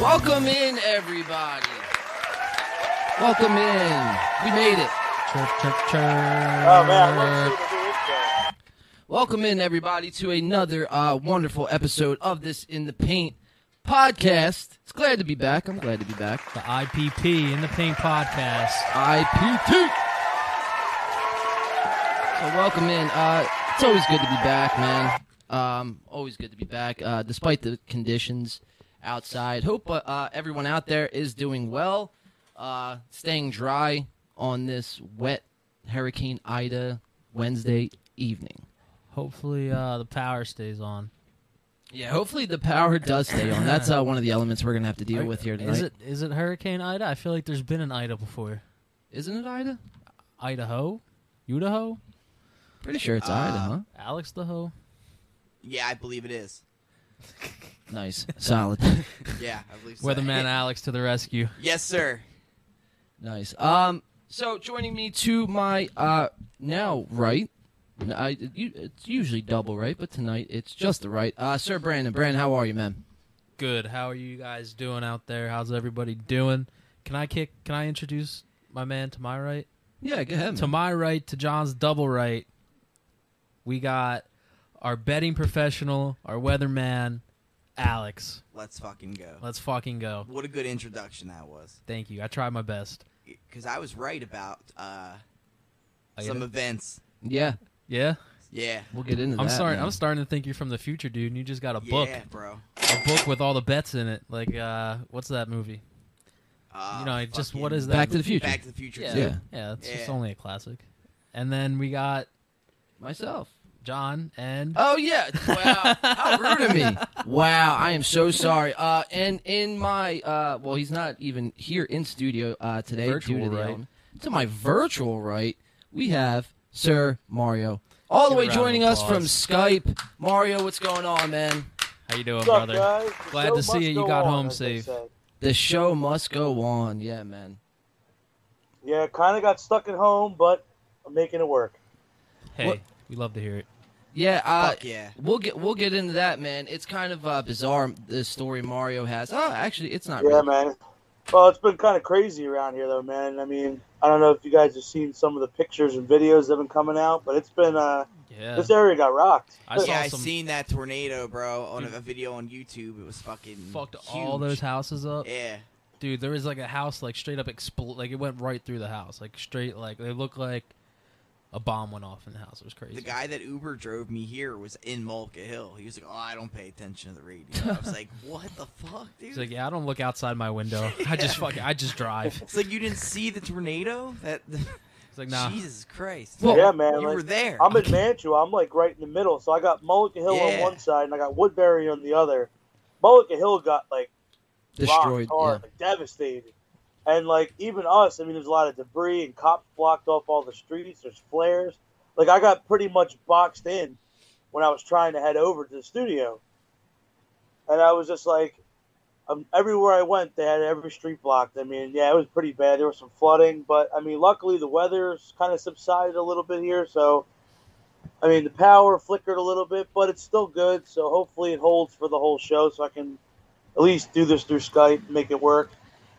Welcome in, everybody. Welcome in. We made it. Chirp, chirp, chirp. Oh man, I love seeing the video. Welcome in, everybody, to another uh, wonderful episode of this In the Paint podcast. It's glad to be back. I'm glad to be back. The IPP in the Paint podcast. IPT. So welcome in. Uh, it's always good to be back, man. Um, always good to be back, uh, despite the conditions outside. Hope uh, uh, everyone out there is doing well, uh, staying dry on this wet Hurricane Ida Wednesday evening. Hopefully, uh, the power stays on. Yeah, hopefully the power does stay on. That's uh, one of the elements we're gonna have to deal with here tonight. Is it is it Hurricane Ida? I feel like there's been an Ida before. Isn't it Ida? Idaho, Idaho, Pretty sure it's Ida, huh? Alex the Ho. Uh, Yeah, I believe it is. Nice, solid. Yeah, I believe so. Weatherman Alex to the rescue. yes, sir. Nice. Um. So joining me to my uh now right, N- I you, it's usually double right, but tonight it's just the right. Uh, Sir Brandon, Brandon, how are you, man? Good. How are you guys doing out there? How's everybody doing? Can I kick? Can I introduce my man to my right? Yeah, go ahead. to my right, to John's double right, we got our betting professional, our weatherman, Alex. Let's fucking go. Let's fucking go. What a good introduction that was. Thank you. I tried my best. Because I was right about uh, I some get it. events. yeah, Yeah. Yeah. we'll get into I'm that. starting man. I'm starting to think you're from the future, dude. And you just got a book. Yeah, bro. A book with all the bets in it. Like uh what's that movie? Uh, You know, it just- what fucking is that? Back to the future. Back to the Future. Yeah. too. Yeah, Yeah. that's just Yeah. only a classic. And then we got Myself. John and Oh yeah! Wow, how rude of me! Wow, I am so sorry. Uh, and in my uh, well, he's not even here in studio uh today Virtual due to the right. element- To my virtual right, we have Sir Mario, all the Give a way round of joining us from applause. Skype. Mario, what's going on, man? how you doing, What's up, brother? guys? Glad So to see much you. You go got on, home as they safe. said. The show must go on. Yeah, man. Yeah, kind of got stuck at home, but I'm making it work. Hey, What- we love to hear it. Yeah, uh, Fuck yeah. we'll get we'll get into that, man. It's kind of uh, bizarre the story Mario has. Oh, actually, it's not. Yeah, really. man. Well, it's been kind of crazy around here, though, man. I mean, I don't know if you guys have seen some of the pictures and videos that have been coming out, but it's been uh, Yeah. this area got rocked. I saw yeah, I some seen that tornado, bro, on Dude. a video on YouTube. It was fucking fucked huge. all those houses up. Yeah. dude there was like a house like straight up explode like it went right through the house like straight like it looked like a bomb went off in the house it was crazy The guy that Uber drove me here was in Mulca Hill. He was like, "Oh, I don't pay attention to the radio." I was like, "What the fuck, dude?" he's like yeah i don't look outside my window i just fucking i just drive It's like you didn't see the tornado. That it's like nah Jesus Christ. Well, yeah, man. you like, were there. I'm in Mantua. I'm like right in the middle. So I got Mullica Hill on Yeah. one side and I got Woodbury on the other. Mullica Hill got like rocked destroyed. hard, like, devastated. And like even us, I mean, there's a lot of debris and cops blocked off all the streets. There's flares. Like I got pretty much boxed in when I was trying to head over to the studio, and I was just like, um, everywhere I went, they had every street blocked. I mean, yeah, it was pretty bad. There was some flooding, but I mean, luckily the weather's kind of subsided a little bit here, so. I mean, the power flickered a little bit, but it's still good. So hopefully it holds for the whole show, so I can at least do this through Skype, make it work.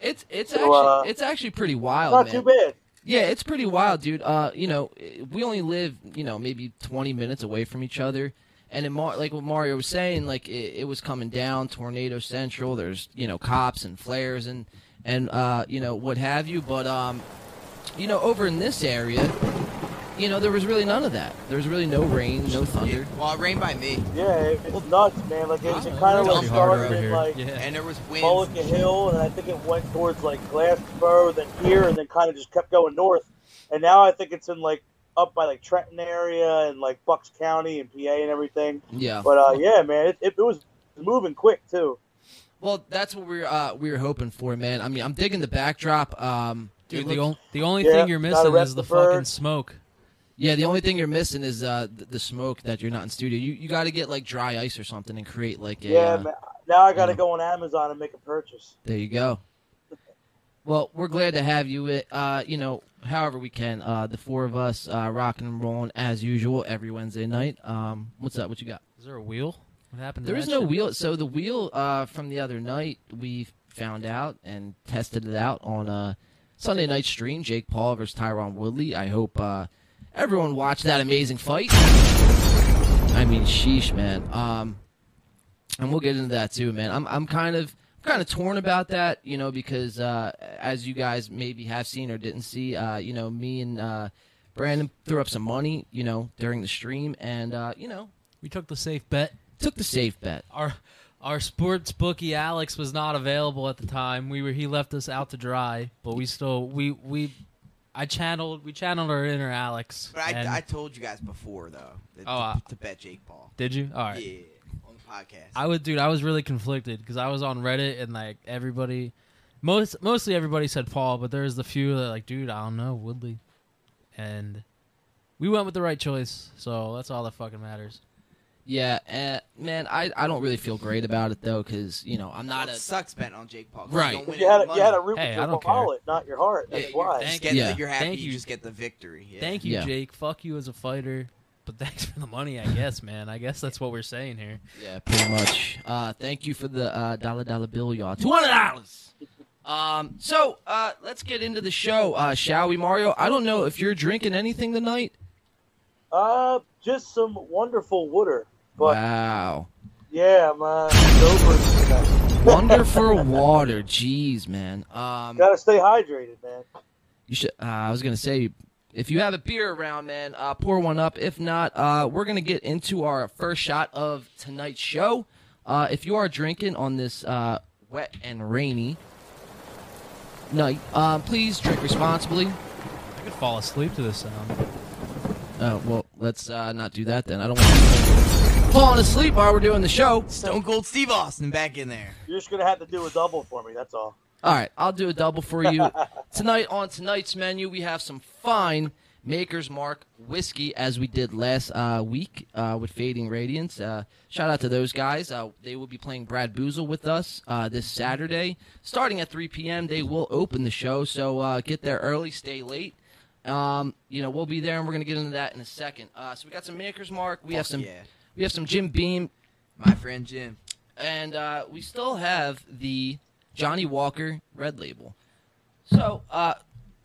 Yeah. It's it's actually So, uh, it's actually pretty It's wild. not man. too bad. Yeah, it's pretty wild, dude. Uh, you know, we only live, you know, maybe 20 minutes away from each other. And in Mar- like what Mario was saying, like it, it was coming down tornado central. There's you know cops and flares and and uh, you know what have you. But um, you know over in this area, you know there was really none of that. There was really no rain, no thunder. Yeah, well, it rained by me, Yeah, it, it's nuts, man. Like it, I it don't kind know. of like Pretty hard started over in here. like Yeah. and there was wind. Mullica Hill, and I think it went towards like Glassboro, then here, and then kind of just kept going north. And now I think it's in like up by like Trenton area and like Bucks County and PA and everything. Yeah. But uh, yeah, man, it, it, it was moving quick too. Well, that's what we we're uh, we were hoping for, man. I mean, I'm digging the backdrop. Um, dude it the, looks- on- the only Yeah, thing you're gotta missing rest is the, the fucking bird. smoke Yeah, the only thing you're missing is uh, th- the smoke that you're not in studio. You you got to get like dry ice or something and create like a. Yeah, uh, man. Now I got to Yeah. go on Amazon and make a purchase. there you go. Well, we're glad to have you. Uh, you know, however we can. Uh, the four of us uh, rocking and rolling as usual every Wednesday night. Um, what's up? What you got? is there a wheel what happened to There that is no shit? wheel. So the wheel uh, from the other night, we found out and tested it out on uh, Sunday night stream. Jake Paul versus Tyron Woodley. I hope uh, everyone watched that amazing fight. I mean, sheesh, man. Um, and we'll get into that too, man. I'm I'm kind of kind of torn about that, you know, because uh, as you guys maybe have seen or didn't see, uh, you know, me and uh, Brandon threw up some money, you know, during the stream, and uh, you know, We took the safe bet. took the safe bet. Our our sports bookie Alex was not available at the time. We were he left us out to dry, but we still we we I channeled we channeled our inner Alex. But I, and- I told you guys before though that, Oh, to, uh, to bet Jake Paul. did you? All right. Yeah, on the podcast. I was, dude. I was really conflicted because I was on Reddit and like everybody, most mostly everybody said Paul, but there was the few that like, dude, I don't know Woodley, and we went with the right choice, so that's all that fucking matters. Yeah, eh, man, I, I don't really feel great about it though, because you know I'm not a it sucks betting on Jake Paul. 'cause Right. You, don't win You had a, any you had a money. root Hey, with I your don't care. wallet, not your heart. Yeah, That's you're- why. Just Thank get, you. Yeah. You're happy. Thank you. you. just get the victory. Yeah. Thank you, Yeah. Jake. Fuck you as a fighter, but thanks for the money, I guess, man. I guess that's what we're saying here. yeah, pretty much. Uh, thank you for the uh, dollar dollar bill, y'all. Two hundred dollars. Um, so uh, let's get into the show, uh, shall we, Mario? I don't know if you're drinking anything tonight. Uh, just some wonderful water. But wow, yeah, I'm uh, sober tonight. wonderful water. Jeez, man. Um, Gotta stay hydrated, man. You should. Uh, I was gonna say, if you have a beer around, man, uh, pour one up. If not, uh, we're gonna get into our first shot of tonight's show. Uh, if you are drinking on this uh, wet and rainy night, uh, please drink responsibly. I could fall asleep to this sound. Uh, well, let's uh, not do that then. I don't want to falling asleep while we're doing the show. Stone Cold Steve Austin back in there. You're just gonna have to do a double for me. That's all. All right, I'll do a double for you. Tonight on tonight's menu, we have some fine Maker's Mark whiskey, as we did last uh, week uh, with Fading Radiance. Uh, shout out to those guys. Uh, they will be playing Brad Boozle with us uh, this Saturday, starting at 3 p.m. They will open the show, so uh, get there early, stay late. Um, you know, we'll be there, and we're gonna get into that in a second. Uh, so we got some Maker's Mark. We have Fuck some. yeah. We have some Jim Beam My friend Jim. and uh, we still have the Johnny Walker Red Label. So, uh,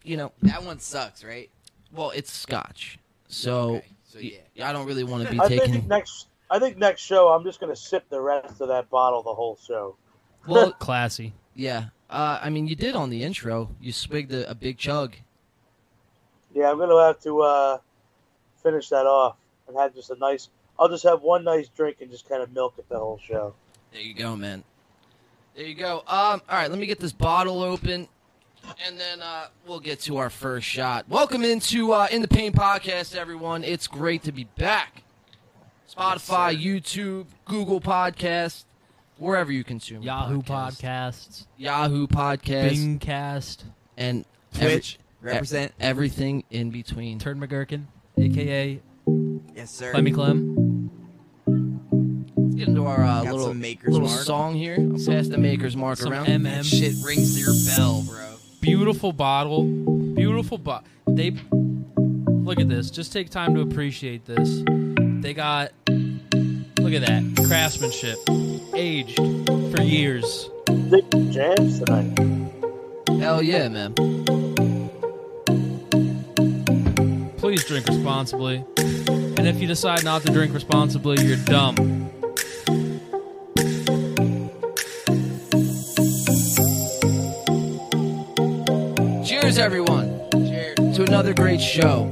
you know, That one sucks, right? well, it's Scotch, so, Okay, so y- yeah. I don't really want to be I think taking. next, I think next show, I'm just gonna sip the rest of that bottle the whole show. Well, Classy. yeah, uh, I mean, you did on the intro. You swigged a, a big chug. Yeah, I'm gonna have to uh, finish that off and have just a nice. I'll just have one nice drink and just kind of milk it the whole show. There you go, man. There you go. Um, all right, let me get this bottle open, and then uh, we'll get to our first shot. Welcome into uh, In the Pain podcast, everyone. It's great to be back. Spotify, YouTube, Google Podcast, wherever you consume Yahoo podcasts. podcasts, Yahoo Podcast, Bingcast, and every- Twitch represent. e- everything in between. Turd McGurkin, aka yes, sir. Flemmy Clem. Let's get into our uh, Got little some Maker's little Mark. song here. I'll pass the maker's mark Some around. That MM. shit rings to your bell, bro. beautiful bottle beautiful bottle they look at this just take time to appreciate this they got look at that craftsmanship aged for years Dick jams tonight. Hell yeah, man. please drink responsibly and if you decide not to drink responsibly you're dumb Cheers, everyone. Cheers to another great show.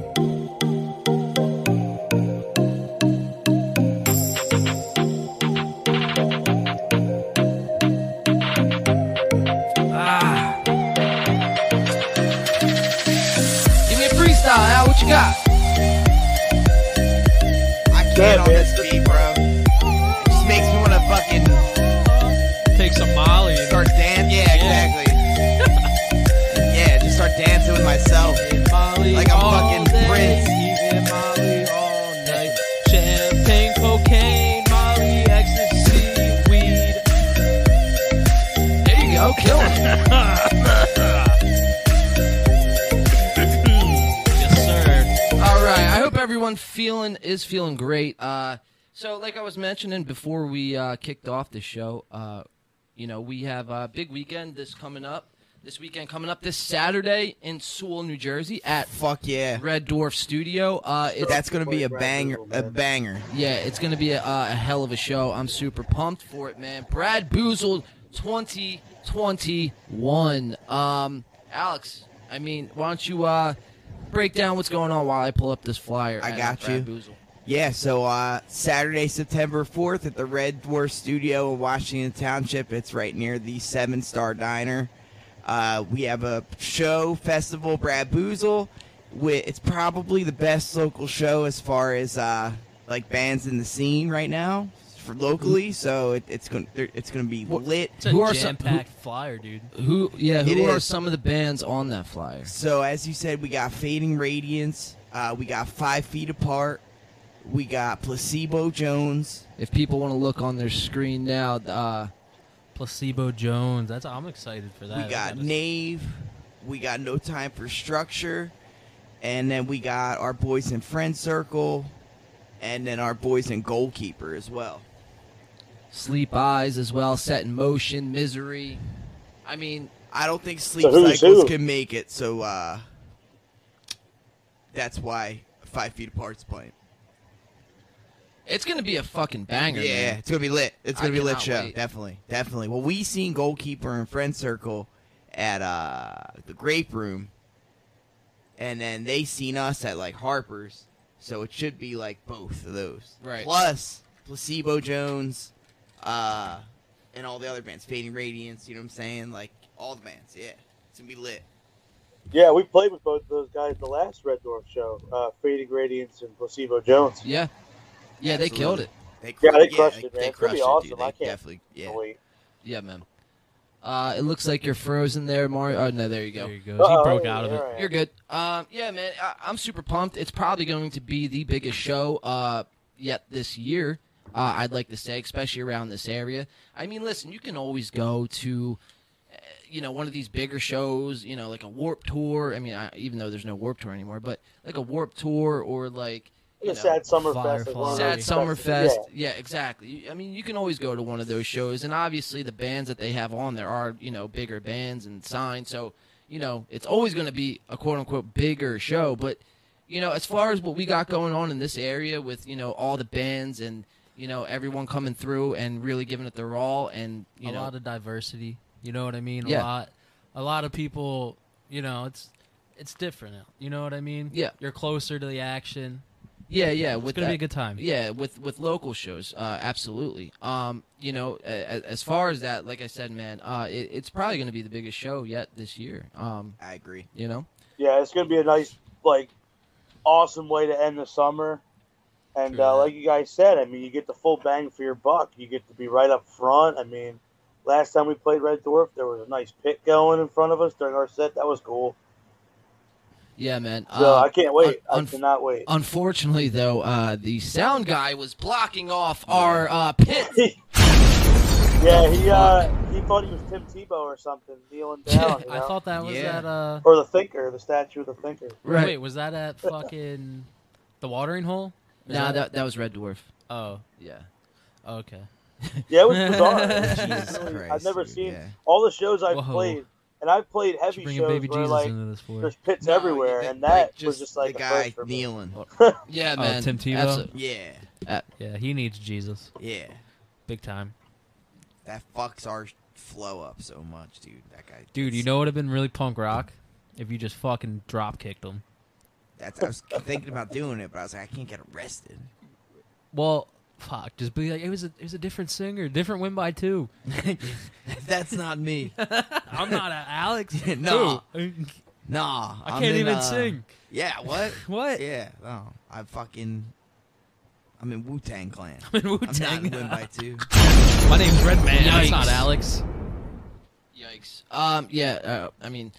Ah. Give me a freestyle, Al. What you got? I can't Yeah, on man. this beat, bro. It just makes me want to fucking take some molly and start dancing. Yeah, exactly. yeah, just start dancing with myself. molly Like I'm all fucking day, Prince. even molly all night champagne cocaine molly ecstasy weed There you go. Kill it. yes sir All right. I hope everyone feeling is feeling great. Uh, so, like I was mentioning before we uh, kicked off the show, uh, You know, we have a big weekend this coming up. This weekend coming up this Saturday in Sewell, New Jersey at Fuck yeah. Red Dwarf Studio. Uh, it's That's gonna be a banger. A banger. yeah, it's gonna be a, uh, a hell of a show. I'm super pumped for it, man. Brad Boozled 2021. Um, Alex, I mean, why don't you uh break down what's going on while I pull up this flyer? I at, uh, got Brad you. Boozled. Yeah, so uh, Saturday, September 4th at the Red Dwarf Studio in Washington Township. It's right near the Seven Star Diner. Uh, we have a show festival, Brad Boozle. Wi- It's probably the best local show as far as uh, like bands in the scene right now for locally. So it, it's going to it's going to be What- lit. Mm-hmm. It's a Who are some- jam-packed flyer, dude. Who? Yeah, who It are is. some of the bands on that flyer? So as you said, we got Fading Radiance. Uh, we got Five Feet Apart. We got Placebo Jones. If people want to look on their screen now, uh, Placebo Jones. That's I'm excited for that. We got That is- Nave. We got No Time for Structure. And then we got our Boys in Friend Circle. And then our Boys in Goalkeeper as well. Sleep Eyes as well, Set in Motion, Misery. I mean, I don't think Sleep who's Cycles who? can make it, so uh, that's why Five Feet Apart's playing. it's gonna be a fucking banger. yeah, man. it's gonna be lit. It's I gonna be a lit cannot show. wait. Definitely, definitely. Well, we seen goalkeeper and friend circle at uh the grape room, and then they seen us at like Harper's. So it should be like both of those. Right. Plus placebo Jones, uh, and all the other bands, Fading Radiance. You know what I'm saying? Like all the bands. Yeah, it's gonna be lit. Yeah, we played with both of those guys the last Red Dwarf show, uh, Fading Radiance and Placebo Jones. yeah, yeah. They Absolutely. killed it. They Yeah, cru- they crushed it, man. They It's gonna crushed be it, awesome. dude. I They can't definitely. Yeah. Wait. Yeah, man. Uh, it looks like you're frozen there, Mario. Oh no, there you go. There you go. Uh-oh, he broke out of it. all right. You're good. Um, yeah, man. I, I'm super pumped. It's probably going to be the biggest show uh, yet this year. Uh, I'd like to say, especially around this area. I mean, listen, you can always go to, uh, you know, one of these bigger shows. You know, like a Warp Tour. I mean, I, even though there's no Warp Tour anymore, but like a Warp Tour or like you Like a know, sad summer Firefly. fest. like one of Sad those Summerfest. festivals. Yeah. exactly. You- I mean, you can always go to one of those shows, and obviously the bands that they have on there are you know bigger bands and signed, so you know it's always going to be a quote unquote bigger show. But you know, as far as what we got going on in this area with you know all the bands and you know everyone coming through and really giving it their all, and you a know lot of diversity. You know what I mean? Yeah. A lot a lot of people, you know, it's it's different now. You know what I mean? Yeah. You're closer to the action. yeah, yeah. It's With gonna that- be a good time. Yeah, with with local shows, uh, absolutely. Um, you know, as, as far as that, like I said, man, uh, it, it's probably going to be the biggest show yet this year. Um, I agree. you know, Yeah, it's gonna be a nice, like, awesome way to end the summer. And True that. uh, like you guys said, I mean, you get the full bang for your buck. You get to be right up front. I mean, last time we played Red Dwarf, there was a nice pit going in front of us during our set. That was cool. yeah, man. So Uh, I can't wait. un- I cannot wait. unfortunately, though, uh, the sound guy was blocking off our uh, pit. yeah, he uh, he thought he was Tim Tebow or something, kneeling down. you I know? thought that was Yeah. at uh or the Thinker, the statue of the Thinker. Right? Uh, wait, was that at fucking the watering hole? Is nah, that that was Red Dwarf. Oh, Yeah. okay. Yeah, it was bizarre. It was Jesus really- Christ. I've never dude, seen yeah. all the shows I've Whoa. played, and I've played heavy Should bring a shows baby where Jesus like into this for there's pits No, everywhere, the- and that like, was just like the a first guy for me. kneeling. Yeah, Uh, Oh, man. Tim Tebow? Absol- Yeah, Yeah, he needs Jesus. yeah. Big time. That fucks our flow up so much, dude. That guy, Dude, you know what would have been really punk rock? If you just fucking drop kicked him. That's, I was thinking about doing it, but I was like, I can't get arrested. Well, fuck. Just be like, it was a it was a different singer, different win by two. That's not me. I'm not a Alex. No. Who? Nah, I I'm can't in, even uh, sing. Yeah, what? What? Yeah, no, I fucking, I'm in Wu Tang Clan. I'm in Wu I'm not in Win Tang. by Two. My name's Red Man. That's Yikes. not Alex. Yikes. Um. Yeah. Uh, I mean,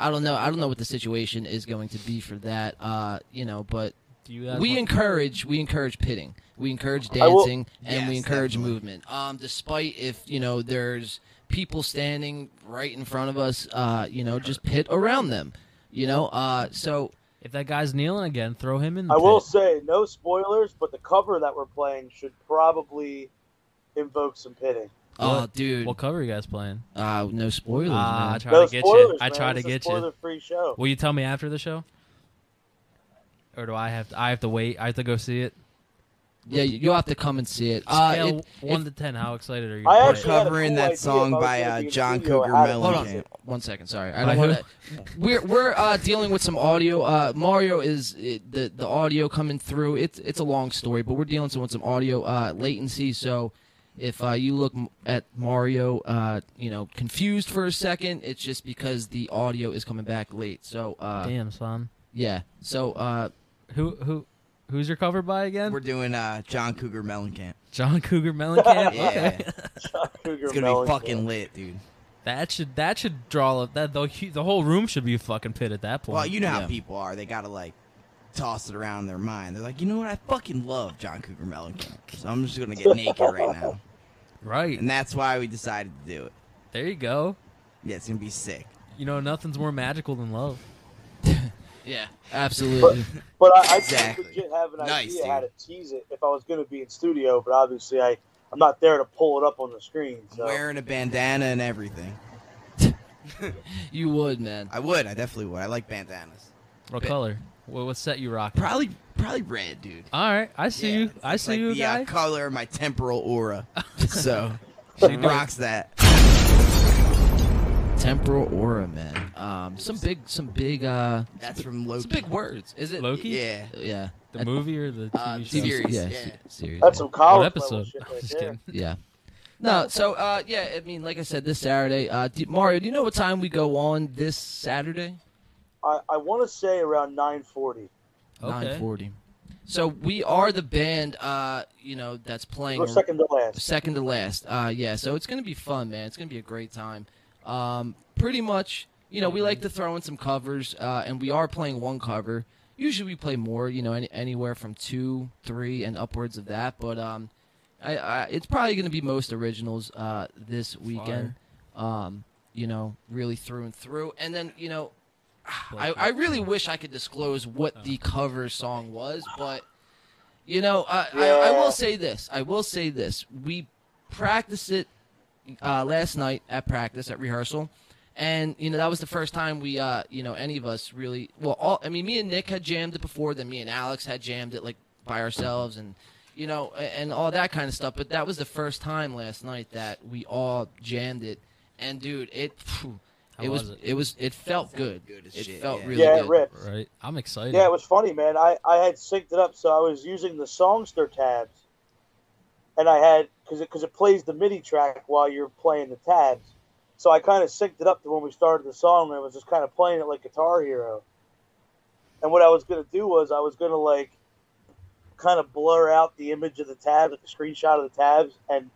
I don't know. I don't know what the situation is going to be for that. Uh. You know, but Do you guys we want- encourage we encourage pitting we encourage I will- dancing and we Yes, encourage definitely. movement um despite if you know there's people standing right in front of us uh you know just pit around them you know uh so if that guy's kneeling again, throw him in. The I will pit. say no spoilers, but the cover that we're playing should probably invoke some pitting. Oh, What? dude. What cover you guys playing? Uh, no spoilers, Ah, I man. try no to get spoilers, you. I man. try to It's a get you. Spoiler-free show. Will you tell me after the show? Or do I have to? I have to wait. I have to go see it. Yeah, you- you'll have to come and see it. Uh, Scale it- one it- to ten. How excited are you? I for it? actually had a Covering cool that idea if song I was by, gonna uh, be in John studio, Cougar how to- Mellencamp. hold on, one second. Sorry, I By don't who? want to. We're we're uh, dealing with some audio. Uh, Mario is it, the the audio coming through. It's it's a long story, but we're dealing with some audio uh, latency. So if uh, you look m- at Mario, uh, you know, confused for a second, it's just because the audio is coming back late. So uh, Damn son. yeah, so uh, Who who who's your cover by again? We're doing uh, John Cougar Mellencamp. John Cougar Mellencamp. Yeah. Okay. Cougar It's gonna Mellencamp. be fucking lit, dude. That should that should draw up that the hu- the whole room should be a fucking pit at that point. Well, you know how Yeah. people are. They gotta like toss it around in their mind. They're like, you know what? I fucking love John Cougar Mellencamp, so I'm just gonna get naked right now. right And that's why we decided to do it. there you go. Yeah, it's gonna be sick. You know nothing's more magical than love. yeah, absolutely. But I, I Exactly. did legit have an Nice, idea how to tease it if I was going to be in studio, but obviously I, I'm not there to pull it up on the screen. So Wearing a bandana and everything. you would, man. I would. I definitely would. I like bandanas. What Bit. color? What, what set you rocking? Probably, probably red, dude. All right, I see Yeah, you. it's- I it's see like you, the, guy. Uh, color of my temporal aura. so So she you do it. rocks that. Temporal aura, man. Um, some big, some big, uh, That's from some Loki. big words. Is it Loki? Yeah. Yeah, The movie or the TV Uh, show? series. Yeah, yeah. se- series. that's some What college level episode? shit I'm right just there. kidding. Yeah. No, so uh, yeah, I mean, like I said, this Saturday, uh, do, Mario, do you know what time we go on this Saturday? I, I want to say around 9:40. Okay. Nine forty. So we are the band, uh, you know, that's playing Or second to last. second to last. Uh, yeah, so it's gonna be fun, man. It's gonna be a great time. Um, pretty much, you know, we like to throw in some covers, uh, and we are playing one cover. Usually we play more, you know, any, anywhere from two, three, and upwards of that. But um, I, I it's probably gonna be most originals uh, this weekend. Um, you know, really through and through, and then you know. I, I really wish I could disclose what the cover song was, but you know, I, I, I Yeah. will say this. I will say this. We practiced it uh, last night at practice at rehearsal, and you know that was the first time we, uh, you know, any of us really. Well, all I mean, me and Nick had jammed it before. Then me and Alex had jammed it like by ourselves, and you know, a- and all that kind of stuff. But that was the first time last night that we all jammed it, and dude, it. phew, How it was, was it? it was it felt good. good as it shit, felt yeah. really yeah, it good. ripped. Right. I'm excited. Yeah, it was funny, man. I, I had synced it up, so I was using the Songster tabs, and I had because it because it plays the MIDI track while you're playing the tabs. So I kind of synced it up to when we started the song, and I was just kind of playing it like Guitar Hero. And what I was gonna do was I was gonna like kind of blur out the image of the tabs, like the screenshot of the tabs, and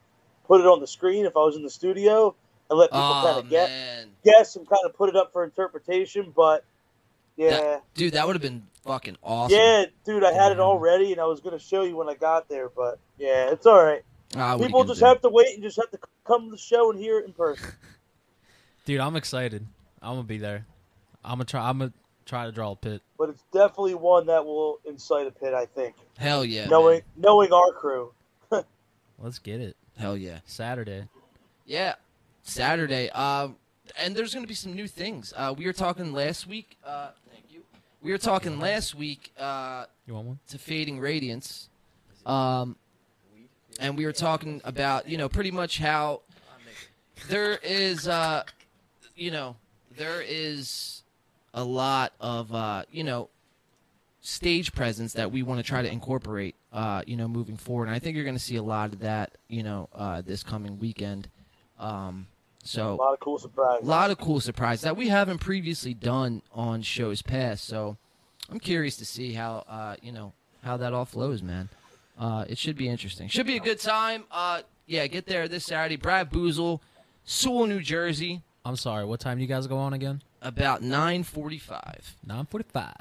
put it on the screen if I was in the studio, and let people Oh kind of guess, man, guess, and kind of put it up for interpretation. But yeah. dude, that would have been fucking awesome. Mm-hmm. Yeah, dude, I had it Damn. all ready, and I was gonna show you when I got there, but yeah, it's all right. Ah, what are you People gonna just do? have to wait and just have to c- come to the show and hear it in person. Dude, I'm excited. I'm gonna be there. I'm gonna try. I'm gonna try to draw a pit. But it's definitely one that will incite a pit, I think. hell yeah, knowing man. knowing our crew, Let's get it hell yeah, Saturday. yeah. Saturday, um, and there's gonna be some new things. Uh, we were talking last week. Uh, thank you. We were talking last week uh, You want one? to fading radiance, um, and we were talking about you know pretty much how there is uh, you know there is a lot of uh, you know stage presence that we want to try to incorporate, uh, you know, moving forward. And I think you're going to see a lot of that, you know, uh, this coming weekend. Um, a so lot of cool surprises. a lot of cool surprises that we haven't previously done on shows past. So I'm curious to see how, uh, you know, how that all flows, man. Uh, it should be interesting. Should be a good time. Uh, yeah, get there this Saturday. Brad Boozle, Sewell, New Jersey, I'm sorry. What time do you guys go on again? about 945. 9:45.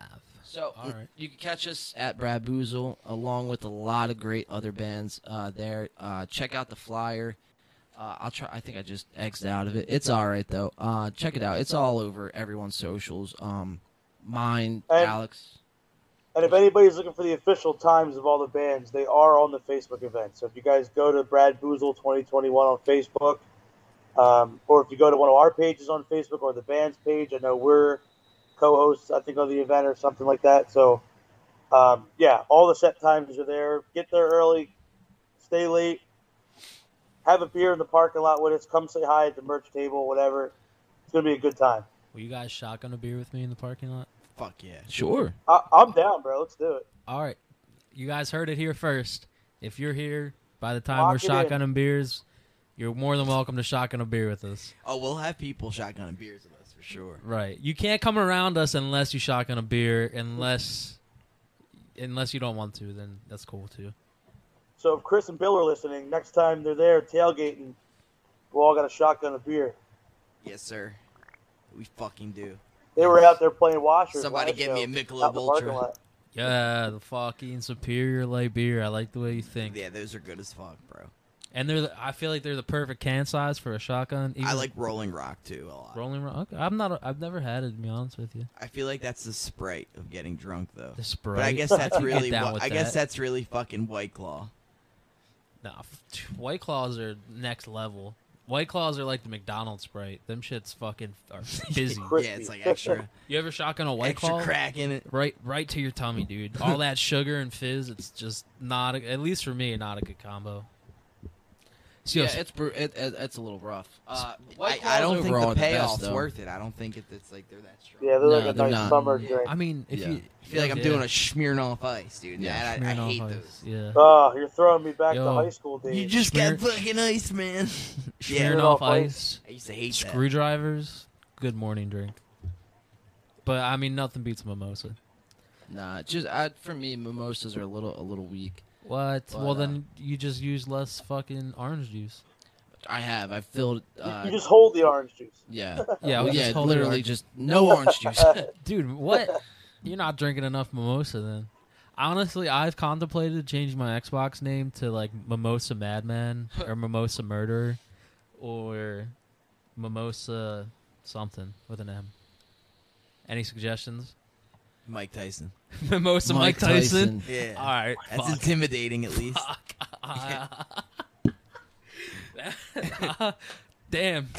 So All right. you can catch us at Brad Boozle along with a lot of great other bands uh, there. Uh, check out the flyer. Uh, I'll try. I think I just X'd out of it. It's all right though. Uh, check it out. It's all over everyone's socials. Um, mine, And- Alex. And if anybody's looking for the official times of all the bands, they are on the Facebook event. So if you guys go to Brad Boozle 2021 on Facebook, um, or if you go to one of our pages on Facebook or the band's page, I know we're co-hosts, I think, of the event or something like that. So um, yeah, all the set times are there. Get there early, stay late, have a beer in the parking lot with us. Come say hi at the merch table, whatever. It's gonna be a good time. Will you guys shotgun a beer with me in the parking lot? Fuck yeah. Sure. I- I'm down, bro. Let's do it. All right. You guys heard it here first. If you're here by the time Lock we're it in. shotgunning beers, you're more than welcome to shotgun a beer with us. Oh, we'll have people shotgunning beers with us for sure. Right. You can't come around us unless you shotgun a beer, unless unless you don't want to, then that's cool too. So if Chris and Bill are listening, next time they're there tailgating, we all got a shotgun of beer. Yes, sir. We fucking do. They were out there playing washers. Somebody last get me a show, Michelob out in the parking Ultra. lot. Yeah, the fucking superior light beer. I like the way you think. Yeah, those are good as fuck, bro. And they're the, I feel like they're the perfect can size for a shotgun. I even- like Rolling Rock too a lot. Rolling Rock. Okay, I'm not. A, I've never had it. To be honest with you, I feel like that's the sprite of getting drunk though. the Sprite. But I guess that's could get really down wha- with I guess that. that's really fucking White Claw. Nah, f- White Claws are next level. White Claws are like the McDonald's Sprite. Them shits fucking are busy. Crispy. Yeah, it's like extra you ever shotgun a White extra Claw? crack in it. Right, right to your tummy, dude. All that sugar and fizz. It's just not. A, at least for me, not a good combo. So, Yeah, yes, it's br- it, it, it's a little rough. Uh, I, White Claws I don't think overall the are best, payoff's though. worth it. I don't think it, it's like they're that strong. Yeah, they're No, like a they're nice not. summer Yeah. drink. I mean, if Yeah. you I feel like I'm yeah. doing a Smirnoff Ice, dude. and yeah, that- I, I Smirnoff hate Ice, those. Yeah, Oh, you're throwing me back to Yo. high school days. You just Smear- got fucking ice, man. yeah, Smirnoff Smirnoff Ice. Ice. I used to hate that. Screwdrivers, good morning drink. But I mean, nothing beats a mimosa. Nah, just I, for me, mimosas are a little a little weak. What? Well, Well, then you just use less fucking orange juice. uh, I have I filled. You- Uh, you just hold the orange juice. yeah, Yeah, Oh, we yeah, just hold the literally orange- just no orange juice. Dude, what? You're not drinking enough mimosa then. Honestly, I've contemplated changing my Xbox name to like Mimosa Madman or Mimosa Murderer or Mimosa something with an M. Any suggestions? Mike Tyson. Mimosa Mike, Tyson. Yeah. All right, That's fuck. intimidating, at least. Damn.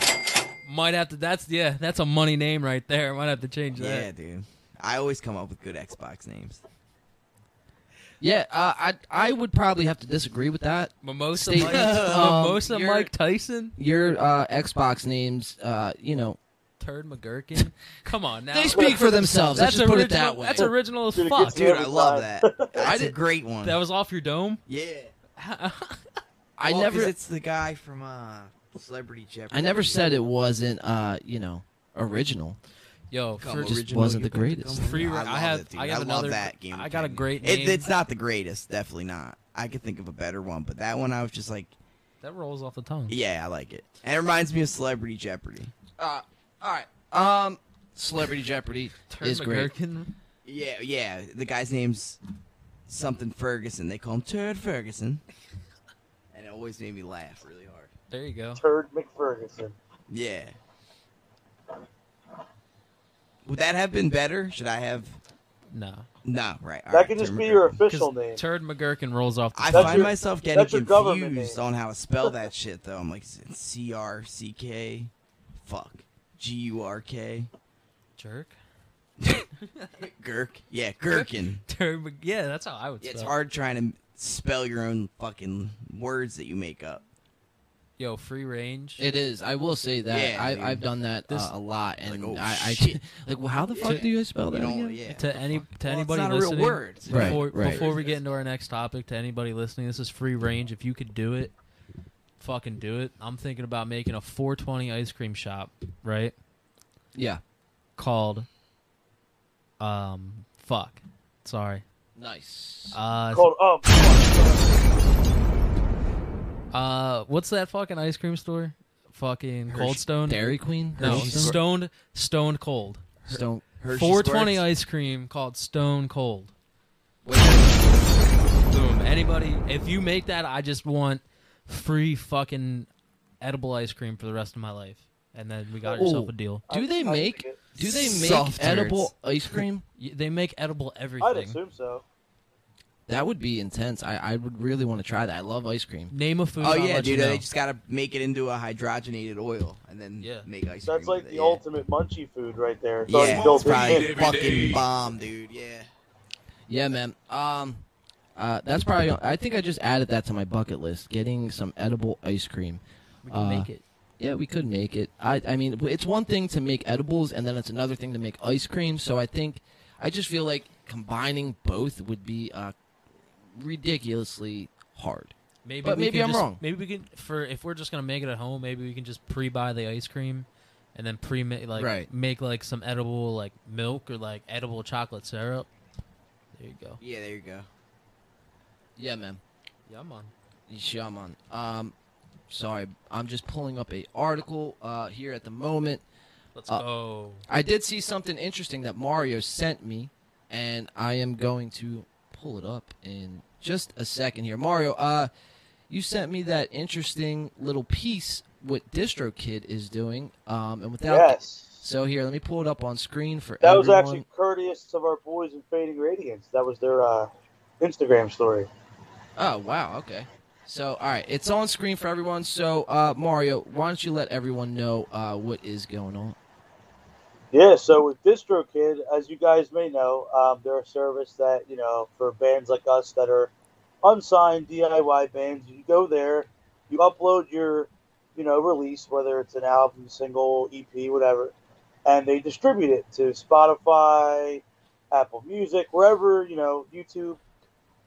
Might have to. That's yeah. That's a money name right there. Might have to change yeah, that. dude. I always come up with good Xbox names. Yeah, uh, I I would probably have to disagree with that. Mimosa Steve- Mike. Um, Mimosa you're- Mike Tyson. Your uh, Xbox names, uh, you know, Turd McGurkin. Come on now. they speak for themselves. Let's That's just put original. it that way. That's original as Dude, it fuck. gets Dude, I Every love time. that. That's a did- great one. That was off your dome. yeah. I Well, 'cause never It's the guy from uh, Celebrity Jeopardy. I never said it wasn't uh, you know, original. Yo, Come for on, just original. wasn't the you better greatest. come on. Free- I, I love have- it, dude. I have love another- that game. I got a mechanic. great It, name. it's not the greatest, definitely not. I could think of a better one, but that one I was just like, that rolls off the tongue. yeah, I like it. And it reminds me of Celebrity Jeopardy. Uh, all right. Um, Celebrity Jeopardy Turd is great. McGurkin. Yeah, yeah. The guy's name's something Ferguson. They call him Turd Ferguson. And it always made me laugh really hard. There you go. Turd McFerguson. Yeah. Would that have been better? Should I have? No, No, right. all That right, can just Turd be McGurkin. your 'Cause official name. Turd McGurkin rolls off. The I That's find your- myself getting that's your government confused name. on how to spell that shit, though. I'm like, is it C R C K? Fuck. G U R K? jerk. Gurk? Yeah, Gherkin. Turd. Mc- Yeah, that's how I would. Yeah, Spell. it's hard trying to spell your own fucking words that you make up. Yo, free range. It is. I will say that. Yeah, I, dude. I've done that This- uh, a lot, and Like, oh, I, I shit. like. Well, how the fuck Yeah. do you spell You that? don't, again? yeah. to any to Well, anybody it's not listening a real word. It's Right, before right. before we get into our next topic to anybody listening this is free range if you could do it fucking do it i'm thinking about making a 420 ice cream shop right Yeah. called um fuck sorry Nice. uh Called um. uh what's that fucking ice cream store fucking cold Hershey- stone Dairy Queen. no Hershey Stone. stoned stoned cold Stone. Hershey 420 Squirts. ice cream called stone cold Wait, Boom. Anybody, if you make that, I just want free fucking edible ice cream for the rest of my life. and then we got yourself Ooh. a deal. Do they make do they make Soft turds. edible ice cream? Y- They make edible I'd everything. assume so. That would be intense. I, I would really want to try that. I love ice cream. Name a food. Oh I'll yeah, let You dude. know. They just gotta make it into a hydrogenated oil and then Yeah. make ice cream. That's like with the it, yeah. ultimate munchie food right there. It's already Yeah, built it's probably in. fucking bomb, dude. Yeah. Yeah, man. Um, uh, that's probably. I think I just added that to my bucket list. Getting some edible ice cream. we can uh, make it. Yeah, we could make it. I I mean, it's one thing to make edibles, and then it's another thing to make ice cream. So I think, I just feel like combining both would be uh, ridiculously hard. Maybe but we maybe can I'm just- wrong. Maybe we can for if we're just gonna make it at home. Maybe we can just pre-buy the ice cream, and then pre make like Right. make like some edible like milk or like edible chocolate syrup. There you go. Yeah. There you go. Yeah, man. Yeah, I'm on. Yeah, man. Um, sorry, I'm just pulling up a article uh, here at the moment. Let's Uh, go. I did see something interesting that Mario sent me, and I am going to pull it up in just a second here. Mario, uh, you sent me that interesting little piece what DistroKid is doing, um, and without. Yes. So here, let me pull it up on screen for That was everyone. actually courteous of our boys in Fading Radiance. That was their uh, Instagram story. Oh wow, okay. So all right, it's on screen for everyone. So uh, Mario, why don't you let everyone know uh, what is going on? Yeah, so with DistroKid, as you guys may know, um, they're a service that, you know, for bands like us that are unsigned DIY bands, you go there, you upload your, you know, release, whether it's an album, single, EP, whatever, and they distribute it to Spotify, Apple Music, wherever, you know, YouTube.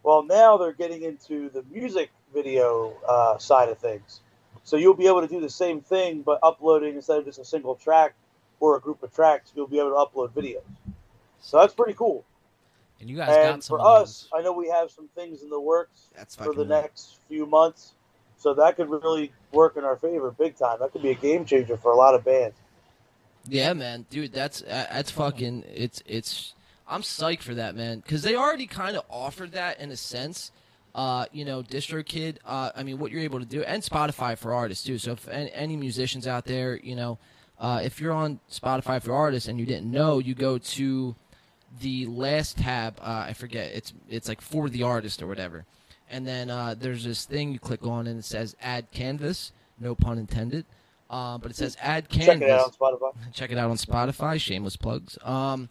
Well, now they're getting into the music video uh, side of things. So you'll be able to do the same thing, but uploading instead of just a single track or a group of tracks, you'll be able to upload videos. So that's pretty cool. And you guys And got some for of us, I know we have some things in the works That's for fucking. the right. next few months. So that could really work in our favor big time. That could be a game changer for a lot of bands. Yeah, man, dude, that's uh, that's fucking. It's it's. I'm psyched for that, man, because they already kind of offered that in a sense. Uh, you know, DistroKid. Uh, I mean, what you're able to do, and Spotify for artists too. So, if any, any musicians out there, you know, uh, if you're on Spotify for artists and you didn't know, you go to the last tab. Uh, I forget. It's it's like for the artist or whatever. And then uh, there's this thing you click on and it says add canvas. No pun intended. Uh, but it says add canvas Check it out on Spotify. check it out on Spotify. Shameless plugs. Um,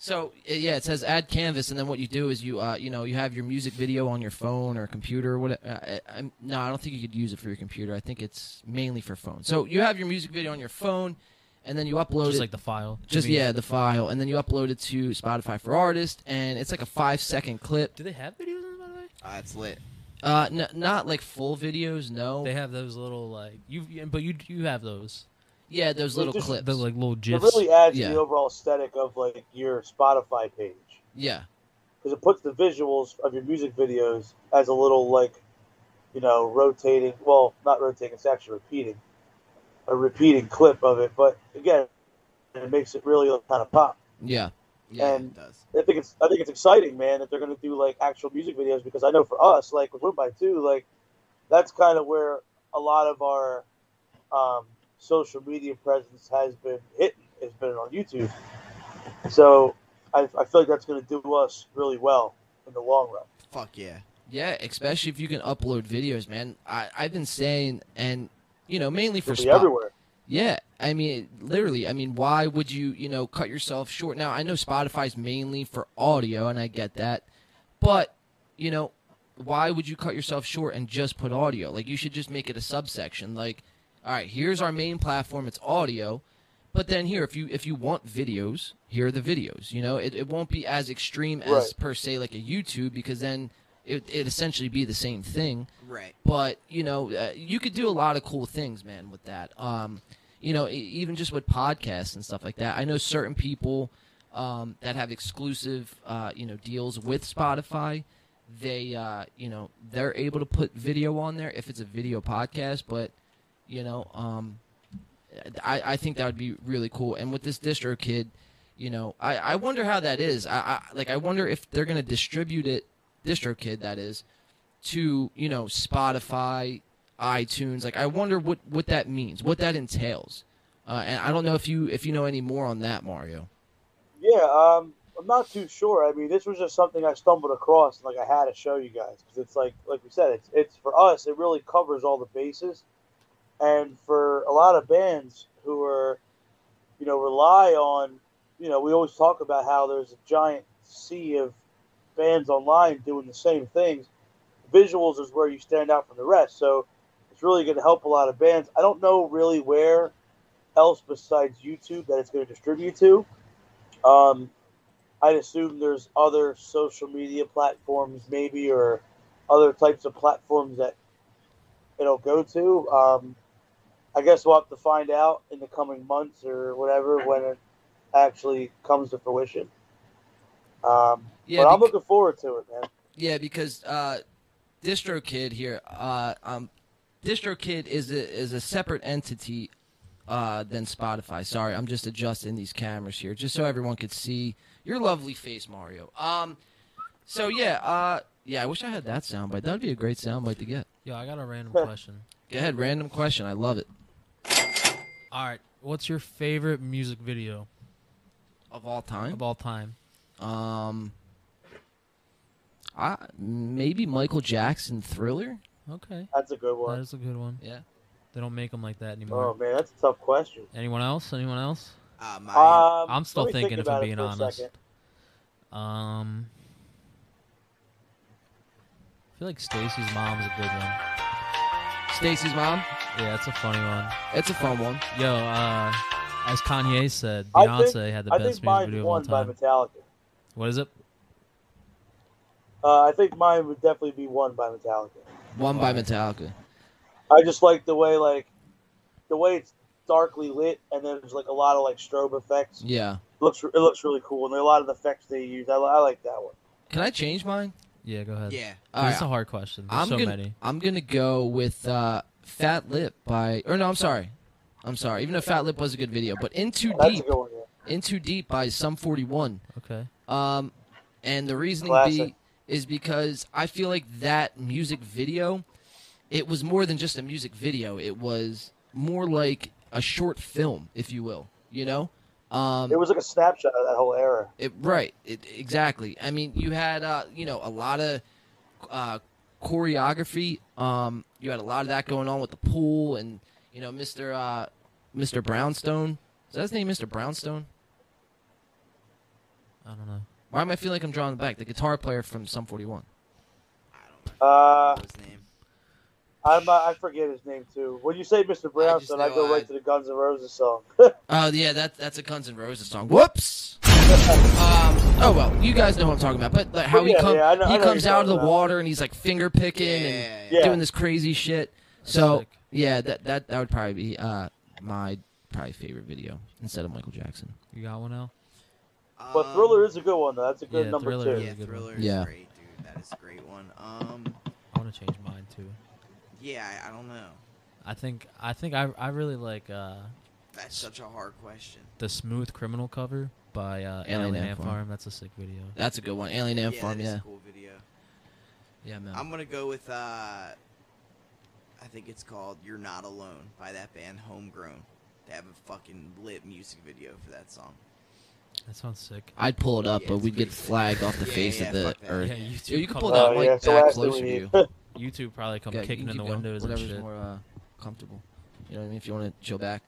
so uh, yeah, it says add canvas, and then what you do is you uh, you know you have your music video on your phone or computer. Or what? Uh, I- I'm, no, I don't think you could use it for your computer. I think it's mainly for phone. So you have your music video on your phone, and then you upload just it. like the file. just I mean, yeah, the file, and then you upload it to Spotify for Artists, and it's like a five second clip. Do they have videos on by the way? Ah, that's lit. Uh, n- not like full videos, no. They have those little like you, you- but you you have those yeah, those They little just- clips. the like little It gifs. really adds Yeah. to the overall aesthetic of like your Spotify page yeah, because it puts the visuals of your music videos as a little like, you know, rotating. Well, not rotating. It's actually repeating, a repeating clip of it. But again, it makes it really kind of pop. yeah, Yeah, And- it does. I think it's I think it's exciting, man, that they're gonna do like actual music videos because I know for us, like with One by Two, like that's kind of where a lot of our um, social media presence has been hitting. It's been on YouTube, so I, I feel like that's gonna do us really well in the long run. Fuck yeah. Yeah, especially if you can upload videos, man. I, I've been saying, and you know, mainly for It'll be spot- everywhere. Yeah, I mean, literally. I mean, why would you, you know, cut yourself short? Now I know Spotify's mainly for audio, and I get that, but you know, why would you cut yourself short and just put audio? Like you should just make it a subsection. Like, all right, here's our main platform. It's audio, but then here, if you if you want videos, here are the videos. You know, it, it won't be as extreme as Right. per se like a YouTube because then it it essentially be the same thing Right. but you know uh, you could do a lot of cool things man with that um you know e- even just with podcasts and stuff like that i know certain people um that have exclusive uh you know deals with spotify they uh you know they're able to put video on there if it's a video podcast but you know um i i think that would be really cool and with this distro kid you know i i wonder how that is i, I like i wonder if they're going to distribute it distro kid that is to you know Spotify, iTunes. Like I wonder what what that means, what that entails. Uh, and I don't know if you if you know any more on that, Mario. Yeah, um, I'm not too sure. I mean, this was just something I stumbled across. Like I had to show you guys because it's like, like we said, it's it's for us. It really covers all the bases, and for a lot of bands who are, you know, rely on, you know, we always talk about how there's a giant sea of bands online doing the same things. Visuals is where you stand out from the rest, so it's really going to help a lot of bands. I don't know really where else besides YouTube that it's going to distribute to. Um, I'd assume there's other social media platforms, maybe, or other types of platforms that it'll go to. Um, I guess we'll have to find out in the coming months or whatever when it actually comes to fruition. Um, Yeah, but I'm bec- looking forward to it, man. Yeah, because uh, DistroKid here, uh, um, DistroKid is a, is a separate entity uh, than Spotify. Sorry, I'm just adjusting these cameras here, just so everyone could see your lovely face, Mario. Um, so yeah, uh, yeah, I wish I had that soundbite. That'd be a great soundbite to get. Yo, I got a random question. Go ahead, random question. I love it. All right, what's your favorite music video Of all time, of all time? um, I, maybe Michael Jackson Thriller. Okay, That's a good one. that is a good one. Yeah. They don't make them like that anymore. Oh man, that's a tough question. Anyone else? Anyone else? Uh, my, Um, I'm still let me thinking, think if I'm about it being for a honest. second. Um, I feel like Stacy's mom's a good one. Yeah, Stacy's mom. that's a funny one. It's a fun one. Yo, uh, as Kanye said, I Beyonce think- had the I think best music mine video of all won by time. Metallica. What is it? Uh, I think mine would definitely be won by Metallica. One by Metallica. I just like the way like the way it's darkly lit, and then there's like a lot of like strobe effects. Yeah. looks it looks really cool, and there are a lot of the effects they use. I, li- I like that one. Can I change mine? Yeah, go ahead. yeah. All It's right, a hard question. There's I'm so gonna many. I'm gonna go with uh, Fat Lip by or no I'm sorry, I'm sorry. Even though Fat Lip was a good video, but In Too Oh, That's Deep, a good one. Yeah. In Too Deep by Sum 41. Okay. Um, and the reasoning Classic. be is because I feel like that music video, it was more than just a music video. It was more like a short film, if you will. You know. Um, It was like a snapshot of that whole era. It, right. It, exactly. I mean, you had uh, you know a lot of uh, choreography. Um, you had a lot of that going on with the pool and you know Mr. Uh, Mr. Brownstone. Is that his name, Mr. Brownstone? I don't know. Why am I feeling like I'm drawing back? The guitar player from Sum 41. Uh, What was his name? I'm, uh, I forget his name too. When you say Mr. Brownstone, I, know go I- right to the Guns N' Roses song. Oh yeah, that that's a Guns N' Roses song. Whoops. um, oh well, you guys know what I'm talking about. But like, how he Yeah, come, yeah, I know- I he know what comes you're out of the talking about. water and he's like finger picking and yeah. Yeah. doing this crazy shit. So sick. yeah, that that that would probably be uh my probably favorite video instead of Michael Jackson. You got one now? but Um, Thriller is a good one though. That's a good yeah, number Thriller two. is- Yeah, a good one. Thriller is Yeah. great, dude. That is a great one. Um, I want to change mine too. yeah, I, I don't know. I think I think I I really like uh, That's such a hard question. the Smooth Criminal cover by uh, Alien Alien Ant Ant Farm. Farm. That's a sick video. That's a good one. Alien Ant yeah, Farm, that is yeah. a cool video. Yeah, man. I'm gonna go with uh, I think it's called "You're Not Alone" by that band Homegrown. They have a fucking lit music video for that song. That sounds sick. I'd pull it up, Yeah, but it's we'd get pretty sick. flagged off the Yeah, face yeah, of the fuck that. earth. Yeah, YouTube. Yo, you can come pull back. that Oh, mic yeah, it's the back last thing closer we to you. YouTube probably come Yeah, you kicking can in the keep going, windows and Whatever's shit. more uh, comfortable. You know what I mean? If you want to chill back.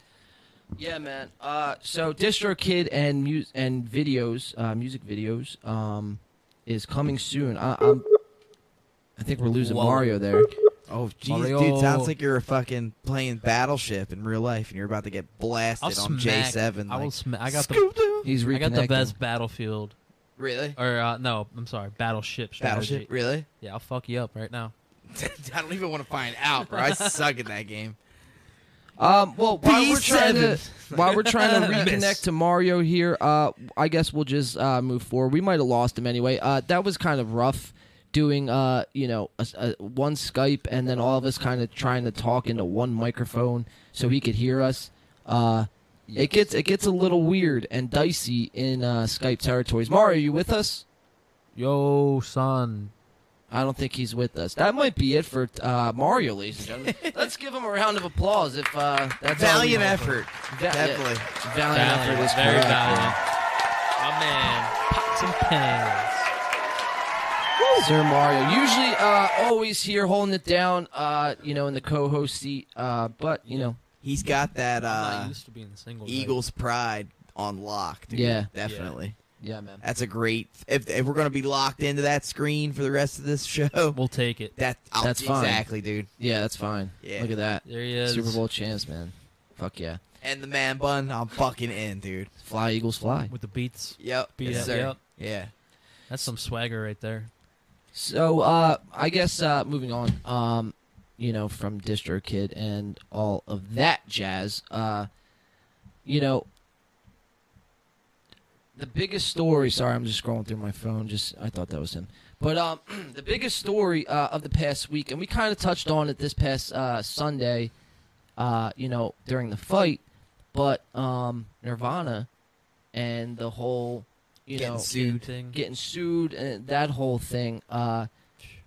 Yeah, man. Uh, so DistroKid and mu- and videos, uh, music videos, um, is coming soon. I, I'm, I think we're losing Whoa. Mario there. Oh, Jesus, Mario. dude, sounds like you're fucking playing Battleship in real life, and you're about to get blasted I'll smack. I will sma- I got the He's I reconnecting. got the best Battlefield really or uh, no, I'm sorry, Battleship. strategy. Battleship, really? Yeah, I'll fuck you up right now. I don't even want to find out, bro. I suck at that game. Um, well, while we're trying to B7. while we're trying to Miss. reconnect to Mario here, uh, I guess we'll just uh, move forward. We might have lost him anyway. Uh, that was kind of rough doing uh, you know a, a- one Skype and then all of us kind of trying to talk into one microphone so he could hear us. Uh, It gets it gets a little weird and dicey in uh, Skype territories. Mario, are you with us? Yo, son, I don't think he's with us. That might be it for uh, Mario, ladies and gentlemen. Let's give him a round of applause if uh, that's all we Valiant have. effort. Va- Definitely. Yeah, valiant, effort is very correct. valiant. My man, pots and pans. Sir Mario, usually uh, always here holding it down, uh, you know, in the co-host seat. Uh, but you know, He's got that I'm not uh, used to being single. leg. Eagles pride on lock, dude. Yeah. Definitely. yeah, man. That's a great. If, if we're gonna be locked into that screen for the rest of this show, We'll take it. that I'll- That's fine. exactly, dude. Yeah, that's fine. Yeah. Look at that There he is. Super Bowl chance, man. Fuck yeah, And the man bun, I'm fucking in, dude. fly Eagles fly. with the beats. Yep. Beat yes, up, sir. yep. Yeah. That's some swagger right there. So uh, I guess uh, moving on, um, you know, from Distro Kid and all of that jazz. Uh, you know, the biggest story. Sorry, I'm just scrolling through my phone. Just I thought that was him. But um, the biggest story uh, of the past week, and we kind of touched on it this past uh, Sunday, uh, you know, during the fight. But um, Nirvana and the whole, you Getting know, sued. Thing. getting sued and that whole thing. Uh,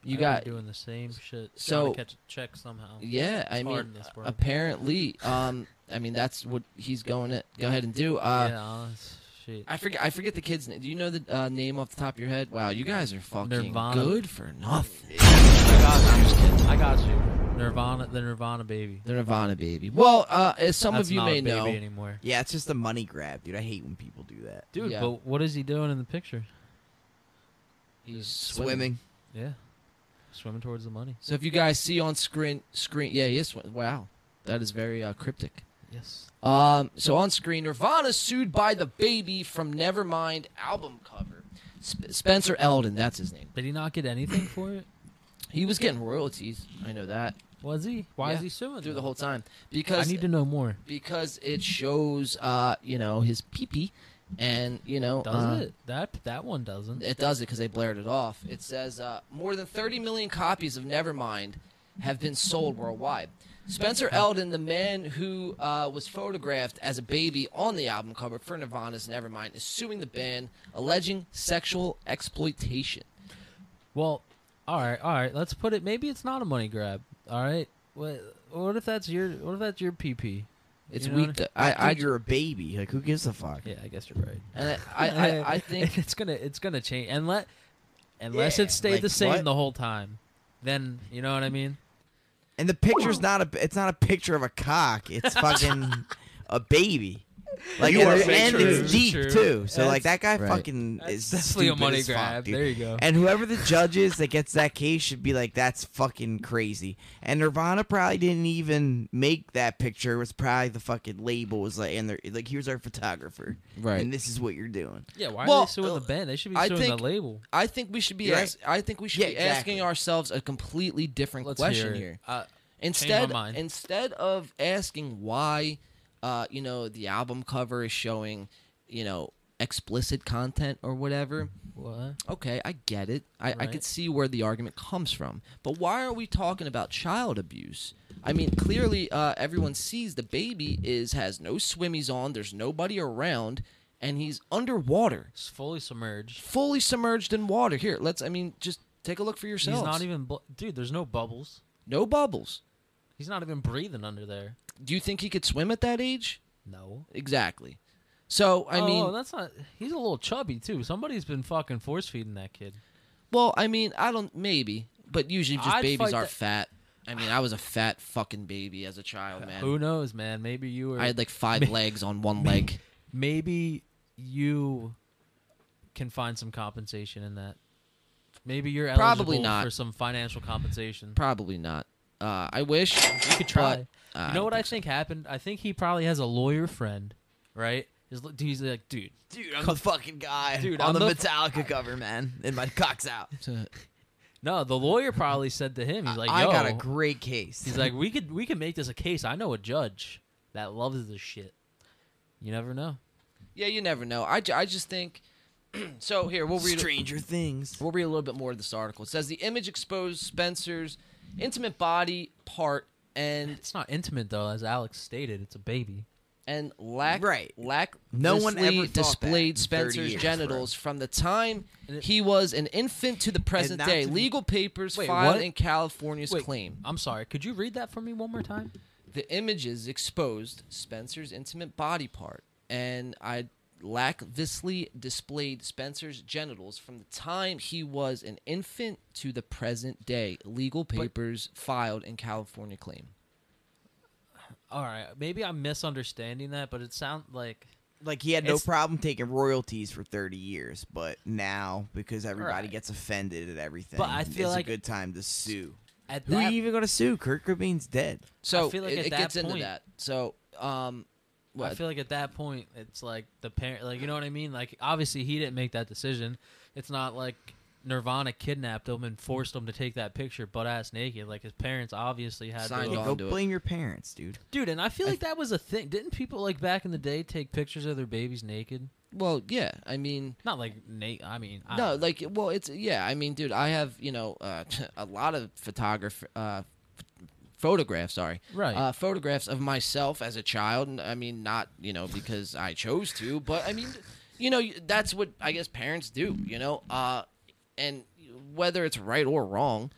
you I've been got- doing the same shit. so- Gotta catch a check somehow. yeah, I It's hard in mean, this world. apparently, um, I mean that's what he's going to go ahead and do. Uh, yeah, honest shit. I forget, I forget the kid's name. Do you know the uh, name off the top of your head? Wow, you guys are fucking Nirvana. good for nothing. I got you. Nirvana, the Nirvana baby. The Nirvana baby. Well, uh, as some That's of you not may a baby know, anymore. Yeah. It's just a money grab, dude. I hate when people do that. Dude, Yeah. but what is he doing in the picture? he's Swimming. swimming. Yeah, swimming towards the money. So if you guys see on screen, screen, yeah, he is swi- Wow, that is very uh, cryptic. Yes. Um, so on screen, Nirvana sued by the baby from Nevermind album cover. Sp- Spencer Eldon, that's his name. Did he not get anything for it? He was getting royalties. I know that Was he? Why is Yeah. he suing? through the them? whole time I because need to know more. because it shows uh you know his pee pee, and you know Does uh, it? That that one doesn't. It does it because they blared it off. It says uh, more than 30 million copies of Nevermind have been sold worldwide. Spencer Eldon, the man who uh, was photographed as a baby on the album cover for Nirvana's Nevermind, is suing the band, alleging sexual exploitation. Well, all right, all right. Let's put it. Maybe it's not a money grab. All right. What what if that's your what if that's your PP? It's You know weak. what To, Like, I, I, dude, you're a baby. Like, who gives a fuck? Yeah, I guess you're right. and I, I, I, I think it's gonna it's gonna change and let unless Yeah, it stayed like, the same what? the whole time. Then you know what I mean. And the picture's not a. It's not a picture of a cock. It's fucking a baby. Like You and, are it- and true. it's deep True. too. So like that guy Right. fucking That's is definitely a stupid money as fuck, grab. dude. There you go. And whoever the judge is that gets that case should be like, that's fucking crazy. And Nirvana probably didn't even make that picture. It was probably the fucking label was like, and they're like, here's our photographer, right. and this is what you're doing. Yeah, why are Well, they suing the band? They should be I suing think- the label. I think we should be. You're Ask, I think we should Yeah, be exactly. asking ourselves a completely different Let's question hear it. here. Uh, instead mind. instead of asking why uh, you know the album cover is showing you know explicit content or whatever what? okay i get it i, I Right. could see where the argument comes from but why are we talking about child abuse i mean clearly uh, everyone sees the baby is has no swimmies on there's nobody around and he's underwater It's fully submerged. fully submerged in water here let's i mean just take a look for yourselves He's not even, bl- dude. There's no bubbles. no bubbles He's not even breathing under there. do you think he could swim at that age No. Exactly. So I oh, mean, that's not. He's a little chubby too. Somebody's been fucking force feeding that kid. well, I mean, I don't maybe, but usually just I'd babies fight are that- fat. I mean, I was a fat fucking baby as a child, Who man. knows, man? Maybe you were. I had like five legs on one leg. maybe you can find some compensation in that. Maybe you're eligible Probably not. for some financial compensation. Probably not. Uh, I wish You could try. but, uh, you know I what don't I think happened? I think he probably has a lawyer friend, right? He's, li- he's like, dude, Dude, I'm the fucking guy Dude, on I'm the the- Metallica cover, man, and my cock's out. think so. no. The lawyer probably said to him, he's like, I yo, got a great case. he's like, we could we could make this a case. I know a judge that loves this shit. You never know. yeah, you never know. I, ju- I just think. so here we'll read. Stranger Things. We'll read a little bit more of this article. It says the image exposed Spencer's intimate body part and It's not intimate though, as Alex stated. It's a baby. and lack Right. lack No one ever thought that in displayed 30 Spencer's years, genitals from the time And it- he was an infant to the present not day. to be- Legal papers Wait, filed what? in California's Wait, claim. I'm sorry. Could you read that for me one more time? The images exposed Spencer's intimate body part and I lackvisely displayed Spencer's genitals from the time he was an infant to the present day. Legal papers filed in California claim. All right. Maybe I'm misunderstanding that, but it sounds like Like he had no It's- problem taking royalties for 30 years, but now because everybody Right. gets offended at everything, But I feel it's like- a good time to sue. at Who are that you even going to sue? Kurt Cobain's dead. So I feel like it, at it that gets into point- that. So um what? I feel like at that point, it's like the parent, like you know what I mean. Like obviously, he didn't make that decision. It's not like Nirvana kidnapped him and forced him to take that picture butt ass naked. Like his parents obviously had. Signed to, off. Go on to it. blame your parents, dude. Dude, and I feel like that was a thing. Didn't people like back in the day take pictures of their babies naked? well, yeah. I mean, Not like Nate. I mean, I no don't know. like well it's yeah i mean dude i have you know uh, a lot of photograph uh ph- photographs sorry Right. uh photographs of myself as a child and i mean not you know because i chose to but i mean you know that's what i guess parents do you know uh and whether it's right or wrong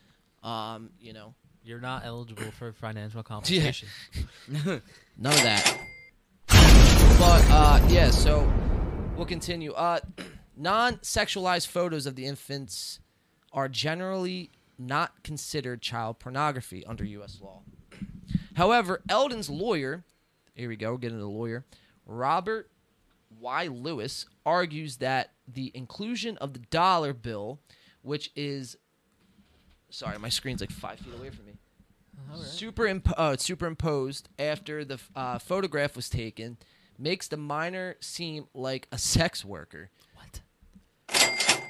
um you know you're not eligible for financial compensation. None of that. But uh, yeah, so we'll continue. Uh, non-sexualized photos of the infants are generally not considered child pornography under U.S. law. However, Eldon's lawyer, here we go, get into the lawyer, Robert Y. Lewis argues that the inclusion of the dollar bill, which is, sorry, my screen's like five feet away from me superimp- uh, superimposed after the uh, photograph was taken makes the minor seem like a sex worker. What?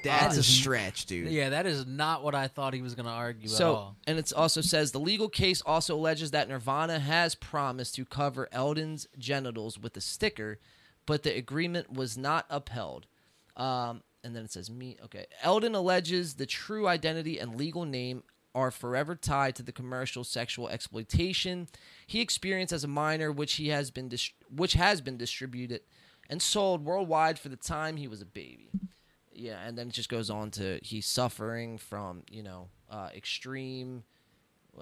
That's Uh, a stretch, dude. Yeah, that is not what I thought he was going to argue at So, all. and it also says the legal case also alleges that Nirvana has promised to cover Eldon's genitals with a sticker, but the agreement was not upheld. Um, and then it says me. Okay, Eldon alleges the true identity and legal name are forever tied to the commercial sexual exploitation he experienced as a minor, which he has been dis- which has been distributed and sold worldwide for the time he was a baby. Yeah, and then it just goes on to he's suffering from you know uh, extreme,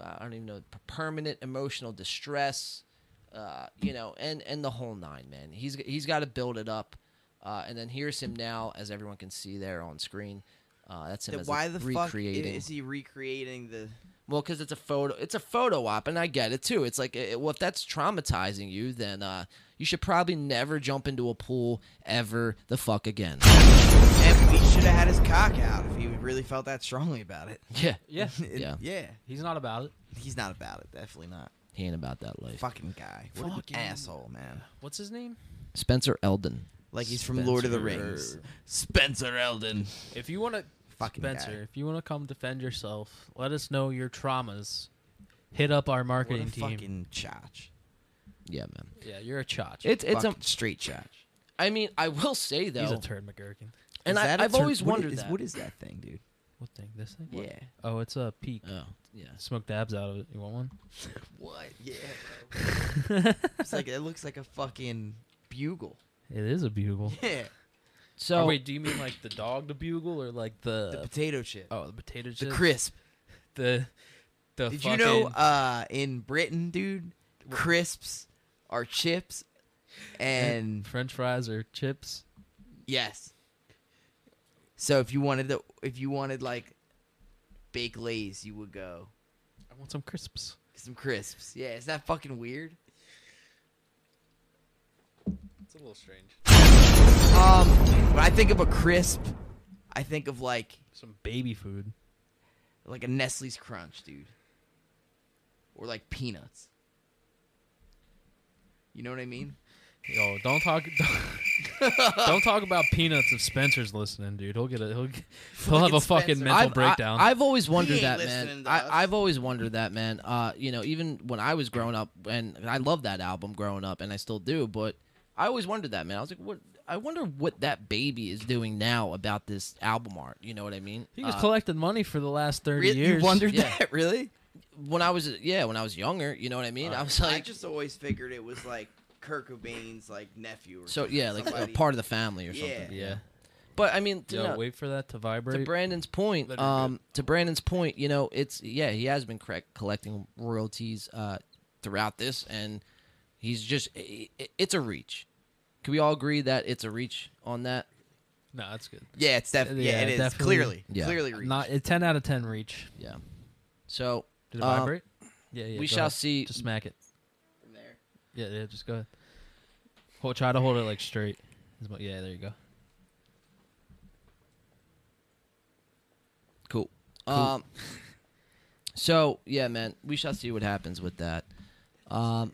uh, I don't even know, p- permanent emotional distress, uh, you know, and and the whole nine, man. He's he's got to build it up, uh, and then here's him now, as everyone can see there on screen. Uh, that's him Then as why a the recreating. fuck is he recreating the? Well, because it's a photo, it's a photo op, and I get it too. It's like, eh, well, if that's traumatizing you, then uh, you should probably never jump into a pool ever the fuck again. And he should have had his cock out if he really felt that strongly about it. Yeah, Yeah, It- Yeah. yeah. he's not about it. He's not about it. Definitely not. he ain't about that life. Fucking guy. What Fucking- an asshole, man. What's his name? Spencer Eldon. Like he's from Lord of the Rings. Spencer Eldon. If you want to, Fucking Spencer, guy. if you want to come defend yourself, let us know your traumas. Hit up our What a marketing team. fucking chotch. Yeah, man. Yeah, you're a chotch. It's it's a. Fucking straight chotch. I mean, I will say though, He's a turd McGurkin. and Is I, that a I've tur- always what wondered is- that. What is that thing, dude? What thing? This thing? What? Yeah. Oh, it's a peak. oh, yeah. Smoke dabs out of it. You want one? What? Yeah. it's like it looks like a fucking bugle. It is a bugle. Yeah. So oh, wait, do you mean like the dog, the bugle, or like the? The potato chip. oh, the potato the chip. crisp. The. The Did you fucking, know uh in Britain, dude, crisps are chips and French fries or chips? yes. So if you wanted the if you wanted like baked lays, you would go I want some crisps. some crisps. Yeah, is that fucking weird? It's a little strange. Um when I think of a crisp, I think of like Some baby food. like a Nestle's crunch, dude. Or like peanuts. You know what I mean? Yo, don't talk. Don't, don't talk about peanuts if Spencer's listening, dude. He'll get a. He'll, get, he'll have a fucking Spencer. mental I've, breakdown. I, have always wondered ain't that, man. listening to us. I, I've always wondered that, man. Uh, you know, even when I was growing up, and I love that album growing up, and I still do, but I always wondered that, man. I was like, what? I wonder what that baby is doing now about this album art. You know what I mean? he was Uh, collecting money for the last thirty Re- years. You wondered Yeah. that, really? Uh, when I was yeah, when I was younger. You know what I mean? I was like, I just always figured it was like Kurt Cobain's like nephew or So yeah, like a somebody. part of the family or Yeah. something. Yeah. But I mean, to, Yo, no- wait for that to vibrate. to Brandon's point, Let her um, to Brandon's point, you know, it's yeah, he has been correct, collecting royalties uh, throughout this, and he's just i i it's a reach. Can we all agree that it's a reach on that? no, that's good. Yeah, it's definitely yeah, Yeah, it is definitely. clearly Yeah. clearly reached. Not a ten out of ten reach. Yeah. So Did it um, vibrate? Yeah, yeah. we go shall ahead. see. Just smack it. From there. Yeah, yeah. Just go ahead. Hold, try to hold it like straight. It's about- Yeah, there you go. Cool. Um, so yeah, man, we shall see what happens with that. Um,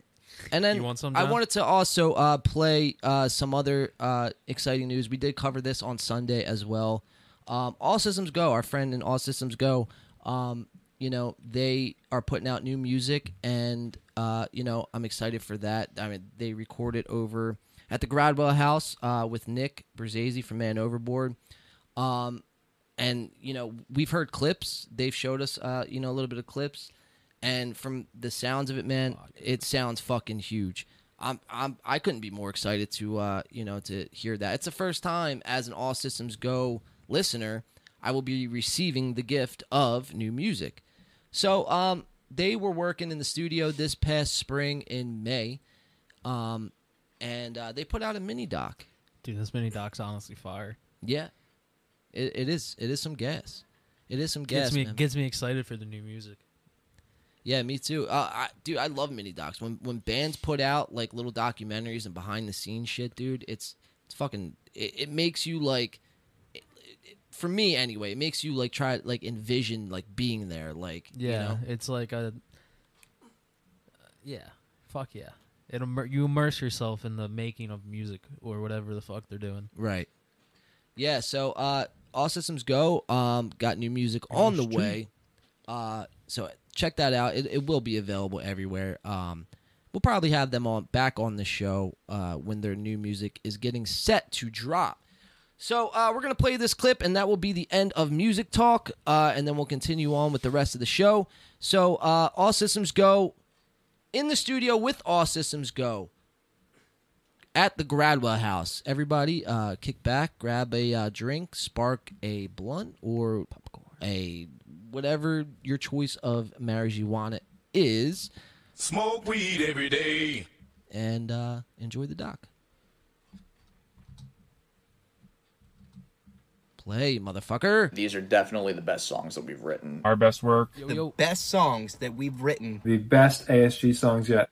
and then You want some, I John? wanted to also uh, play uh, some other uh, exciting news. We did cover this on Sunday as well. Um, All Systems Go, our friend in All Systems Go, um, you know they are putting out new music, and uh, you know I'm excited for that. I mean they recorded over at the Gradwell House uh, with Nick Brzezzi from Man Overboard. Um, and you know we've heard clips they've showed us uh you know a little bit of clips and from the sounds of it man it sounds fucking huge i'm i'm i couldn't be more excited to uh you know to hear that it's the first time as an all systems go listener i will be receiving the gift of new music so um they were working in the studio this past spring in may um and uh, they put out a mini doc Dude, this mini doc's honestly fire. yeah, it, it is. It is some gas. It is some Gets gas, me man. gets me excited for the new music. yeah, me too. Uh, I, dude, I love mini docs. When when bands put out like little documentaries and behind the scenes shit, dude, it's it's fucking. It, it makes you like, it, it, for me anyway, it makes you like try like envision like being there, like Yeah, you know? it's like a. yeah, fuck yeah. It immer- you immerse yourself in the making of music or whatever the fuck they're doing. Right. Yeah, so uh All Systems Go um got new music on the way. Uh so check that out. It, it will be available everywhere. Um we'll probably have them on back on the show uh when their new music is getting set to drop. So uh, we're gonna play this clip, and that will be the end of music talk, uh, and then we'll continue on with the rest of the show. So uh, all systems go in the studio with all systems go at the Gradwell House. Everybody, uh, kick back, grab a uh, drink, spark a blunt or a whatever your choice of marijuana is, Smoke weed every day. and uh, enjoy the doc. Play, motherfucker. These are definitely the best songs that we've written. our best work, Yo, the yo, best songs that we've written. the best ASG songs yet.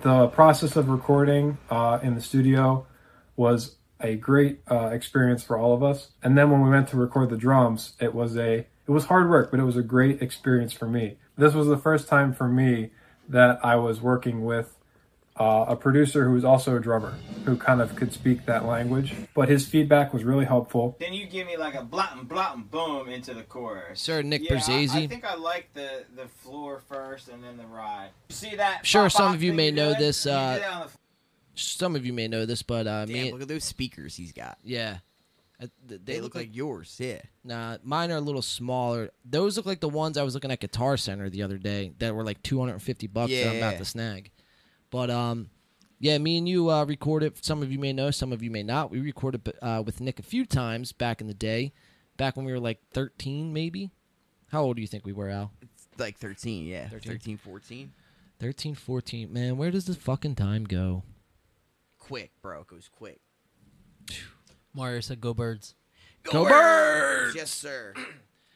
The process of recording uh, in the studio was a great uh, experience for all of us. And then when we went to record the drums, it was a it was hard work, but it was a great experience for me. This was the first time for me that I was working with uh, a producer who was also a drummer, who kind of could speak that language. But his feedback was really helpful. Then you give me like a blot and blot and boom into the chorus. Sir Nick yeah, I, I Berzesi. think I like the the floor first and then the ride. You see that? Sure, bop, some bop of you thing may you're know doing? this, You do uh, that on the Some of you may know this, but uh, Damn, me, look at those speakers he's got. yeah, Uh, th- They, look, like yours. Yeah. Nah, mine are a little smaller. Those look like the ones I was looking at Guitar Center the other day that were like 250 bucks that I'm about Yeah. to snag. But um yeah, me and you uh, recorded. Some of you may know, some of you may not. We recorded uh, with Nick a few times back in the day, back when we were like 13, maybe. How old do you think we were, Al? Like 13, yeah. 13. 13, 14. 13, 14. Man, where does the fucking time go? Quick, bro. It goes quick. Mario said, "Go birds." Go Birds! Yes, sir.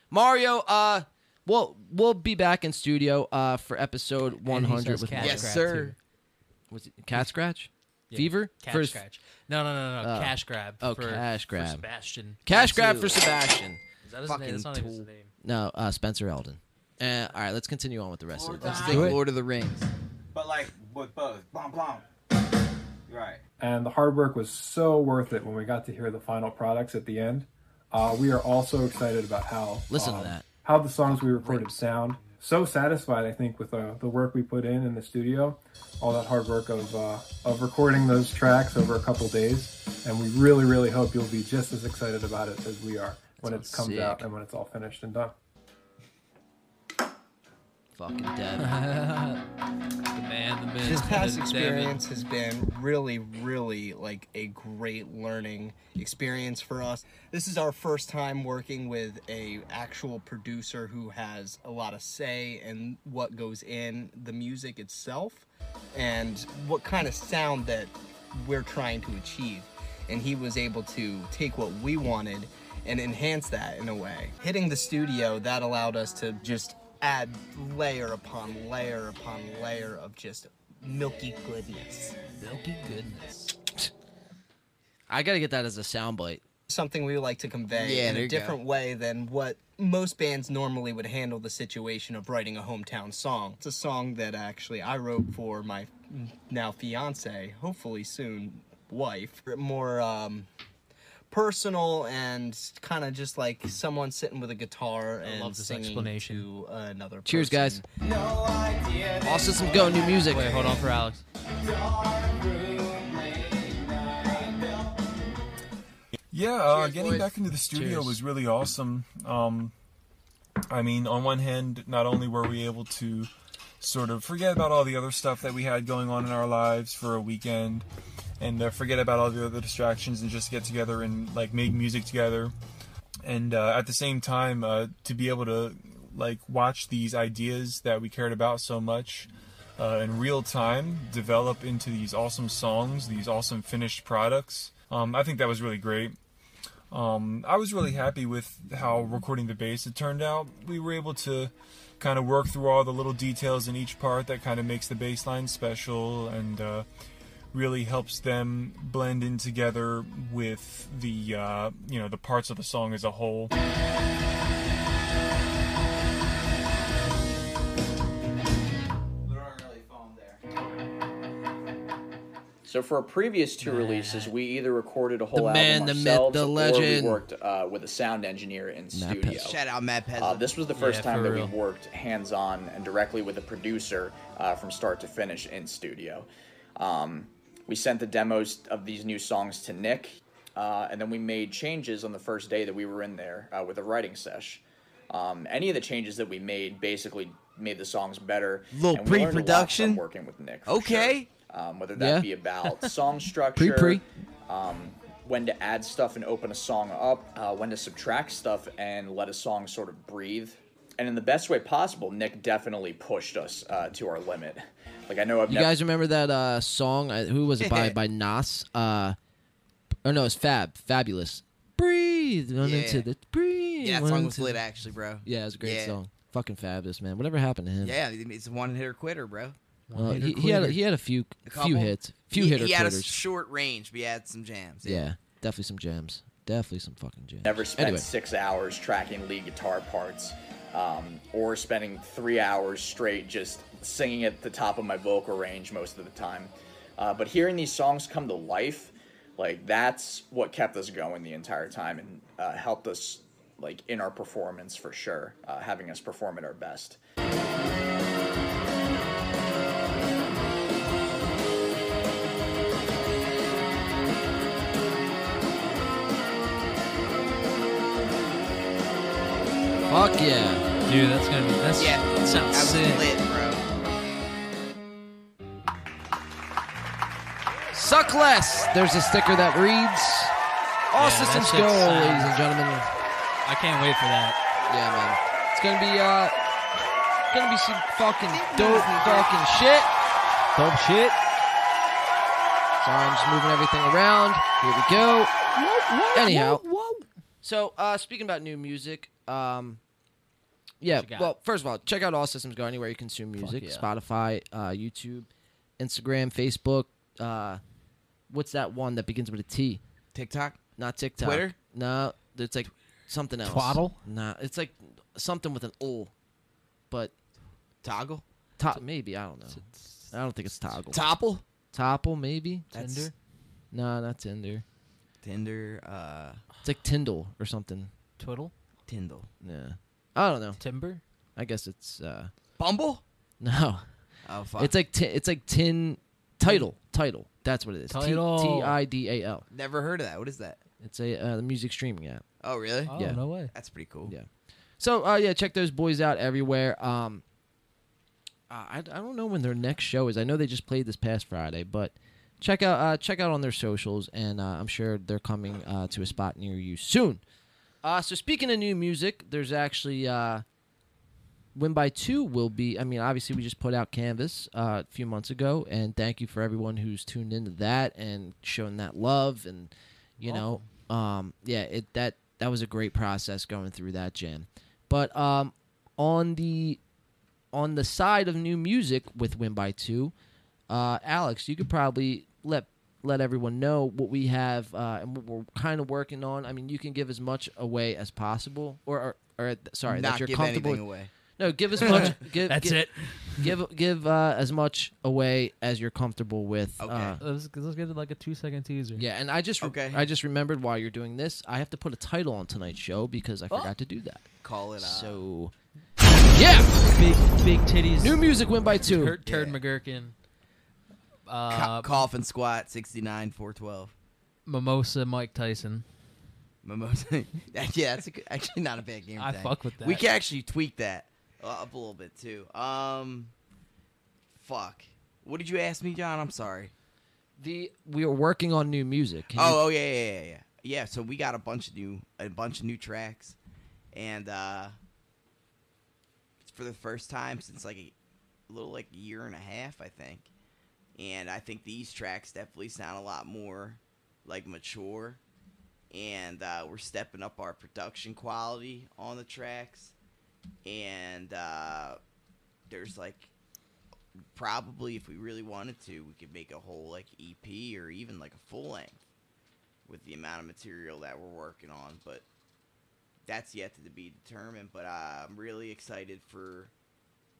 Mario, uh, we'll we'll be back in studio uh for episode 100 says with cat Mario. yes, scratch, sir. too. Was it cat scratch? Yeah, Fever? Cash First- scratch. No, no, no, no. Oh. cash grab. Oh, for, cash for grab. Sebastian. Cash grab for Absolutely. Sebastian. Is that his Fucking name? That's not even his tool. name. No, uh, Spencer Eldon. Uh, all right, let's continue on with the rest Four of it. It's times. like Do it. Lord of the Rings. But like with both, blom blom. Right. and the hard work was so worth it when we got to hear the final products at the end. Uh, we are also excited about how Listen to um, that. how the songs we recorded sound. so satisfied. I think with uh, the work we put in in the studio, all that hard work of uh, of recording those tracks over a couple days, and we really, really hope you'll be just as excited about it as we are when it That sounds comes out sick. and when it's all finished and done. Fucking the Devin. man, the man. His past Devin. experience has been really, really like a great learning experience for us. This is our first time working with a actual producer who has a lot of say in what goes in the music itself and what kind of sound that we're trying to achieve. And he was able to take what we wanted and enhance that in a way. Hitting the studio, that allowed us to just add layer upon layer upon layer of just milky goodness. Milky goodness. I gotta get that as a soundbite. Something we like to convey Yeah, in there you a go. different way than what most bands normally would handle the situation of writing a hometown song. It's a song that actually I wrote for my now fiance, hopefully soon wife. More um, personal and kind of just like someone sitting with a guitar and love this singing explanation. to another. Cheers, person. guys. Also, some go new music. Wait, hold on for Alex. Yeah, uh, getting boys. back into the studio Cheers. was really awesome. Um, I mean, on one hand, not only were we able to sort of forget about all the other stuff that we had going on in our lives for a weekend and uh, forget about all the other distractions and just get together and like make music together. And uh, at the same time, uh, to be able to like watch these ideas that we cared about so much uh, in real time develop into these awesome songs, these awesome finished products. Um, I think that was really great. Um, I was really happy with how recording the bass it turned out. We were able to kind of work through all the little details in each part that kind of makes the bass line special and uh, really helps them blend in together with the uh, you know the parts of the song as a whole. But aren't really foam there. So for our previous two releases, we either recorded a whole album man, the myth, ourselves, the or legend. we worked uh, with a sound engineer in studio. Shout out Matt Pezza. Uh, this was the first Yeah, time for that real. we worked hands-on and directly with a producer uh, from start to finish in studio. Um, we sent the demos of these new songs to Nick, uh, and then we made changes on the first day that we were in there uh, with a writing sesh. Um, any of the changes that we made basically made the songs better. Little and we learned a lot from pre-production? working with Nick. Oh, for Okay. sure. Um, whether that Yeah. be about song structure, Pre-pre. um, when to add stuff and open a song up, uh, when to subtract stuff and let a song sort of breathe. And in the best way possible, Nick definitely pushed us uh, to our limit. Like I know I've You never guys remember that uh, song? Uh, Who was it by? by Nas. Uh, or no, it's Fab. Fabulous. Breathe. Run Yeah. into the breathe. yeah, that run song was into lit the- actually, bro. Yeah, it was a great Yeah. song. Fucking fabulous, man. Whatever happened to him? Yeah, it's one hitter quitter, bro. Well, he, he had a, he had a few few A couple? hits, few he, hitter he had a quitters. short range, but he had some jams. yeah, definitely some gems. Definitely some fucking gems. never spent anyway, six hours tracking lead guitar parts, um, or spending three hours straight just singing at the top of my vocal range most of the time. Uh, but hearing these songs come to life, like that's what kept us going the entire time and uh, helped us like in our performance for sure, uh, having us perform at our best. fuck yeah. Dude, that's gonna be that's Yeah, that sounds That was sick. lit, bro. Suck less. There's a sticker that reads, "All Yeah, systems that go, shit's sick. ladies and gentlemen." I can't wait for that. Yeah, man. It's gonna be uh, gonna be some fucking dope fucking shit. Dope shit. Sorry, I'm just moving everything around. Here we go. Anyhow, so uh, speaking about new music, um, yeah. What you got? Well, first of all, check out all systems go anywhere you consume music: yeah. Spotify, uh, YouTube, Instagram, Facebook. Uh, what's that one that begins with a T? TikTok. Not TikTok. Twitter? No, it's like something else. Twaddle? Nah, it's like something with an O, but Toggle. top maybe I don't know. I don't think it's toggle. Topple. Topple maybe. That's- Tinder. No, not Tinder. Tinder. Uh, It's like Tyndall or something. Twiddle. Tyndall. Yeah. I don't know. Timber. I guess it's uh, Bumble. no. Oh fuck. It's like ti- it's like tin title title. That's what it is. T- Tidal. T i d a l. Never heard of that. What is that? It's a uh, the music streaming app. Oh really? Oh, Yeah. no way. That's pretty cool. Yeah. So uh, yeah, check those boys out everywhere. Um, uh, I, I don't know when their next show is. I know they just played this past Friday, but check out uh, check out on their socials, and uh, I'm sure they're coming uh, to a spot near you soon. Uh, so speaking of new music, there's actually uh, Win by Two will be. I mean, obviously we just put out Canvas uh, a few months ago, and thank you for everyone who's tuned into that and shown that love, and you know, um, yeah, it that that was a great process going through that jam. But um, on the on the side of new music with Win by Two, uh, Alex, you could probably let let everyone know what we have uh, and what we're kind of working on. I mean, you can give as much away as possible, or or, or sorry, Not that you're give comfortable anything away. No, give as much. Give, That's give, it. Give give uh, as much away as you're comfortable with. Okay. Uh, Let's, let's get like a two second teaser. yeah, and I just re- I just remembered while you're doing this, I have to put a title on tonight's show because I forgot to do that. Oh. Call it. Uh, So, yeah, Big big titties. new music went by two. Turd, turd McGurkin. Uh, co- coffin squat sixty nine four twelve. Mimosa Mike Tyson. Mimosa. That- yeah, that's a good, actually not a bad game. I tag. fuck with We that. can actually tweak that up a little bit too. Um, fuck. What did you ask me, John? I'm sorry. The we are working on new music. Can you- Oh, oh yeah, yeah, yeah, yeah. Yeah, so we got a bunch of new, a bunch of new tracks, and uh, for the first time since like a, a little like a year and a half, I think. And I think these tracks definitely sound a lot more like mature, and uh, we're stepping up our production quality on the tracks, and uh, there's like probably if we really wanted to, we could make a whole like EP or even like a full length with the amount of material that we're working on, but that's yet to be determined. But uh, I'm really excited for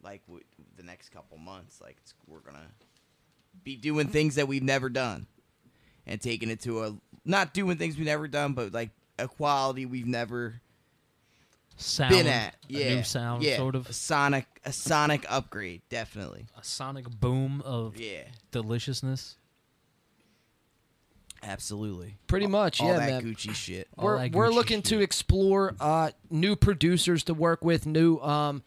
like w- the next couple months. Like it's, we're gonna be doing things that we've never done and taking it to a not doing things we've never done, but like a quality we've never Sound. been at. a Yeah, new sound, yeah. sort of. a sonic a sonic upgrade, definitely. A sonic boom of Yeah, deliciousness. absolutely. pretty much. All yeah, that man. Gucci shit. All we're, that we're Gucci looking to shit. explore uh, new producers to work with new um,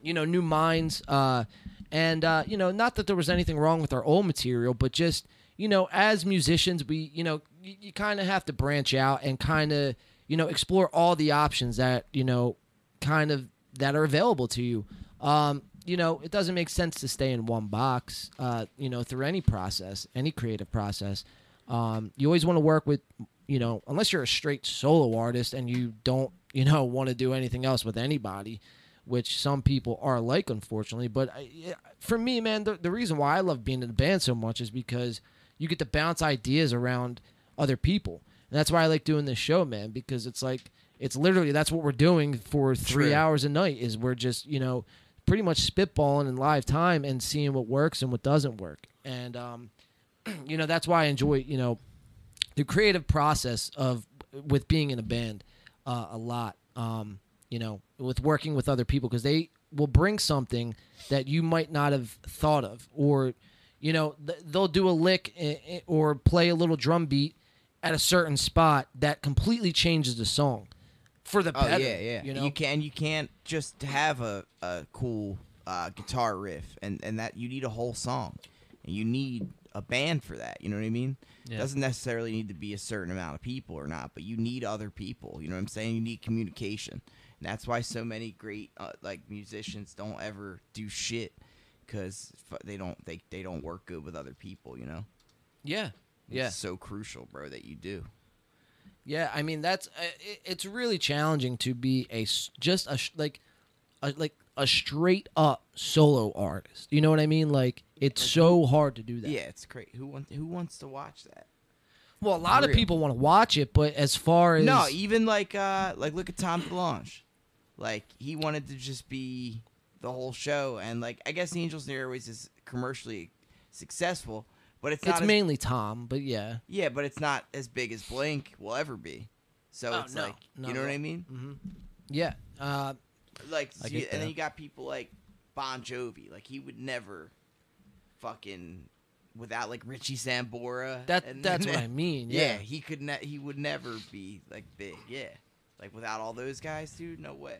you know new minds uh, and uh, you know not that there was anything wrong with our old material but just you know as musicians we you know you, you kind of have to branch out and kind of you know explore all the options that you know kind of that are available to you um, you know it doesn't make sense to stay in one box uh, you know through any process any creative process um, you always want to work with, you know, unless you're a straight solo artist and you don't, you know, want to do anything else with anybody, which some people are like, unfortunately. But I, yeah, for me, man, the, the reason why I love being in a band so much is because you get to bounce ideas around other people. And that's why I like doing this show, man, because it's like, it's literally, that's what we're doing for three True. hours a night is we're just, you know, pretty much spitballing in live time and seeing what works and what doesn't work. And, um, you know that's why I enjoy you know the creative process of with being in a band uh, a lot. Um, you know, with working with other people because they will bring something that you might not have thought of, or you know th- they'll do a lick eh, eh, or play a little drum beat at a certain spot that completely changes the song for the Oh better. yeah, yeah. You You, know, can you can't just have a, a cool uh, guitar riff and, and that you need a whole song. And you need a band for that. You know what I mean? Yeah. Doesn't necessarily need to be a certain amount of people or not, but you need other people. You know what I'm saying? You need communication. And that's why so many great uh, like musicians don't ever do shit because they don't they, they don't work good with other people. You know? yeah, yeah. It's so crucial, bro, that you do. Yeah, I mean that's uh, it, it's really challenging to be a s- just a sh- like a, like a straight up solo artist. You know what I mean? Like it's so hard to do that. Mm-hmm. Yeah, it's great. Who wants who wants to watch that? Well, a lot of real. people want to watch it, but as far as No, even like uh like look at Tom DeLonge. Like he wanted to just be the whole show and like I guess the Angels and Airways is commercially successful, but it's, it's not as- mainly Tom, but yeah. yeah, but it's not as big as Blink will ever be. So Oh, it's no, like not you know at what I all. mean? Yeah. Mm-hmm. Uh, Like, I so you- get and that. then you got people like Bon Jovi. Like, he would never fucking without like Richie Sambora. That- and- that's what I mean, yeah. he could. Ne- he would never be like big. Yeah, like without all those guys, dude. No way.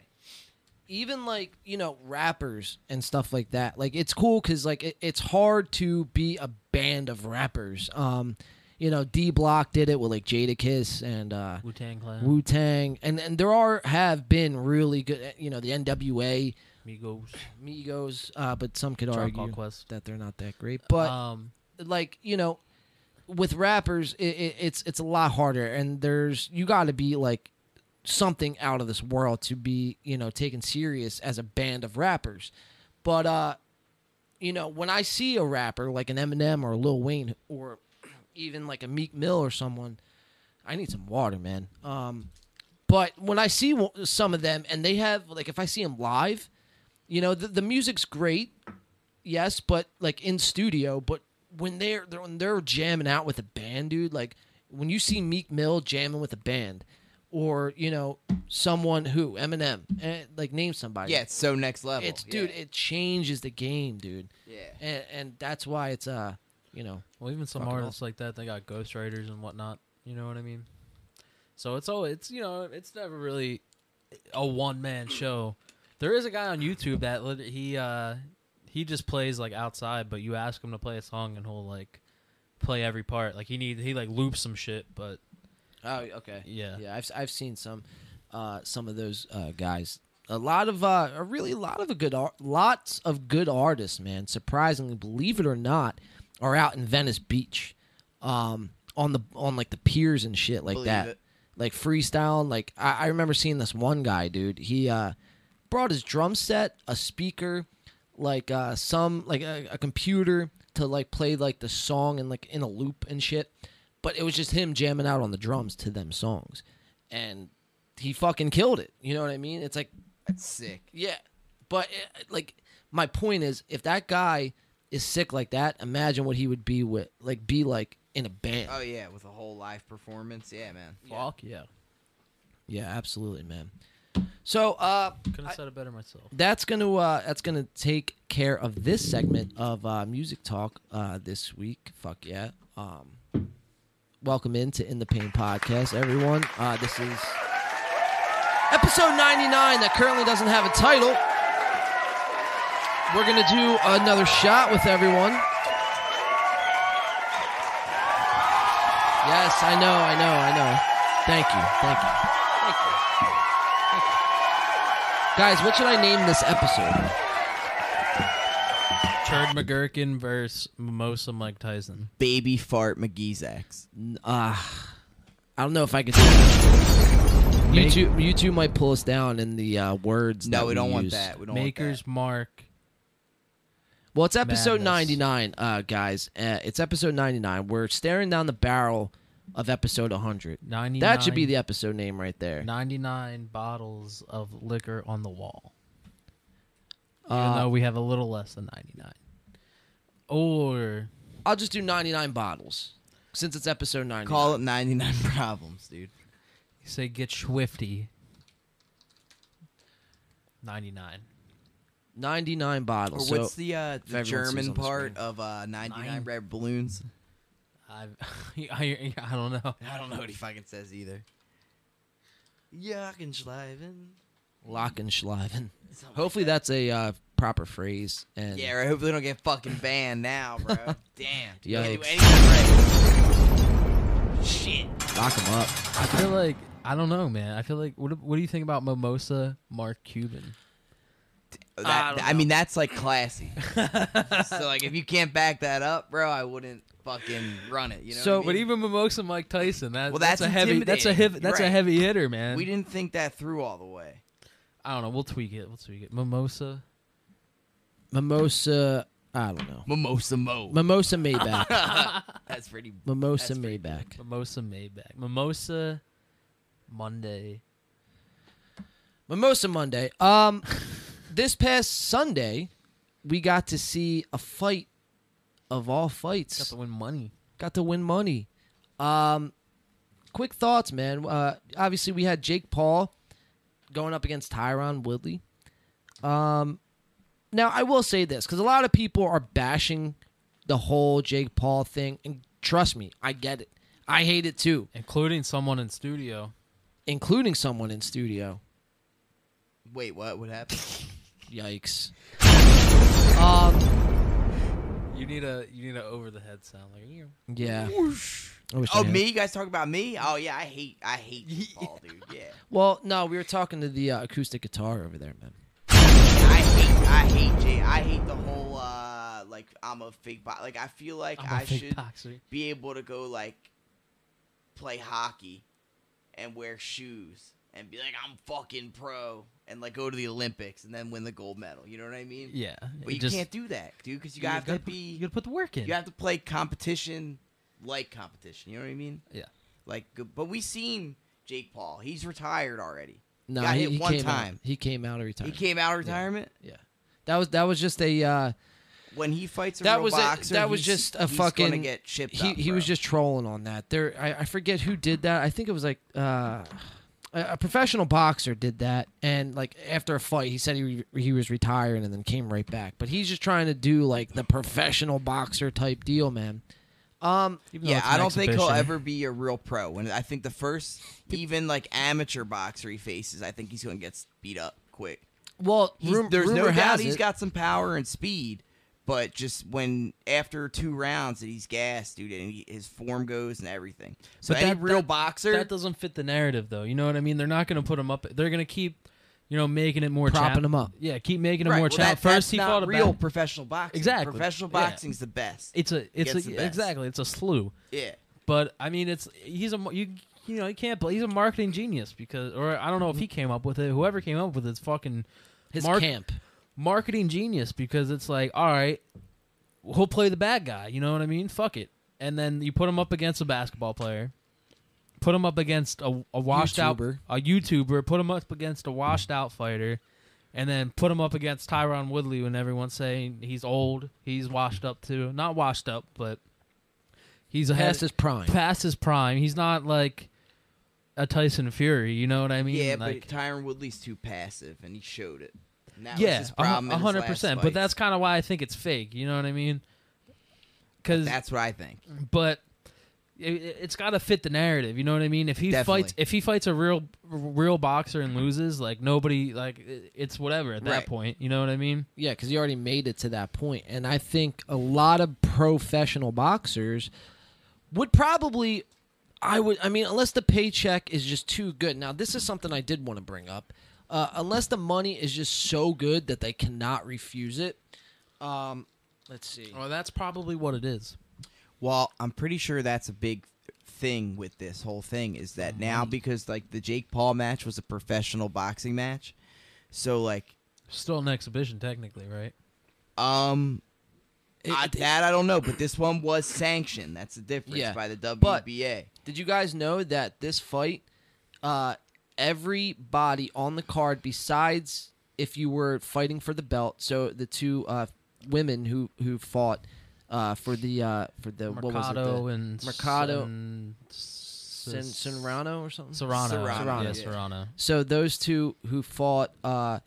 even like you know rappers and stuff like that like it's cool because like it, it's hard to be a band of rappers um you know d block did it with like jada kiss and uh Wu-Tang Clan. wu-tang and and there are have been really good eh, you know the nwa Migos. Migos, uh, but some could Tribe argue Called that they're not that great. But Um, like you know, with rappers, it, it, it's it's a lot harder, and there's you got to be like something out of this world to be you know taken serious as a band of rappers. But uh, you know, when I see a rapper like an Eminem or a Lil Wayne or even like a Meek Mill or someone, I need some water, man. Um, but when I see w- some of them and they have like, if I see them live, you know, the, the music's great, yes, but like in studio, but when they're, they're when they're jamming out with a band, dude, like when you see Meek Mill jamming with a band, or you know, someone who Eminem, eh, like name somebody, Yeah, it's so next level. it's dude, it changes the game, dude. Yeah. and, and that's why it's uh, you know, Well, even some Fucking artists like that, they got ghostwriters and whatnot. You know what I mean? So it's all it's you know it's never really a one man show. There is a guy on YouTube that lit- he uh he just plays like outside, but you ask him to play a song and he'll like play every part. Like he need he like loops some shit, but Oh, okay. Yeah. yeah. I've I've seen some, uh, some of those uh, guys. A lot of uh, a really lot of a good art, lots of good artists, man. Surprisingly, believe it or not, are out in Venice Beach, um, on the on like the piers and shit like Believe that, it. like freestyling. Like I, I remember seeing this one guy, dude. He uh, brought his drum set, a speaker, like uh, some like a, a computer to like play like the song and like in a loop and shit. But it was just him jamming out on the drums to them songs, and he fucking killed it. You know what I mean? It's like That's sick. yeah, but eh, like my point is, if that guy is sick like that, imagine what he would be with like be like in a band. Oh yeah, with a whole live performance. Yeah, man. fuck yeah. Yeah, absolutely, man. So uh, Couldn't have said it better myself. that's gonna uh, that's gonna take care of this segment of uh, music talk uh, this week. Fuck yeah. Um, welcome into In the Pain podcast, everyone. Uh, this is episode ninety nine that currently doesn't have a title. We're gonna do another shot with everyone. Yes, I know, I know, I know. Thank you, thank you, thank you. Thank you. Guys, what should I name this episode? Turd McGurkin versus Mimosa Mike Tyson. Baby fart McGee's ex. Ah, I don't know if I could. You two, you two might pull us down in the uh, words. No, that we don't want use. that. We don't want Maker's Mark. Well, it's episode Madness. 99, uh, guys. Uh, it's episode 99. We're staring down the barrel of episode 100. 99, That should be the episode name right there. 99 bottles of liquor on the wall. Uh, Even though we have a little less than 99. Or I'll just do 99 bottles since it's episode 99. that. Call it 99 problems, dude. you say get swifty. 99. 99 Or bottles. what's so, the uh, if the everyone sees German on the part screen. of uh, 99 Nine. red balloons? I've, I, I don't know. I don't know what he fucking says either. Jochenschleifen. Lockenschleifen. Hopefully, that's a uh, proper phrase. And Yeah, right. Hopefully, they don't get fucking banned now, bro. Damn. You can't Yikes. do anything right. Shit. lock them up. I feel like, I don't know, man. I feel like, what, do- what do you think about Mimosa Mark Cuban? That, I I, don't mean, that's like classy. so, like, if you can't back that up, bro, I wouldn't fucking run it. You know. so, what I but mean? even Mimosa Mike Tyson, that, Well, that's, that's a heavy, that's a heavy, intimidating. that's a Right. heavy hitter, man. we didn't think that through all the way. I don't know. We'll tweak it. We'll tweak it. Mimosa. Mimosa. I don't know. Mimosa Mo. Mimosa Maybach. that's pretty. Mimosa That's pretty Maybach. Mimosa Maybach. Mimosa Monday. Mimosa Monday. Um, this past Sunday, we got to see a fight of all fights. Got to win money. got to win money. Um, quick thoughts, man. Uh, obviously, we had Jake Paul going up against Tyron Woodley. Um, now I will say this because a lot of people are bashing the whole Jake Paul thing, and trust me, I get it. I hate it too, including someone in studio, including someone in studio. Wait, what? What happened? Yikes! Um, You need a you need a over the head sound like "Ew." Yeah. I wish I Oh, had- me? You guys talk about me? Oh yeah, I hate, I hate Jake Paul, dude. Yeah, Well, no, we were talking to the uh, acoustic guitar over there, man. I hate, I hate Jake. I hate the whole uh, like I'm a fake, bo- like I feel like I'm a I fake should boxer. be able to go like play hockey and wear shoes and be like I'm fucking pro and like go to the Olympics and then win the gold medal. You know what I mean? Yeah, But it you just- can't do that, dude, because you, you got to gotta put- be you gotta put the work in. You have to play competition like competition. You know what I mean? Yeah. Like, but we seen Jake Paul. He's retired already. No, got he, hit he one came out- time. he came out of He retirement. came out of retirement yeah, that was that was just a uh, when he fights a that real was boxer. a, that was he's- just a he's fucking Gonna get chipped he up, he was bro. just trolling on that. There, I, I forget who did that. I think it was like uh, a, a professional boxer did that, and like after a fight, he said he re- he was retiring and then came right back. But he's just trying to do like the professional boxer type deal, man. Um, Even though Yeah, it's an I don't think he'll exhibition. ever be a real pro. And I think the first, even like amateur boxer he faces, I think he's gonna get beat up quick. well, He's, rum- there's rumor no has doubt he's it- got some power and speed, but just when after two rounds that he's gassed, dude, and he, his form goes and everything. So But any that- real that- boxer, That doesn't fit the narrative, though. You know what I mean? They're not going to put him up. They're going to keep, you know, making it more Propping chal- him up. Yeah, keep making him Right, more well, challenge. that- First, that's he not fought a real bad- professional boxing. Exactly, professional yeah. boxing's the best. It's a it's gets the a, best. exactly it's a slew. yeah. But I mean, it's he's a mar- you you know you can't. bel- He's a marketing genius because, or I don't know if he came up with it. Whoever came up with it's fucking his mark- camp. marketing genius because it's like, all right, he'll play the bad guy. You know what I mean? Fuck it. And then you put him up against a basketball player, put him up against a, a washed YouTuber. out a YouTuber, put him up against a washed out fighter, and then put him up against Tyron Woodley when everyone's saying he's old, he's washed up too. Not washed up, but he's ahead Past his prime. Past his prime. He's not like a Tyson Fury. You know what I mean? Yeah, like, but Tyron Woodley's too passive, and he showed it. And that was yeah, his a problem. hun- a in his hundred last percent. fight. But that's kind of why I think it's fake. You know what I mean? Because that's what I think. but it, it's got to fit the narrative. You know what I mean? If he Definitely. fights, if he fights a real real boxer and loses, like nobody, like it- it's whatever at that Right. point. You know what I mean? Yeah, because he already made it to that point, and I think a lot of professional boxers would probably, I would, I mean, unless the paycheck is just too good. Now, this is something I did want to bring up. Uh, unless the money is just so good that they cannot refuse it. Um, let's see. Well, that's probably what it is. Well, I'm pretty sure that's a big thing with this whole thing is that Mm-hmm. now because like the Jake Paul match was a professional boxing match, so like Still an exhibition, technically, right? um It- I, it- that I don't know, but this one was sanctioned. That's the difference Yeah, by the but- WBA. Did you guys know that this fight, uh, everybody on the card besides if you were fighting for the belt, so the two uh, women who who fought uh, for the uh, for the what was it, the- Mercado and Mercado and Sen- Serrano or something. Serrano, Serrano, Serrano, yeah. yeah, Serrano. So those two who fought, uh,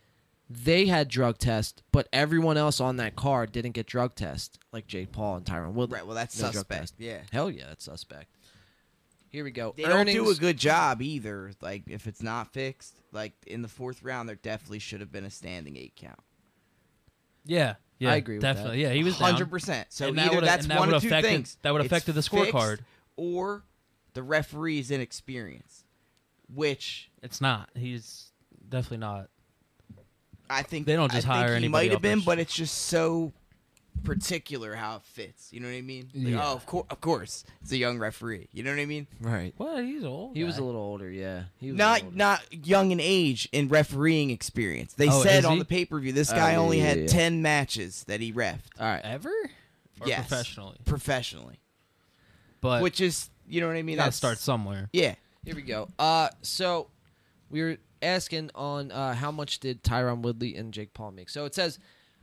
they had drug tests, but everyone else on that card didn't get drug tests, like Jake Paul and Tyron Woodley. Right, well, that's No drug suspect, test. yeah. Hell yeah, that's suspect. Here we go. They Earnings, don't do a good job either. Like if it's not fixed, like in the fourth round, there definitely should have been a standing eight count. Yeah, yeah, I agree with that. Definitely, yeah, he was down. hundred percent. So And that either would've- that's and that one would of two affected- things. that would It's affected the fixed scorecard. or the referee is inexperienced, which It's not. He's definitely not. I think They don't just I think hire He anybody might have off been, the sh- but it's just so particular how it fits. You know what I mean? Like, Yeah. Oh, of course, of course, it's a young referee. You know what I mean? Right. Well, he's old. He was guy. a little older, yeah. He was a Not little older. not young in age in refereeing experience. They Oh, said is on he? the pay per view this Oh, guy yeah, only yeah, had yeah. ten matches that he refed All right. ever or Yes. professionally, professionally, but which is you know what I mean? you gotta That's- start somewhere. Yeah. Here we go. Uh, so we were asking on uh, how much did Tyron Woodley and Jake Paul make? So it says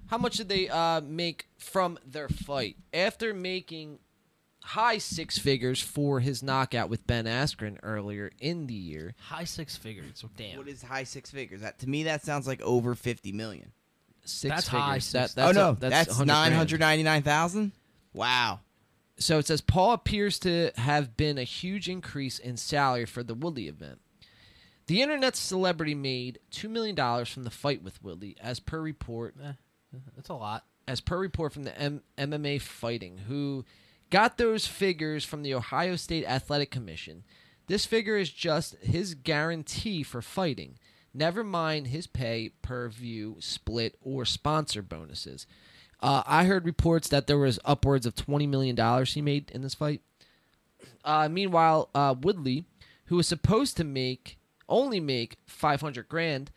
how much did they uh, make from their fight after making high six figures for his knockout with Ben Askren earlier in the year. High six figures. Damn. What is high six figures? That to me that sounds like over fifty million. six That's figures. high, That, six- that's oh no, a- that's, that's 100 nine grand. hundred ninety nine thousand. Wow. So it says Paul appears to have been a huge increase in salary for the Woodley event. The internet celebrity made two million dollars from the fight with Woodley, as per report. Eh, That's a lot. As per report from the M- MMA Fighting, who got those figures from the Ohio State Athletic Commission. This figure is just his guarantee for fighting. Never mind his pay per view split or sponsor bonuses. Uh, I heard reports that there was upwards of twenty million dollars he made in this fight. Uh, meanwhile, uh, Woodley, who was supposed to make only make five hundred grand,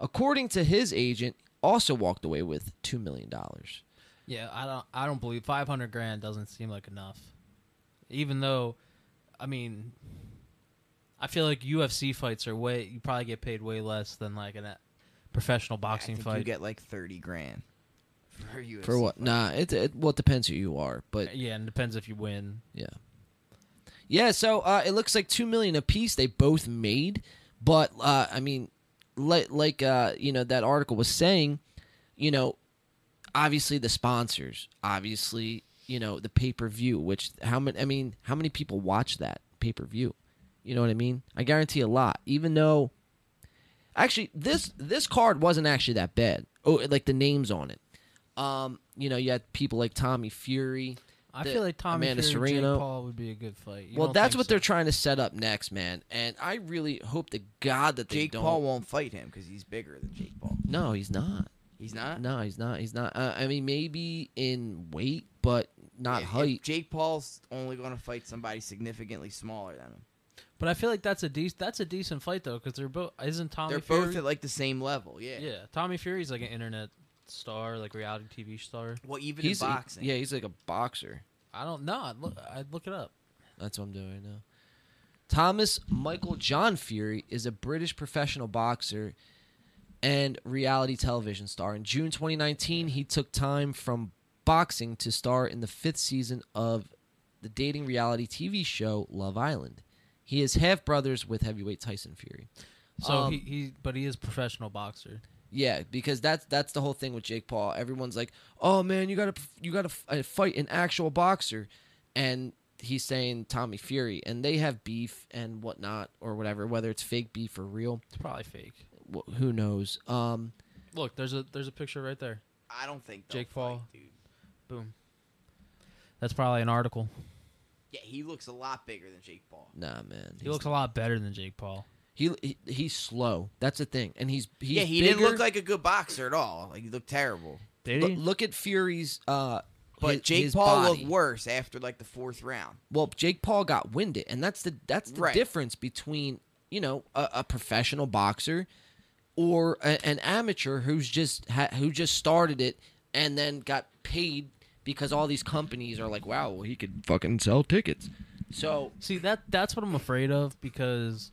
according to his agent, also walked away with two million dollars. Yeah, I don't. I don't believe five hundred grand doesn't seem like enough. Even though, I mean, I feel like UFC fights are way. You probably get paid way less than like a professional boxing I think fight. You get like thirty grand. For, UFC For what? Nah, it, it well it depends who you are, but yeah, and it depends if you win. Yeah. Yeah, so uh, it looks like two million apiece they both made, but uh, I mean, like like uh, you know that article was saying, you know, obviously the sponsors, obviously you know the pay per view, which how many I mean how many people watch that pay per view, you know what I mean? I guarantee a lot, even though actually this this card wasn't actually that bad. Oh, like the names on it. Um, you know, you had people like Tommy Fury. I the- feel like Tommy Amanda Fury, Jake Serrano. Paul would be a good fight. You Well, don't that's think what so? they're trying to set up next, man. And I really hope to God that they Jake don't. Paul won't fight him because he's bigger than Jake Paul. No, he's not. He's not. No, he's not. He's not. Uh, I mean, maybe in weight, but not If- if height. Jake Paul's only going to fight somebody significantly smaller than him. But I feel like that's a de- that's a decent fight though, because they're both isn't Tommy They're Fury? both at like eh. the same level. Yeah. yeah, Tommy Fury's like an internet star, like reality TV star. Well, even He's in boxing. yeah, he's like a boxer. I don't know. I'd look, I'd look it up. That's what I'm doing right now. Thomas Michael John Fury is a British professional boxer and reality television star. In June 2019, he took time from boxing to star in the fifth season of the dating reality TV show Love Island. He is half brothers with heavyweight Tyson Fury. So Um, he, he, but he is a professional boxer. Yeah, because that's that's the whole thing with Jake Paul. Everyone's like, "Oh man, you gotta you gotta f- uh, fight an actual boxer," and he's saying Tommy Fury, and they have beef and whatnot or whatever, whether it's fake beef or real, It's probably fake. wh- who knows? Um, Look, there's a there's a picture right there. I don't think they'll Jake fight, Paul. dude. Boom. That's probably an article. Yeah, he looks a lot bigger than Jake Paul. nah, oh, man, He looks a lot better than Jake Paul. he, he he's slow. That's the thing, and he's, he's yeah, he didn't bigger. look like a good boxer at all. Like he looked terrible. Did Look, he? look at Fury's uh, But his- Jake his Paul body. looked worse after like the fourth round. Well, Jake Paul got winded, and that's the that's the Right. difference between you know a, a professional boxer or a, an amateur who's just ha, who just started it and then got paid because all these companies are like, wow, well, he could fucking sell tickets. So See that that's what I'm afraid of because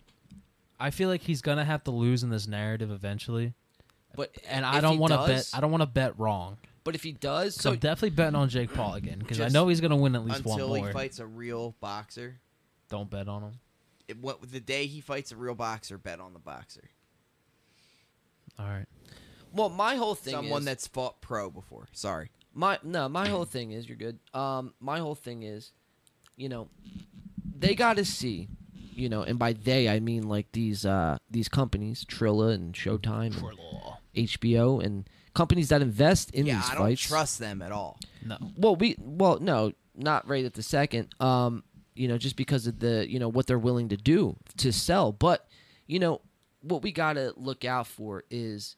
I feel like he's gonna have to lose in this narrative eventually, But and if I he don't want to bet. does- I don't want to bet wrong. But if he does, 'Cause so I'm definitely betting on Jake Paul again because I Just know he's gonna win at least one Until more. he fights a real boxer. Don't bet on him. It, what, the day he fights a real boxer, bet on the boxer. All right. well, my whole thing Someone is, that's fought pro before. Sorry. my no my whole thing is you're good um my whole thing is you know they gotta see you know and by they i mean like these uh these companies trilla and showtime and hbo and companies that invest in yeah, these I don't fights trust them at all. No. well we well no not right at the second um you know just because of the you know what they're willing to do to sell but you know what we got to look out for is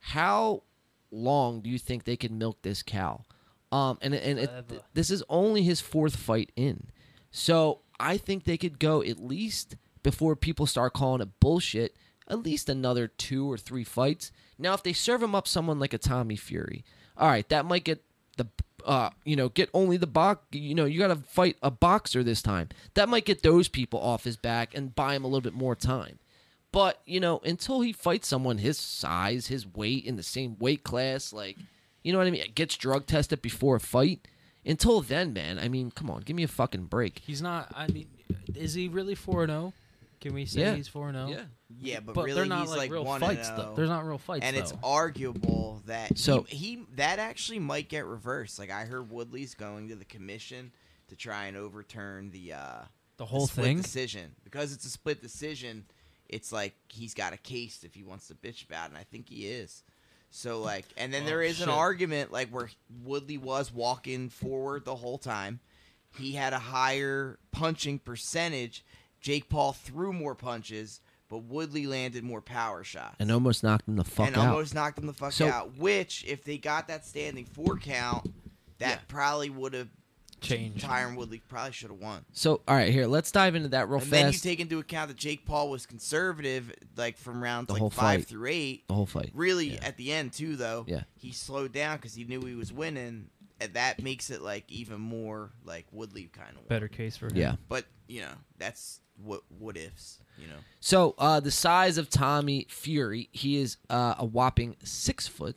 how long do you think they can milk this cow um and and it, Forever. this is only his fourth fight in so i think they could go at least before people start calling it bullshit at least another two or three fights now if they serve him up someone like a tommy fury all right that might get the uh, you know, get only the box. You know, you got to fight a boxer this time. That might get those people off his back and buy him a little bit more time. But you know, until he fights someone his size, his weight in the same weight class, like you know what I mean, gets drug tested before a fight. Until then, man, I mean, come on, give me a fucking break. He's not. I mean, is he really four and zero? Can we say Yeah. he's four and oh. zero? Yeah. Yeah, but, really he's like, real one fights and oh. oh. though. There's not real fights and though. it's arguable that So- he, he that actually might get reversed. Like I heard Woodley's going to the commission to try and overturn the uh, The whole split thing? decision because it's a split decision. It's like he's got a case if he wants to bitch about, it, and I think he is. So like, and then Oh, there is an shit. argument like where Woodley was walking forward the whole time. He had a higher punching percentage. Jake Paul threw more punches, but Woodley landed more power shots and almost knocked him the fuck and out. almost knocked him the fuck So- out. Which, if they got that standing four count, that Yeah. probably would have Changed. Tyron Woodley probably should have won. so all right, here let's dive into that real and then you fast. take into account that Jake Paul was conservative, like from rounds The like whole five fight. through eight. the whole fight. Really, Yeah. at the end too, though. Yeah. he slowed down because he knew he was winning, and that makes it like even more like Woodley kind of better case for him. Yeah. But you know, that's what what ifs. You know, So uh, the size of Tommy Fury, he is uh, a whopping six foot.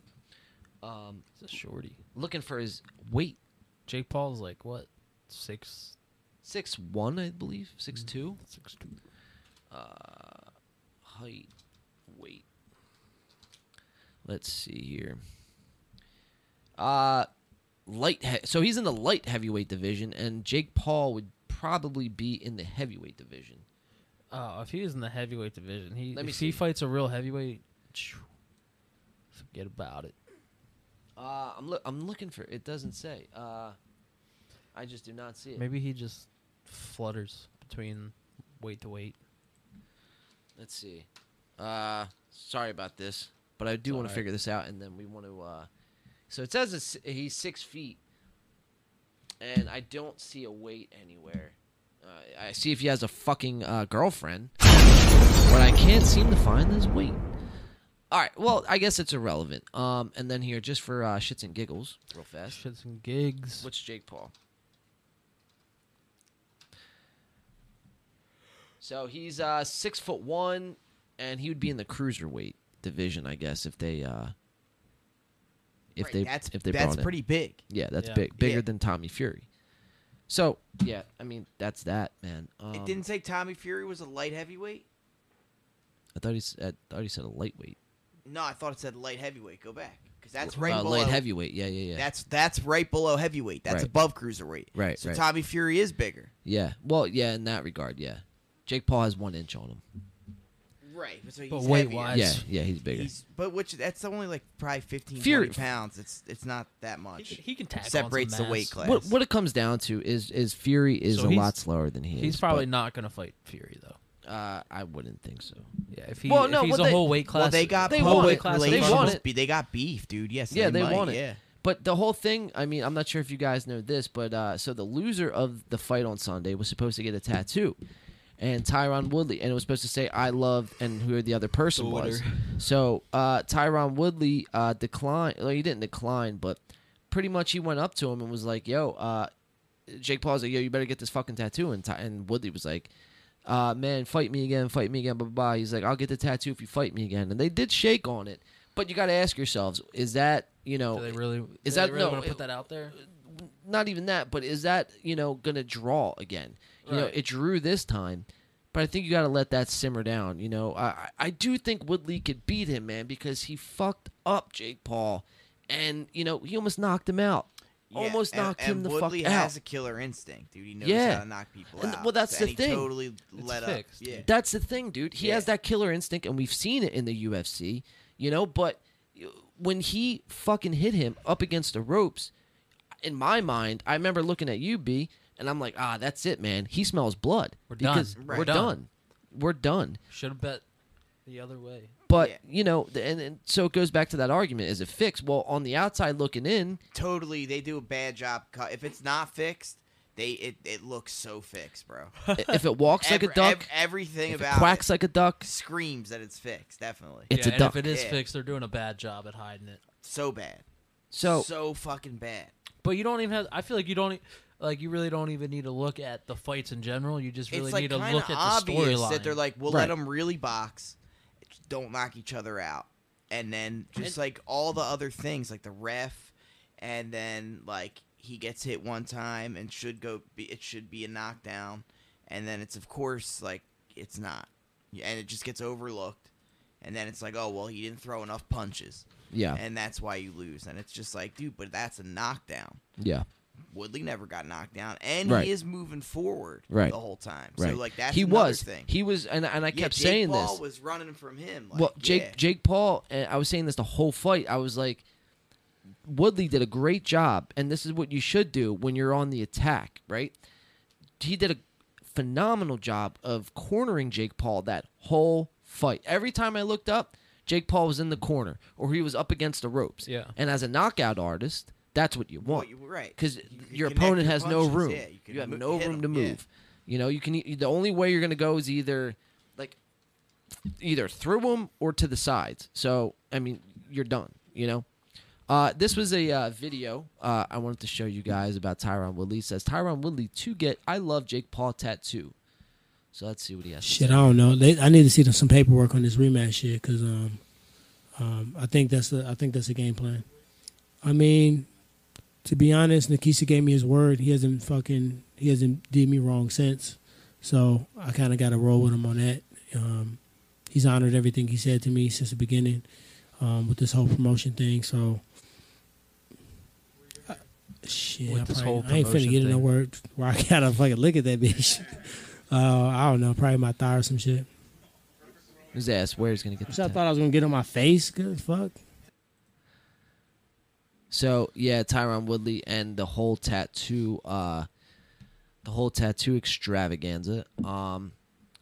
Um, It's a shorty. looking for his weight, Jake Paul's like what six Mm, six one, I believe, six two. Uh, six two. height, weight. Let's see here. Uh light. He- so he's in the light heavyweight division, and Jake Paul would probably be in the heavyweight division. Oh, if he was in the heavyweight division, he Let me if he see. fights a real heavyweight, phew, forget about it. Uh, I'm look. I'm looking for. It doesn't say. Uh, I just do not see it. Maybe he just flutters between weight to weight. Let's see. Uh, sorry about this, but I do want alright. to figure this out, and then we want to. Uh, so it says it's, he's six feet, and I don't see a weight anywhere. Uh, I see if he has a fucking uh, girlfriend, but I can't seem to find his weight. All right, well, I guess it's irrelevant. Um, and then here, just for uh, shits and giggles, real fast. Shits and gigs. What's Jake Paul? So he's uh six foot one, and he would be in the cruiserweight division, I guess, if they uh if Right, they that's if they that's brought him. pretty big. yeah that's Yeah. big bigger Yeah. than Tommy Fury. So yeah, I mean that's that man. Um, it didn't say Tommy Fury was a light heavyweight. I thought he said, I thought he said a lightweight. No, I thought it said light heavyweight. Go back because that's right uh, below. light heavyweight. Yeah, yeah, yeah. That's that's right below heavyweight. That's Right. above cruiserweight. Right, So right. Tommy Fury is bigger. yeah. Well, yeah, in that regard, yeah. Jake Paul has one inch on him. Right. So he's But weight heavier. wise- Yeah, Nice. yeah, he's bigger. He's, but which that's only like probably 15 Fury- 20 pounds. It's it's not that He much. can, he can tag on some Separates the mass. weight class. What what it comes down to is is Fury is So a he's- lot slower than he is. He's probably but, not gonna fight Fury though. Uh, I wouldn't think so. Yeah, if, he, Well, if no, he's what a they- whole weight class. well, they got They public want it. relations. They want it. be- they got beef, dude. Yes. yeah, they, might, want it. Yeah. But the whole thing, I mean, I'm not sure if you guys know this, but uh, so the loser of the fight on Sunday was supposed to get a tattoo, and Tyron Woodley, and it was supposed to say "I love" and who the other person was. So uh, Tyron Woodley uh, declined. Well, he didn't decline, but pretty much he went up to him and was like, "Yo, uh, Jake Paul's like, yo, you better get this fucking tattoo." And Ty- and Woodley was like, uh, man, fight me again, fight me again, blah, blah, blah. He's like, I'll get the tattoo if you fight me again. And they did shake on it. But you got to ask yourselves, is that, you know, Do they really? Is do they that- really no, want to it- put that out there? not even that, but is that, you know, going to draw again? You know, Right. it drew this time, but I think you got to let that simmer down. You know, I, I- I do think Woodley could beat him, man, because he fucked up Jake Paul. And, you know, he almost knocked him out. Yeah, almost and- knocked him and the Woodley fuck has out. a killer instinct, dude. He knows Yeah. how to knock people And- out. well, that's and the he thing. Totally let up. fixed. Yeah. That's the thing, dude. He has Yeah. that killer instinct, and we've seen it in the UFC, you know. But when he fucking hit him up against the ropes, in my mind, I remember looking at you, B, and I'm like, ah, that's it, man. He smells blood. We're Because done. We're Right. done. Done. We're done. Should have bet the other way. But Yeah. you know, th- and, and so it goes back to that argument: is it fixed? Well, on the outside looking in, Totally. They do a bad job. cut- If it's not fixed, they it, it looks so fixed, bro. i- if it walks like a Every- ev- duck, everything if it about quacks it like a duck, screams that it's fixed. Definitely. it's yeah, a and duck. if it is Yeah. fixed, they're doing a bad job at hiding it. so bad. so so fucking bad. But you don't even have. I feel like you don't. e- Like you really don't even need to look at the fights in general. You just really it's like need to kind of look at the obvious that they're storyline. like, we'll Right. let them really box, don't knock each other out, and then And- just like all the other things, like the ref, and then like he gets hit one time and should go, be, it should be a knockdown, and then it's of course like it's not. and it just gets overlooked. And then it's like, oh well, he didn't throw enough punches. Yeah. and that's why you lose. And it's just like, dude, but that's a knockdown. Yeah. Woodley never got knocked down, and Right. he is moving forward Right. the whole time. Right. So like that's he another was. thing. He was, and and I Yeah, kept Jake saying Paul this. was running from him. Like, well, Jake yeah. Jake Paul, and I was saying this the whole fight. I was like, Woodley did a great job, and this is what you should do when you're on the attack, right? He did a phenomenal job of cornering Jake Paul that whole fight. Every time I looked up, Jake Paul was in the corner or he was up against the ropes. Yeah. And as a knockout artist, that's what you want. you- right. Because You can your connect opponent your has no punches, room. yeah, you you, can have mo- no hit room to him, yeah. move. You know, you can e- the only way you're going to go is either like either through them or to the sides. So I mean, you're done. You know. Uh, this was a uh, video uh, I wanted to show you guys about Tyron Woodley. It says Tyron Woodley to get I love Jake Paul tattoo. So let's see what he has. to Shit, say. I don't know. They, I need to see them- some paperwork on this rematch shit because um, um, I think that's a, I think that's a game plan. I mean, to be honest, Nikisa gave me his word. He hasn't fucking he hasn't did me wrong since, so I kind of got to roll with him on that. Um, he's honored everything he said to me since the beginning um, with this whole promotion thing. So. I- Shit, With I, this probably- whole I ain't finna promotion get in no thing. word where I gotta fucking look at that bitch. Uh, I don't know, probably my thigh or some shit. His ass. Where he's going to get the Which I tattoo. thought I was gonna get on my face. Good fuck. So yeah, Tyron Woodley and the whole tattoo, uh, the whole tattoo extravaganza. Um,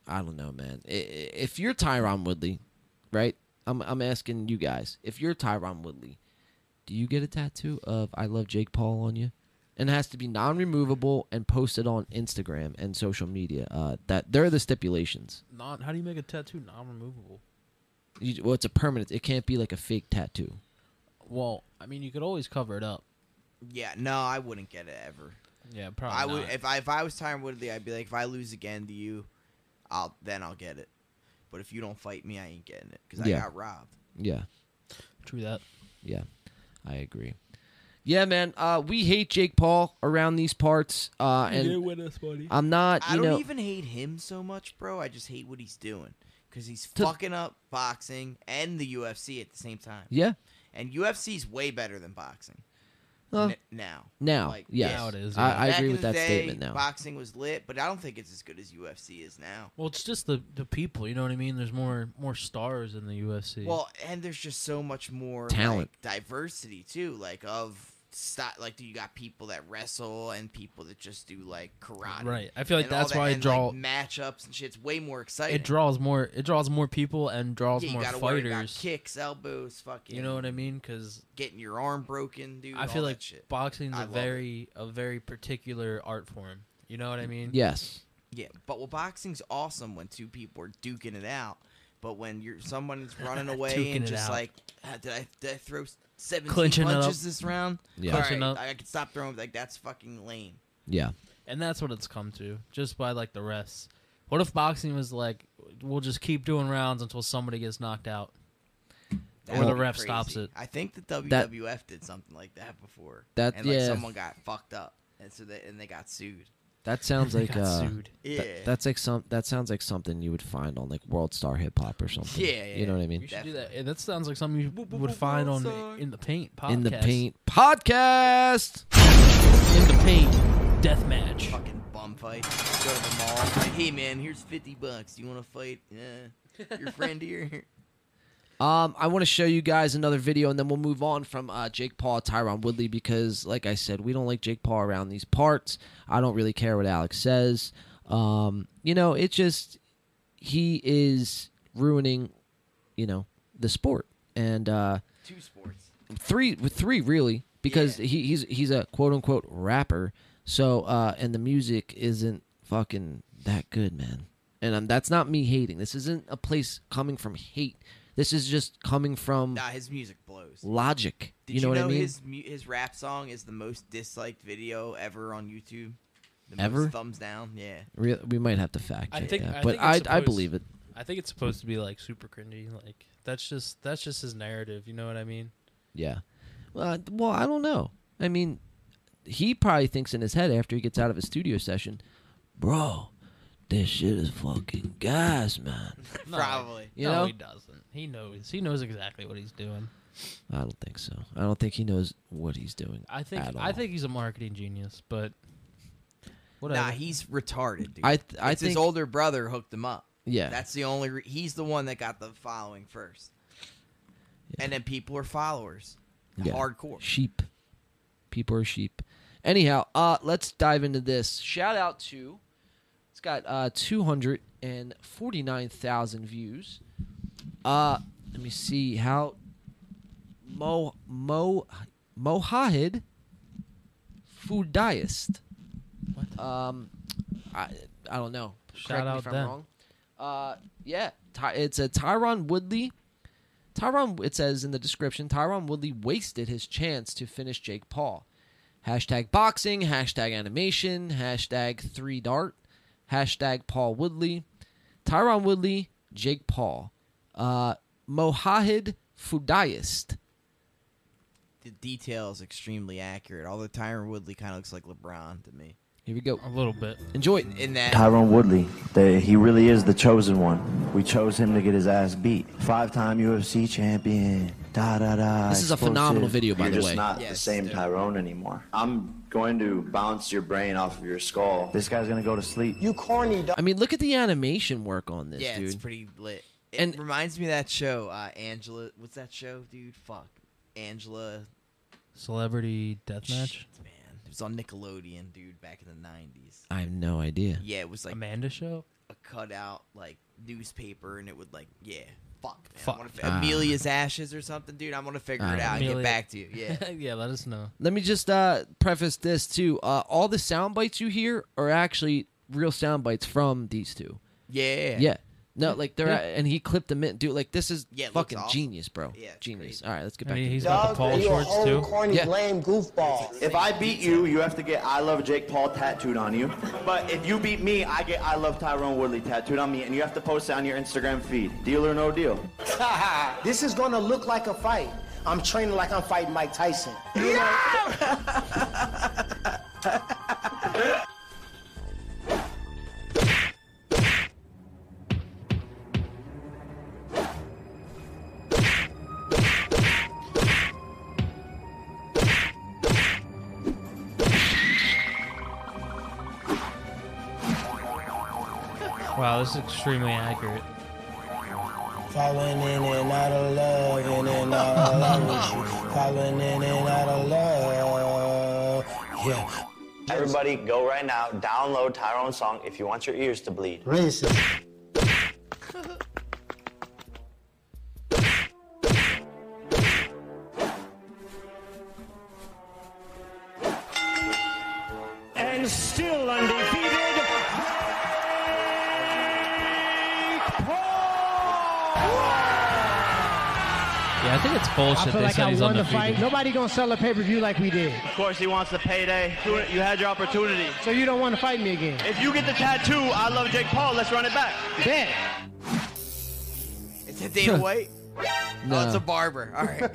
I don't know, man. I- i- If you're Tyron Woodley, right? I'm I'm asking you guys. If you're Tyron Woodley, do you get a tattoo of "I love Jake Paul" on you? And it has to be non-removable and posted on Instagram and social media. Uh, that they're the stipulations. Non, how do you make a tattoo non-removable? You, well, it's a permanent. It can't be like a fake tattoo. Well, I mean, you could always cover it up. Yeah, no, I wouldn't get it ever. Yeah, probably. I would not. if I if I was Tyron Woodley, I'd be like, if I lose again to you, I'll then I'll get it. But if you don't fight me, I ain't getting it because Yeah. I got robbed. Yeah. True that. Yeah, I agree. Yeah, man. Uh, we hate Jake Paul around these parts, uh, and us, buddy. I'm not. I You don't know, even hate him so much, bro. I just hate what he's doing because he's To- fucking up boxing and the UFC at the same time. yeah. And UFC's way better than boxing Uh, N- now. now, like, yes, Now it is, I, yeah. I Back agree in with the that day, statement. Now, boxing was lit, but I don't think it's as good as UFC is now. Well, it's just the the people. You know what I mean? There's more more stars in the UFC. Well, and there's just so much more Talent. like, diversity too, like of style. Like, do you got people that wrestle and people that just do like karate? right. I feel like and all that's that, why it and, draw like, matchups and shit's way more exciting. it draws more it draws more people and draws yeah, you more gotta worry about fighters. kicks, elbows, fucking. You know what I mean? Because Getting your arm broken, dude. I feel all like that shit. boxing's I a love it. very a very particular art form. You know what Mm, I mean? yes, Yeah, but well, boxing's awesome when two people are duking it out. But when you're someone's running away Duking and it just out. like, "Ah, did I did I throw seventeen Clinching it up. punches this round? Yeah. All Clinching right, up. I can stop throwing. Like that's fucking lame. yeah, And that's what it's come to, just by like the refs. What if boxing was like, we'll just keep doing rounds until somebody gets knocked out? That Or the would be ref stops it. I think the E WWF That- did something like that before. That- and like yeah. someone got fucked up, and so they and they got sued. that sounds They like got uh, sued. Yeah, that, that's like some that sounds like something you would find on like World Star Hip Hop or something. Yeah, yeah, you know what I You mean. should do that. Yeah, that sounds like something you would find on in the paint podcast. In the paint podcast. in the paint, death match. fucking bum fight. Go to the mall. Like, hey man, here's fifty bucks. You want to fight? Yeah, your friend here. Um, I want to show you guys another video, and then we'll move on from uh, Jake Paul, Tyron Woodley, because, like I said, we don't like Jake Paul around these parts. I don't really care what Alex says. Um, you know, it just he is ruining, you know, the sport and uh, Two sports. three with three really because he, he's he's a quote unquote rapper. So uh, and the music isn't fucking that good, man. And um, that's not me hating. This isn't a place coming from hate. This is just coming from Nah, his music blows. logic. Did you know what I mean? His mu- his rap song is the most disliked video ever on YouTube. The Ever? most thumbs down. Yeah. Re- we might have to fact I check think- that, I but think it's I I supposed- believe it. I think it's supposed to be like super cringy. Like that's just that's just his narrative. You know what I mean? Yeah. Uh, well, I don't know. I mean, he probably thinks in his head after he gets out of his studio session, bro, this shit is fucking gas, man. No, You no, know? he doesn't. He knows. He knows exactly what he's doing. I don't think so. I don't think he knows what he's doing. I think. at all. I think he's a marketing genius, but whatever. Nah, he's retarded, dude. I th- I it's his think- older brother hooked him up. Yeah. that's the only. Re- he's the one that got the following first, and then people are followers, Yeah. hardcore. Sheep. People are sheep. Anyhow, uh, let's dive into this. Shout out to it's got uh two hundred and forty nine thousand views. Uh let me see how Mo Mo Mohahid Fudayist. What? Um I I don't know. Shout Correct me out if I'm them. wrong. Uh yeah, Ty- it's a Tyron Woodley Tyron, it says in the description, Tyron Woodley wasted his chance to finish Jake Paul. Hashtag boxing, hashtag animation, hashtag three dart, hashtag Paul Woodley, Tyron Woodley, Jake Paul, uh, Mohahid Fudayist. The detail is extremely accurate. Although Tyron Woodley kind of looks like LeBron to me. Here we go. A little bit. Enjoy it. In that Tyrone Woodley, the, he really is the chosen one. We chose him to get his ass beat. Five-time UFC champion. Da da da. This is a phenomenal video, by You're the just way. not the same Tyrone anymore. I'm going to bounce your brain off of your skull. This guy's gonna go to sleep. You corny I mean, look at the animation work on this, yeah, dude. it's pretty lit. It reminds me of that show, uh, Angela. What's that show, dude? Fuck, Angela. Celebrity deathmatch. Man, it was on Nickelodeon, dude, back in the nineties. I have no idea. Yeah, it was like Amanda show. a cutout like newspaper, and it would like yeah, fuck, man, I Fuck. wanna fi- Ah. Amelia's ashes or something, dude. I'm gonna figure it Ah. out and get Amelia- back to you. Yeah, yeah. Let us know. Let me just uh, preface this too. Uh, all the sound bites you hear are actually real sound bites from these two. yeah, Yeah. No, like they're Yeah. and he clipped them in, dude. Like this is Yeah, it looks fucking awesome. genius, bro. Yeah, it's genius. All right, let's get I back. mean, to he's this. got the Paul shorts too. Yeah. lame goofball. If I beat you, you have to get I love Jake Paul tattooed on you. But if you beat me, I get I love Tyrone Woodley tattooed on me, and you have to post it on your Instagram feed. Deal or no deal. this is gonna look like a fight. I'm training like I'm fighting Mike Tyson. Wow, this is extremely accurate. Falling in and out of love, in and out of love. Falling in and out of love. Yeah. Everybody, go right now. Download Tyrone's song if you want your ears to bleed. Racist. and still undefeated. Yeah, I think it's bullshit. I feel they like said I he's won the undefeated. fight. Nobody gonna sell a pay-per-view like we did. Of course, he wants the payday. You had your opportunity. So you don't want to fight me again. If you get the tattoo, I love Jake Paul. Let's run it back. Bet. Is that Dana White? No. Oh, it's a barber. All right.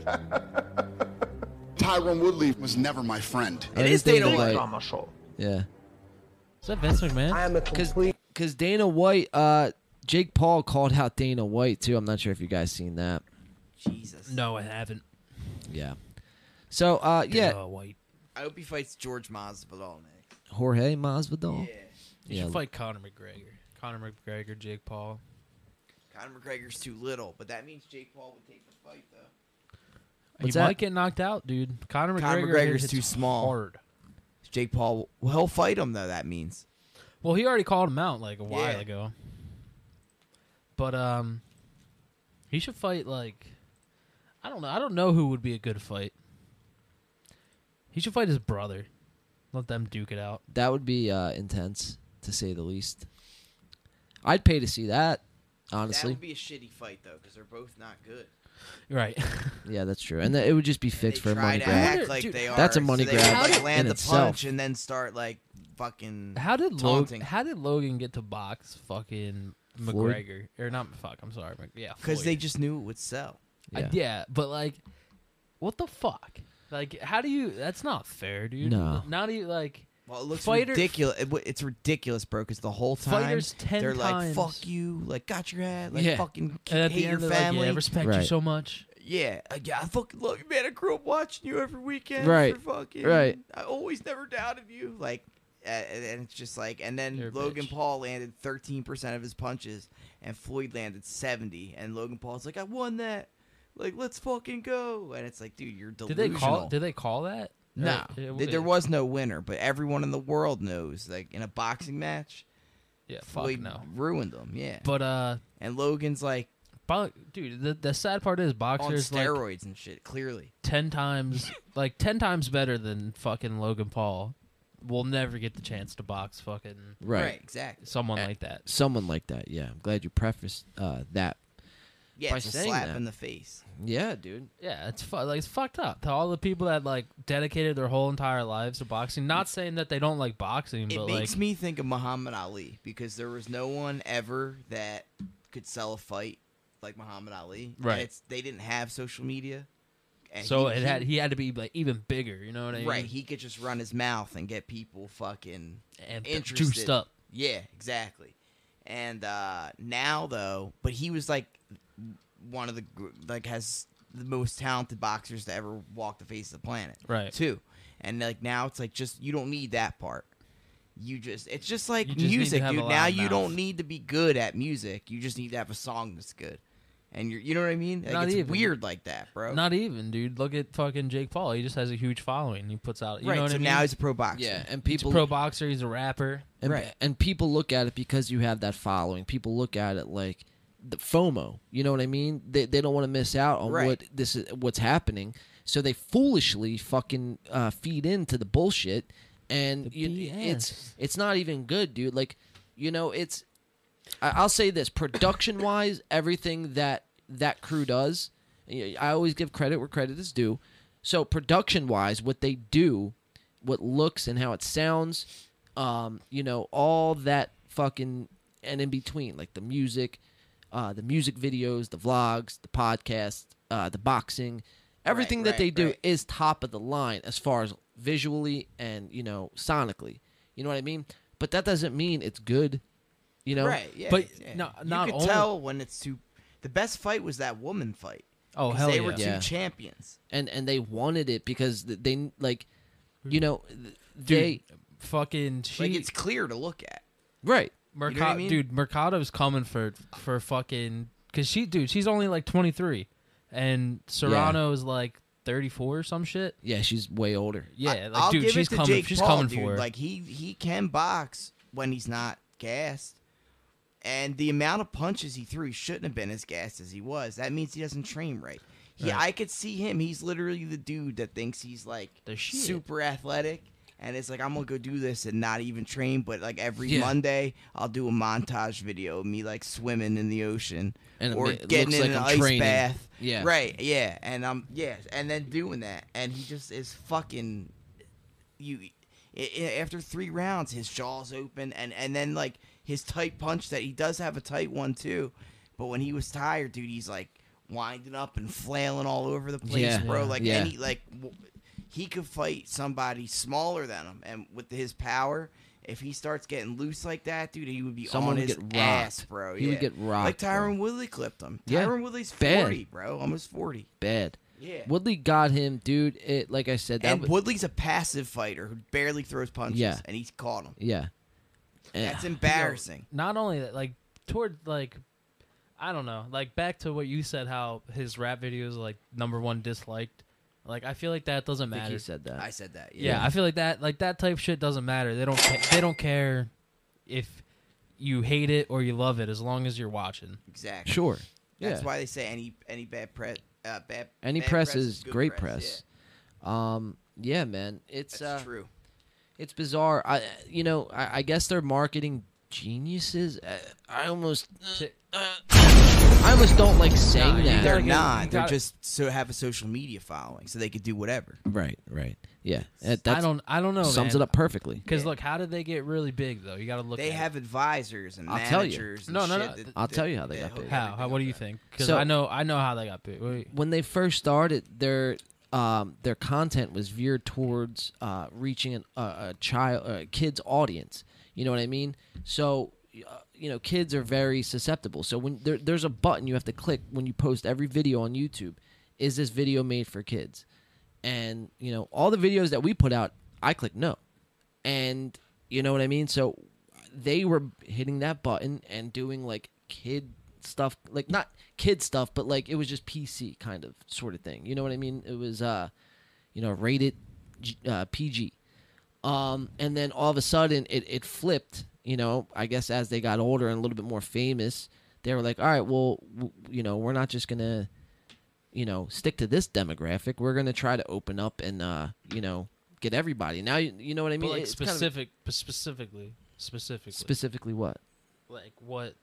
Tyron Woodley was never my friend. It is Dana White. Yeah. Is that Vince McMahon? I am a complete. Because Dana White, uh, Jake Paul called out Dana White too. I'm not sure if you guys seen that. No, I haven't. Yeah. So uh, yeah, White. I hope he fights George Masvidal next. Jorge Masvidal. Yeah. You should fight Conor McGregor. Conor McGregor, Jake Paul. Conor McGregor's too little, but that means Jake Paul would take the fight though. he What's that? might get knocked out, dude. Conor McGregor Conor hit- McGregor's hits too small. Hard. Jake Paul, well, he'll fight him though. That means. Well, he already called him out like a while Yeah. ago. But um, he should fight like I don't know. I don't know who would be a good fight. He should fight his brother. Let them duke it out. That would be uh, intense to say the least. I'd pay to see that, That honestly. would be a shitty fight though, because they're both not good. Right. yeah, that's true, and that, it would just be fixed for a money Try to grab. act like they are. that's a so money they grab. can, Like in land the itself. punch and then start like fucking. How did taunting? Logan? How did Logan get to box fucking Floyd? McGregor or not? Fuck, I'm sorry. Mc- Yeah, Because they Floyd. just knew it would sell. I- yeah. but like, what the fuck? Like, how do you? That's not fair, dude. No. Not even like. Well, it looks Fighter- ridiculous. It w- it's ridiculous, bro. Because the whole time Fighters 10 they're times. like, "Fuck you!" Like, got your head. Like, Yeah. fucking And at the hate end, your they're like, family. "Yeah, respect you Right. so much. Yeah, uh, yeah, I fucking love you, man. I grew up watching you every weekend. Right. for fucking, Right. I always never doubted you. Like, uh, and and it's just like, and then Logan Paul landed 13 percent of his punches, and Floyd landed 70, and Logan Paul's like, "I won that." Like, let's fucking go. And it's like, dude, you're Did delusional. they call? Did they call that? No, Or- it- th- there was no winner, but everyone in the world knows. Like in a boxing match, Yeah, fuck Floyd no. ruined them. Yeah, But uh, and Logan's like, bo- dude, the, the sad part is on boxers like steroids and shit. Clearly, ten times, like ten times better than fucking Logan Paul. Will never get the chance to box fucking Right. Right, exactly someone like that. Someone like that. Yeah, I'm glad you prefaced uh, that. yeah, by it's a saying slap that. in the face. Yeah, dude. Yeah, it's fu- like it's fucked up to all the people that like dedicated their whole entire lives to boxing. Not saying that they don't like boxing, It but makes like me think of Muhammad Ali because there was no one ever that could sell a fight like Muhammad Ali. And Right. it's, they didn't have social media. And so it had he had to be like even bigger. You know what I mean? Right, he could just run his mouth and get people fucking And get interested. juiced up. Yeah, exactly. And uh now though, but he was like one of the gr- like has the most talented boxers to ever walk the face of the planet. Right. Too. And like now it's like just you don't need that part. You just it's just like You just need to music, have a dude. loud Now you mouth. don't need to be good at music. You just need to have a song that's good. And you're you know what I mean? Like Not it's even. weird like that, bro. Not even, dude. Look at fucking Jake Paul. He just has a huge following. He puts out. You Right, Know what so I mean? now he's a pro boxer. Yeah, and He's a people- pro boxer. He's a rapper. And, and people look at it because you have that following. People look at it like the FOMO. You know what I mean? They, they don't want to miss out on Right. what this is, what's happening. So they foolishly fucking uh, feed into the bullshit, and you, it's it's not even good, dude. Like you know, it's I- I'll say this: production wise, everything that that crew does, y- I always give credit where credit is due. So production wise, what they do, what looks and how it sounds, um, you know, all that fucking and in between, like the music, uh, the music videos, the vlogs, the podcast, uh, the boxing, everything that right, they do right. is top of the line as far as visually and you know sonically. You know what I mean? But that doesn't mean it's good. You know, right? Yeah, But yeah. no- you not could only- tell when it's too. The best fight was that woman fight. Oh 'Cause hell they yeah. were two champions. and and they wanted it because th- they like, you know, th- Dude, they fucking she, Like it's clear to look at. right. Mercado, You know what I mean? dude, Mercado's coming for for fucking because she, dude, she's only like twenty three, and Serrano is like thirty four or some shit. Yeah, she's way older. Yeah, I- like I'll dude, give she's it to coming, Jake she's Paul, coming dude. for it. Like he he can box when he's not gassed, and the amount of punches he threw, he shouldn't have been as gassed as he was. That means he doesn't train right. Yeah, Right. I could see him. He's literally the dude that thinks he's like shit. super athletic. And it's like I'm gonna go do this and not even train, but like every Yeah. Monday I'll do a montage video of me like swimming in the ocean And it or ma- it getting looks like in an I'm ice training. bath. Yeah. right. Yeah, and I'm yeah, and then doing that, and he just is fucking you i- i- after three rounds his jaws open and and then like his tight punch that he does have a tight one too but when he was tired dude he's like winding up and flailing all over the place Yeah. bro like Yeah. any like w- he could fight somebody smaller than him and with his power if he starts getting loose like that dude he would be Someone on would his get rocked. ass bro He would yeah. get like rocked, bro. Tyron Woodley clipped him Yeah. Tyron Woodley's 40 Bad. bro almost 40 Bad. Yeah. Woodley got him, dude. It like I said, that and was, Woodley's a passive fighter who barely throws punches Yeah. and he caught him yeah. Eh, That's embarrassing. Not only that, like toward like I don't know, like back to what you said, how his rap videos are, like number one disliked. Like I feel like that doesn't I think matter. he said that. I said that. Yeah, I feel like that like that type shit doesn't matter. They don't ca- they don't care if you hate it or you love it as long as you're watching. Exactly. Sure. That's Yeah. why they say any any bad press, uh, bad Any bad press is good great press. Um, yeah, man. It's That's uh, true. It's bizarre. I, you know, I, I guess they're marketing geniuses. I, I almost, uh, I almost don't like saying Yeah. that. They're not. They're just so have a social media following, so they could do whatever. right, right. Yeah, that- Eh, that's, I don't I don't know. Sums man. it up perfectly. Cause look, how did they get really big though? You got to look. They at have advisors and I'll tell you. managers. and No, no, shit no. that- I'll that- tell you how they that got hook big. it. how. How? What do you think? Because So- I know I know how they got big. Wait. when they first started, their um, their content was veered towards uh, reaching an, uh, a child, a kids audience. You know what I mean? So, uh, you know, kids are very susceptible. So when there, there's a button you have to click when you post every video on YouTube, is this video made for kids? And you know, all the videos that we put out, I click no, and you know what I mean. So they were hitting that button and doing like kid stuff like not kid stuff but like it was just pc kind of sort of thing you know what i mean it was uh you know rated G- uh, pg um and then all of a sudden it it flipped you know i guess as they got older and a little bit more famous they were like all right well w- you know we're not just gonna you know stick to this demographic we're gonna try to open up and uh you know get everybody now you, you know what i But, mean like It's kind of- specific, specifically, specifically, specifically what like what,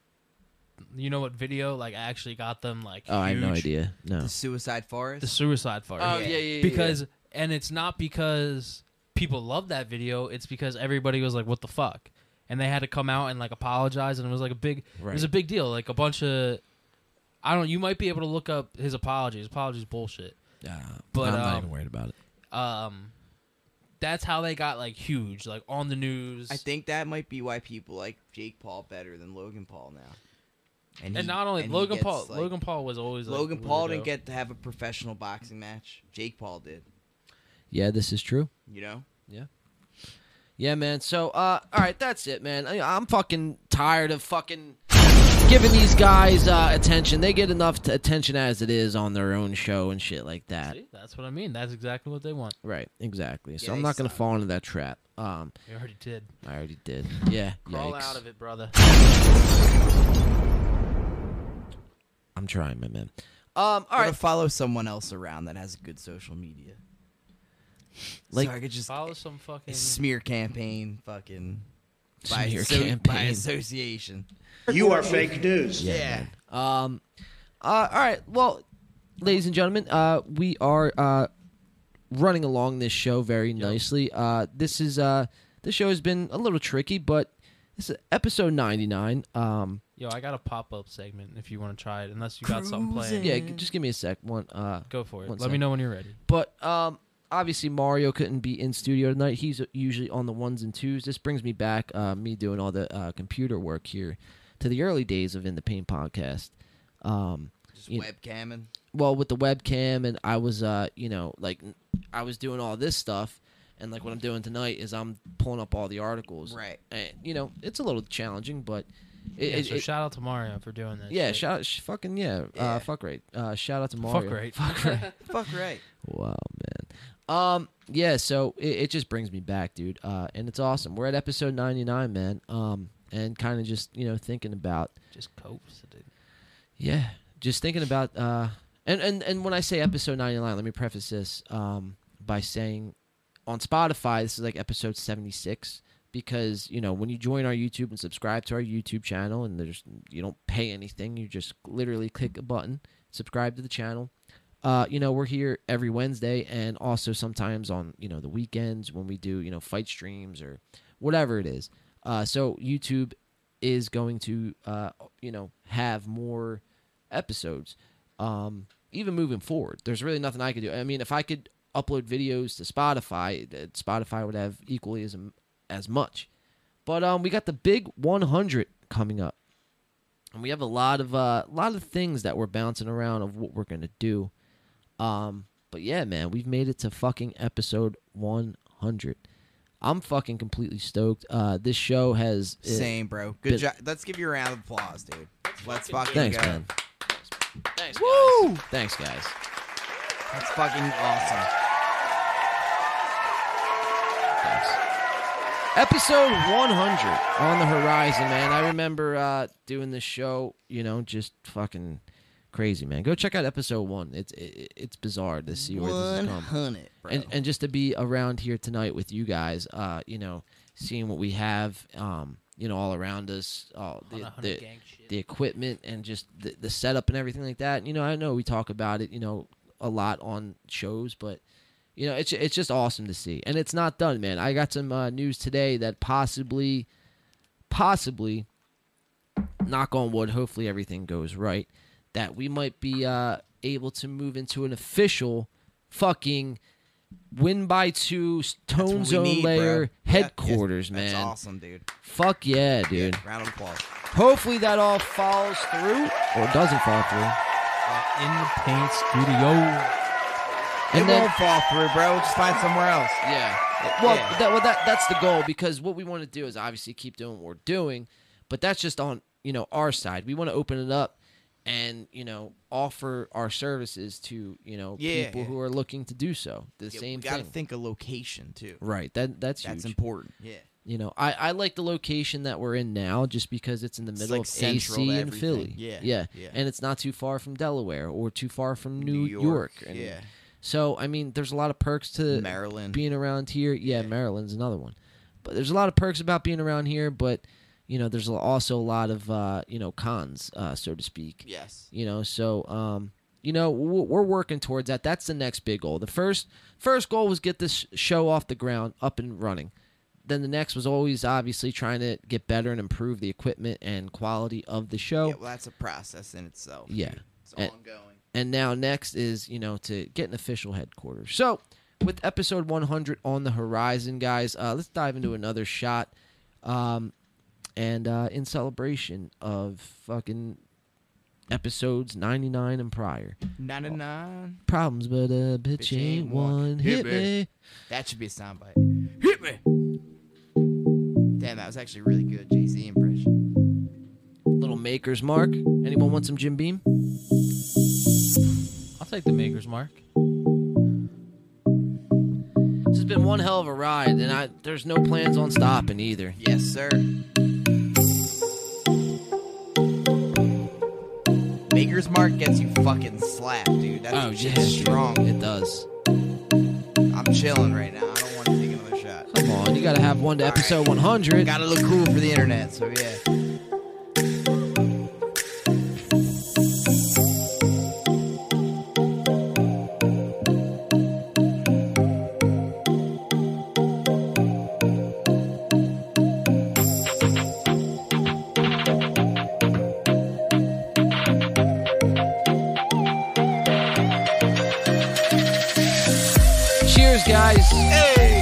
you know, what video like actually got them like. oh i have no huge? idea no Suicide Forest. The suicide fire. Oh, yeah, yeah, yeah, Because and it's not because people love that video. It's because everybody was like, "What the fuck," and they had to come out and like apologize, and it was like a big. It was Right. a big deal. Like a bunch of. I don't. You might be able to look up his apologies. Apologies, bullshit. Yeah, but i'm um, not even worried about it um, that's how they got like huge, like on the news. I think that might be why people like Jake Paul better than Logan Paul now. and, he- not only and he Logan gets, Paul. like- Logan Paul was always like, Logan Paul weirdo. didn't get to have a professional boxing match. Jake Paul did. yeah this is true You know. Yeah. Yeah, man. So, uh, all right, that's it, man. I, I'm fucking tired of fucking giving these guys uh, attention. They get enough t- attention as it is on their own show and shit like that. See, that's what I mean. That's exactly what they want. Right, exactly. So Yeah, I'm they not gonna fall into that trap. Um, You already did. I already did. Yeah. Crawl yikes. out of it, brother. I'm trying, my man. Um. All right. Follow someone else around that has good social media. Like- so I could just follow some fucking smear campaign. Fucking by Smear asso- by campaign. association. You are fake news. Yeah. man. Um. Uh. All right. Well, ladies and gentlemen, uh, we are uh running along this show very nicely. Uh, this is uh, this show has been a little tricky, but this is episode 99. Um. Yo, I got a pop up segment if you want to try it, unless you got something planned. Yeah, g- just give me a sec. One, uh, Go for it. one Let me sec. know when you're ready. But um, obviously Mario couldn't be in studio tonight. He's usually on the ones and twos. This brings me back, uh, me doing all the uh, computer work here, to the early days of In the Pain podcast. Um, Just you- webcamming. well with the webcam and i was uh you know like i was doing all this stuff and like what i'm doing tonight is i'm pulling up all the articles Right. and you know it's a little challenging but it, yeah, it- so it- shout out to Mario for doing that. yeah shit. shout out sh- fucking yeah, uh fuck right uh shout out to mario Fuck right. fuck right Fuck right. wow man um yeah so it, it just brings me back dude uh and it's awesome we're at episode 99 man um and kind of just you know thinking about Just copes. Dude. yeah, just thinking about uh, and and and when I say episode ninety nine, let me preface this um by saying on Spotify this is like episode seventy six because you know when you join our YouTube and subscribe to our YouTube channel and there's you don't pay anything, you just literally click a button, subscribe to the channel. Uh, you know we're here every Wednesday and also sometimes on you know the weekends when we do you know fight streams or whatever it is. Uh, so YouTube is going to uh, you know have more episodes um, even moving forward there's really nothing i could do i mean if i could upload videos to spotify that spotify would have equally as, as much but um, we got the big 100 coming up and we have a lot of a uh, lot of things that we're bouncing around of what we're gonna do um but yeah man we've made it to fucking episode 100 i'm fucking completely stoked uh this show has uh, Same, bro. Good been- job. Let's give you a round of applause, dude. Let's fucking Thanks, go. man. Thanks, Woo! Thanks, guys. That's fucking awesome. Episode 100 on the horizon, man. I remember uh, doing this show, you know, just fucking crazy, man. Go check out episode one. It's it, it's bizarre to see where this is come. 100, bro. And and just to be around here tonight with you guys, uh, you know, seeing what we have, um, you know, all around us, all On the the 100 the, gang the equipment and just the, the setup and everything like that. You know, I know we talk about it, you know, a lot on shows, but you know, it's it's just awesome to see, and it's not done, man. I got some uh, news today that possibly, possibly, knock on wood, hopefully everything goes right, that we might be uh, able to move into an official fucking win by two what tone we zone need, bro. layer Yeah, yes, headquarters, man. That's awesome, dude. Fuck yeah, dude. Round of applause. Hopefully that all follows through. Or it doesn't fall through. Uh, In the paint studio. It And then- won't fall through, bro. We'll just find somewhere else. Yeah. Well, Well, that, well, that that's the goal because what we want to do is obviously keep doing what we're doing, but that's just on you know our side. We want to open it up and you know offer our services to you know Yeah, people yeah. who are looking to do so. The same we gotta thing, think of location too. right? That that's That's huge. important. Yeah. You know, I, I like the location that we're in now just because it's in the It's middle like of central AC to and everything. Philly. Yeah, yeah. yeah. And it's not too far from Delaware or too far from New, New York. York, And yeah. So, I mean, there's a lot of perks to Maryland. being around here. Yeah, Maryland's another one. But there's a lot of perks about being around here, but, you know, there's also a lot of, uh, you know, cons, uh, so to speak. Yes. You know, so, um, you know, w- we're working towards that. That's the next big goal. The first first goal was get this show off the ground, up and running then the next was always obviously trying to get better and improve the equipment and quality of the show. Yeah, well, that's a process in itself. Oh. Yeah. Oh, dude. It's And- ongoing. And now next is, you know, to get an official headquarters. So, with episode 100 on the horizon, guys, uh, let's dive into another shot. Um, and uh, in celebration of fucking episodes 99 and prior. Nine to nine. Problems, but a bitch, Bitch ain't, ain't one. Hit, me. That should be a soundbite. Hit me. Damn, that was actually really good. Jay Z impression. Little Maker's Mark. Anyone want some Jim Beam? I'll take the maker's mark. This has been one hell of a ride, and I there's no plans on stopping either. Yes, sir. Maker's Mark gets you fucking slapped, dude. That's Oh, yeah, dude. strong. It does. I'm chilling right now. I don't want to take another shot. Come on, you gotta have one to episode 100. Gotta look cool for the internet, so yeah. Cheers, guys. Hey.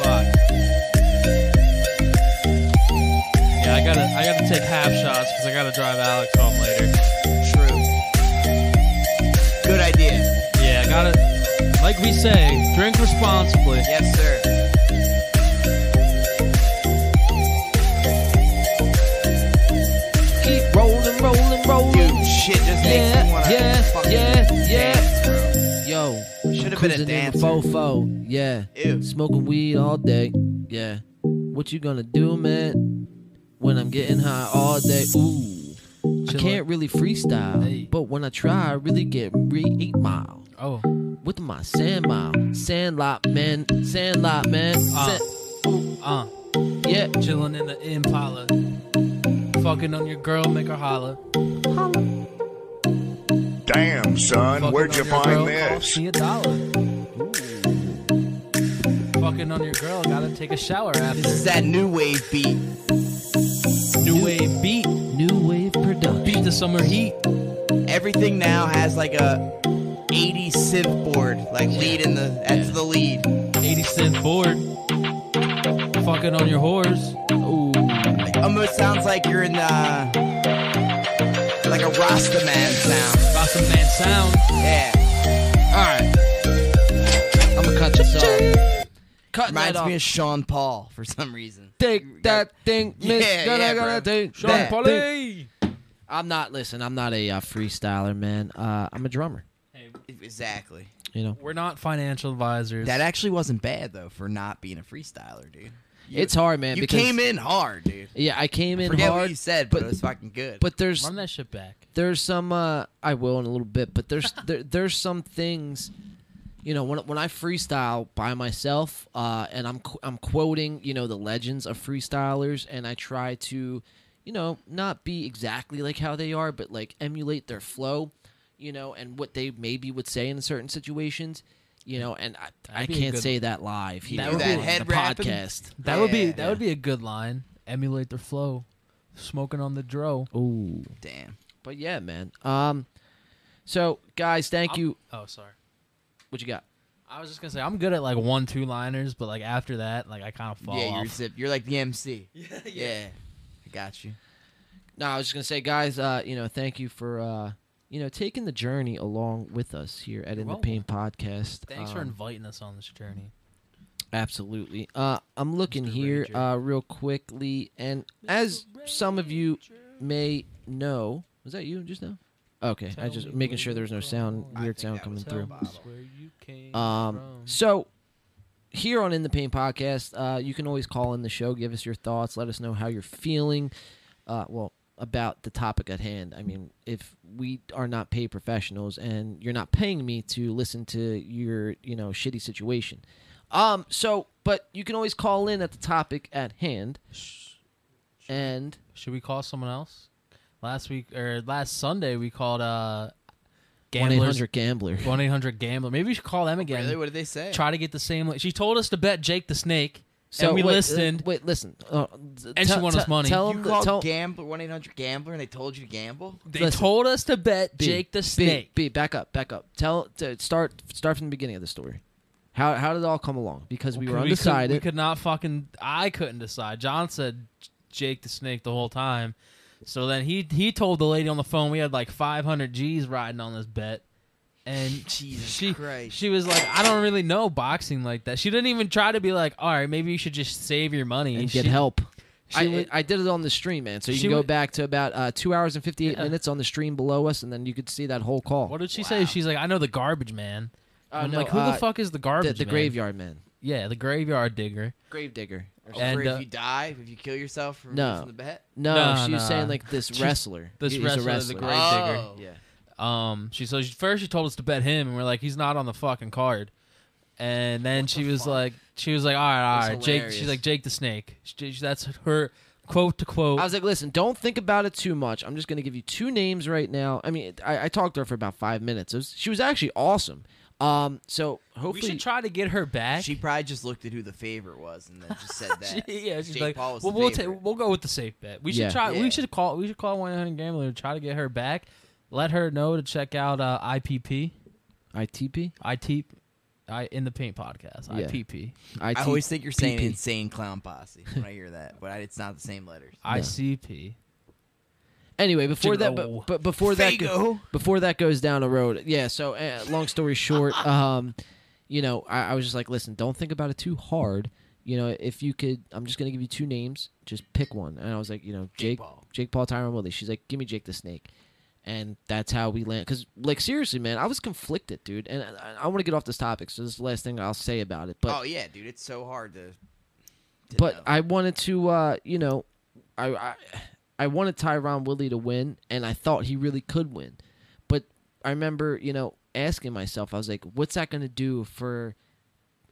Fuck. Yeah, I gotta, I gotta take half shots because I gotta drive Alex home later. Good idea. Yeah, I gotta. Like we say, drink responsibly. Yes, sir. Keep rolling, rolling, rolling. Dude, shit just makes me yeah, wanna yeah, fucking yeah, yeah. dance, bro. Yo, Should've been a cruising in the dancer. Fofo. Yeah. Ew. Smoking weed all day. Yeah. What you gonna do, man? When I'm getting high all day. Ooh. I Chill can't really freestyle, Hey. but when I try, I really get re eight mile. Oh, with my sand mile, sandlot man, sandlot man. Uh. Sa- uh, yeah, chilling in the Impala, fucking on your girl, make her holla. Damn, son, Fucking where'd you on your girl, find cost this? me a dollar. Fucking on your girl, gotta take a shower This after. is that new wave beat. New wave beat, new wave production. beat the summer heat. Everything now has like a 80 synth board, like lead in the that's the lead. 80 cent board. Fucking on your whores. Ooh, Like, almost sounds like you're in uh, like a Rasta man sound. Got some man sound. Yeah, alright. I'm gonna cut this off. Cut that reminds off. me of Sean Paul for some reason. Take that thing, Yeah, miss. yeah, Gotta- bro. gotta take Sean that Paul. thing. I'm not, listen, I'm not a uh, freestyler, man. Uh, I'm a drummer, Exactly. you know. We're not financial advisors. That actually wasn't bad though for not being a freestyler, dude. You- it's hard, man. You because, came in hard, dude. Yeah, I came in Forget what hard, you said, but it was fucking good. but there's Run that shit back. there's some uh I will in a little bit, but there's there, there's some things you know when when I freestyle by myself uh and I'm qu- I'm quoting, you know, the legends of freestylers and I try to you know not be exactly like how they are, but like emulate their flow, you know, and what they maybe would say in certain situations. You know, and I, I That'd be a can't good- say that live here. would be- on the podcast. That would be that would be a good line. Emulate their flow. Smoking on the dro. Ooh. Damn. But yeah, man. Um so guys, thank you. Oh, sorry. What you got? I was just gonna say I'm good at like one two liners, but like after that, like I kind of fall yeah, you're off. zip. You're like the MC. yeah, yeah. I got you. No, I was just gonna say, guys, uh, you know, thank you for uh you know, taking the journey along with us here at In the welcome. Pain Podcast. Thanks for Um, inviting us on this journey. Absolutely. Uh, I'm looking here uh, real quickly, and as some of you may know, was that you just now? Okay, I just making sure there's no sound weird sound coming through. Um, so here on In the Pain podcast, uh, you can always call in the show, give us your thoughts, let us know how you're feeling. Uh, well, about the topic at hand. I mean, if we are not paid professionals and you're not paying me to listen to your, you know, shitty situation. Um, so, but you can always call in at the topic at hand. And should we call someone else? Last week or last Sunday, we called uh, gamblers 1-800-GAMBLER. one eight hundred gambler. Maybe we should call them again. Really? What did they say? Try to get the same. She told us to bet Jake the Snake, So and we wait, uh, listened. wait, listen. Uh, and she won us money. Tell you them, called tell, gamble one eight hundred gambler, and they told you to gamble. They told us to bet B, Jake the B, Snake. B, back up, back up. Tell to start start from the beginning of the story. How how did it all come along? Because we were could- undecided. We could, not fucking. I couldn't decide. John said J- Jake the Snake the whole time. So then he he told the lady on the phone we had like 500 G's riding on this bet, and Jesus she she was like, I don't really know boxing like that. She didn't even try to be like, all right, maybe you should just save your money and She- get help. she I, would- I did it on the stream, man. So you She can go would- back to about uh, two hours and fifty eight minutes on the stream below us, and then you could see that whole call. What did she say? She's like, I know the garbage man. Uh, I'm no, like, who uh, the fuck is the the- garbage? the man? graveyard man. Yeah, the graveyard digger. Grave digger. Or And, for uh, if you die, if you kill yourself from No, losing the bet. no, No, she was no. saying like this She's- wrestler. This He's wrestler, a wrestler. the grave Oh. digger. Yeah. Um. She so she, first she told us to bet him, and we're like, he's not on the fucking card. And then she was like, she was like, all right, all That's right, Jake. She's hilarious. like Jake the Snake. She, she- that's her quote to quote. I was like, listen, don't think about it too much. I'm just going to give you two names right now. I mean, I, I talked to her for about five minutes. It was, she was actually awesome. Um, so hopefully, we should try to get her back. She probably just looked at who the favorite was and then just said that. She- yeah, she's Jake like, Paul was well, the we'll ta- favorite. we'll go with the safe bet. We should Yeah. try. Yeah. We should call. We should call one hundred gambler and try to get her back. Let her know to check out uh, IPP, ITP, IT, I in the paint podcast. Yeah. IPP. I I always think you're saying PP. insane clown posse when I hear that, but I, it's not the same letters. ICP. Anyway, before that, Go. but, but before that, go, Fago. before that goes down the road, yeah. So, uh, long story short, um, you know, I, I was just like, listen, don't think about it too hard. You know, if you could, I'm just gonna give you two names, just pick one. And I was like, you know, Jake, Jake Paul, Tyron Woodley. She's like, give me Jake the Snake, and that's how we land. Because, like, seriously, man, I was conflicted, dude, and I, I want to get off this topic. So this is the last thing I'll say about it. But oh yeah, dude, it's so hard to. but I wanted to, uh, you know, I, I I wanted Tyron Woodley to win, and I thought he really could win. But I remember, you know, asking myself, I was like, what's that going to do for,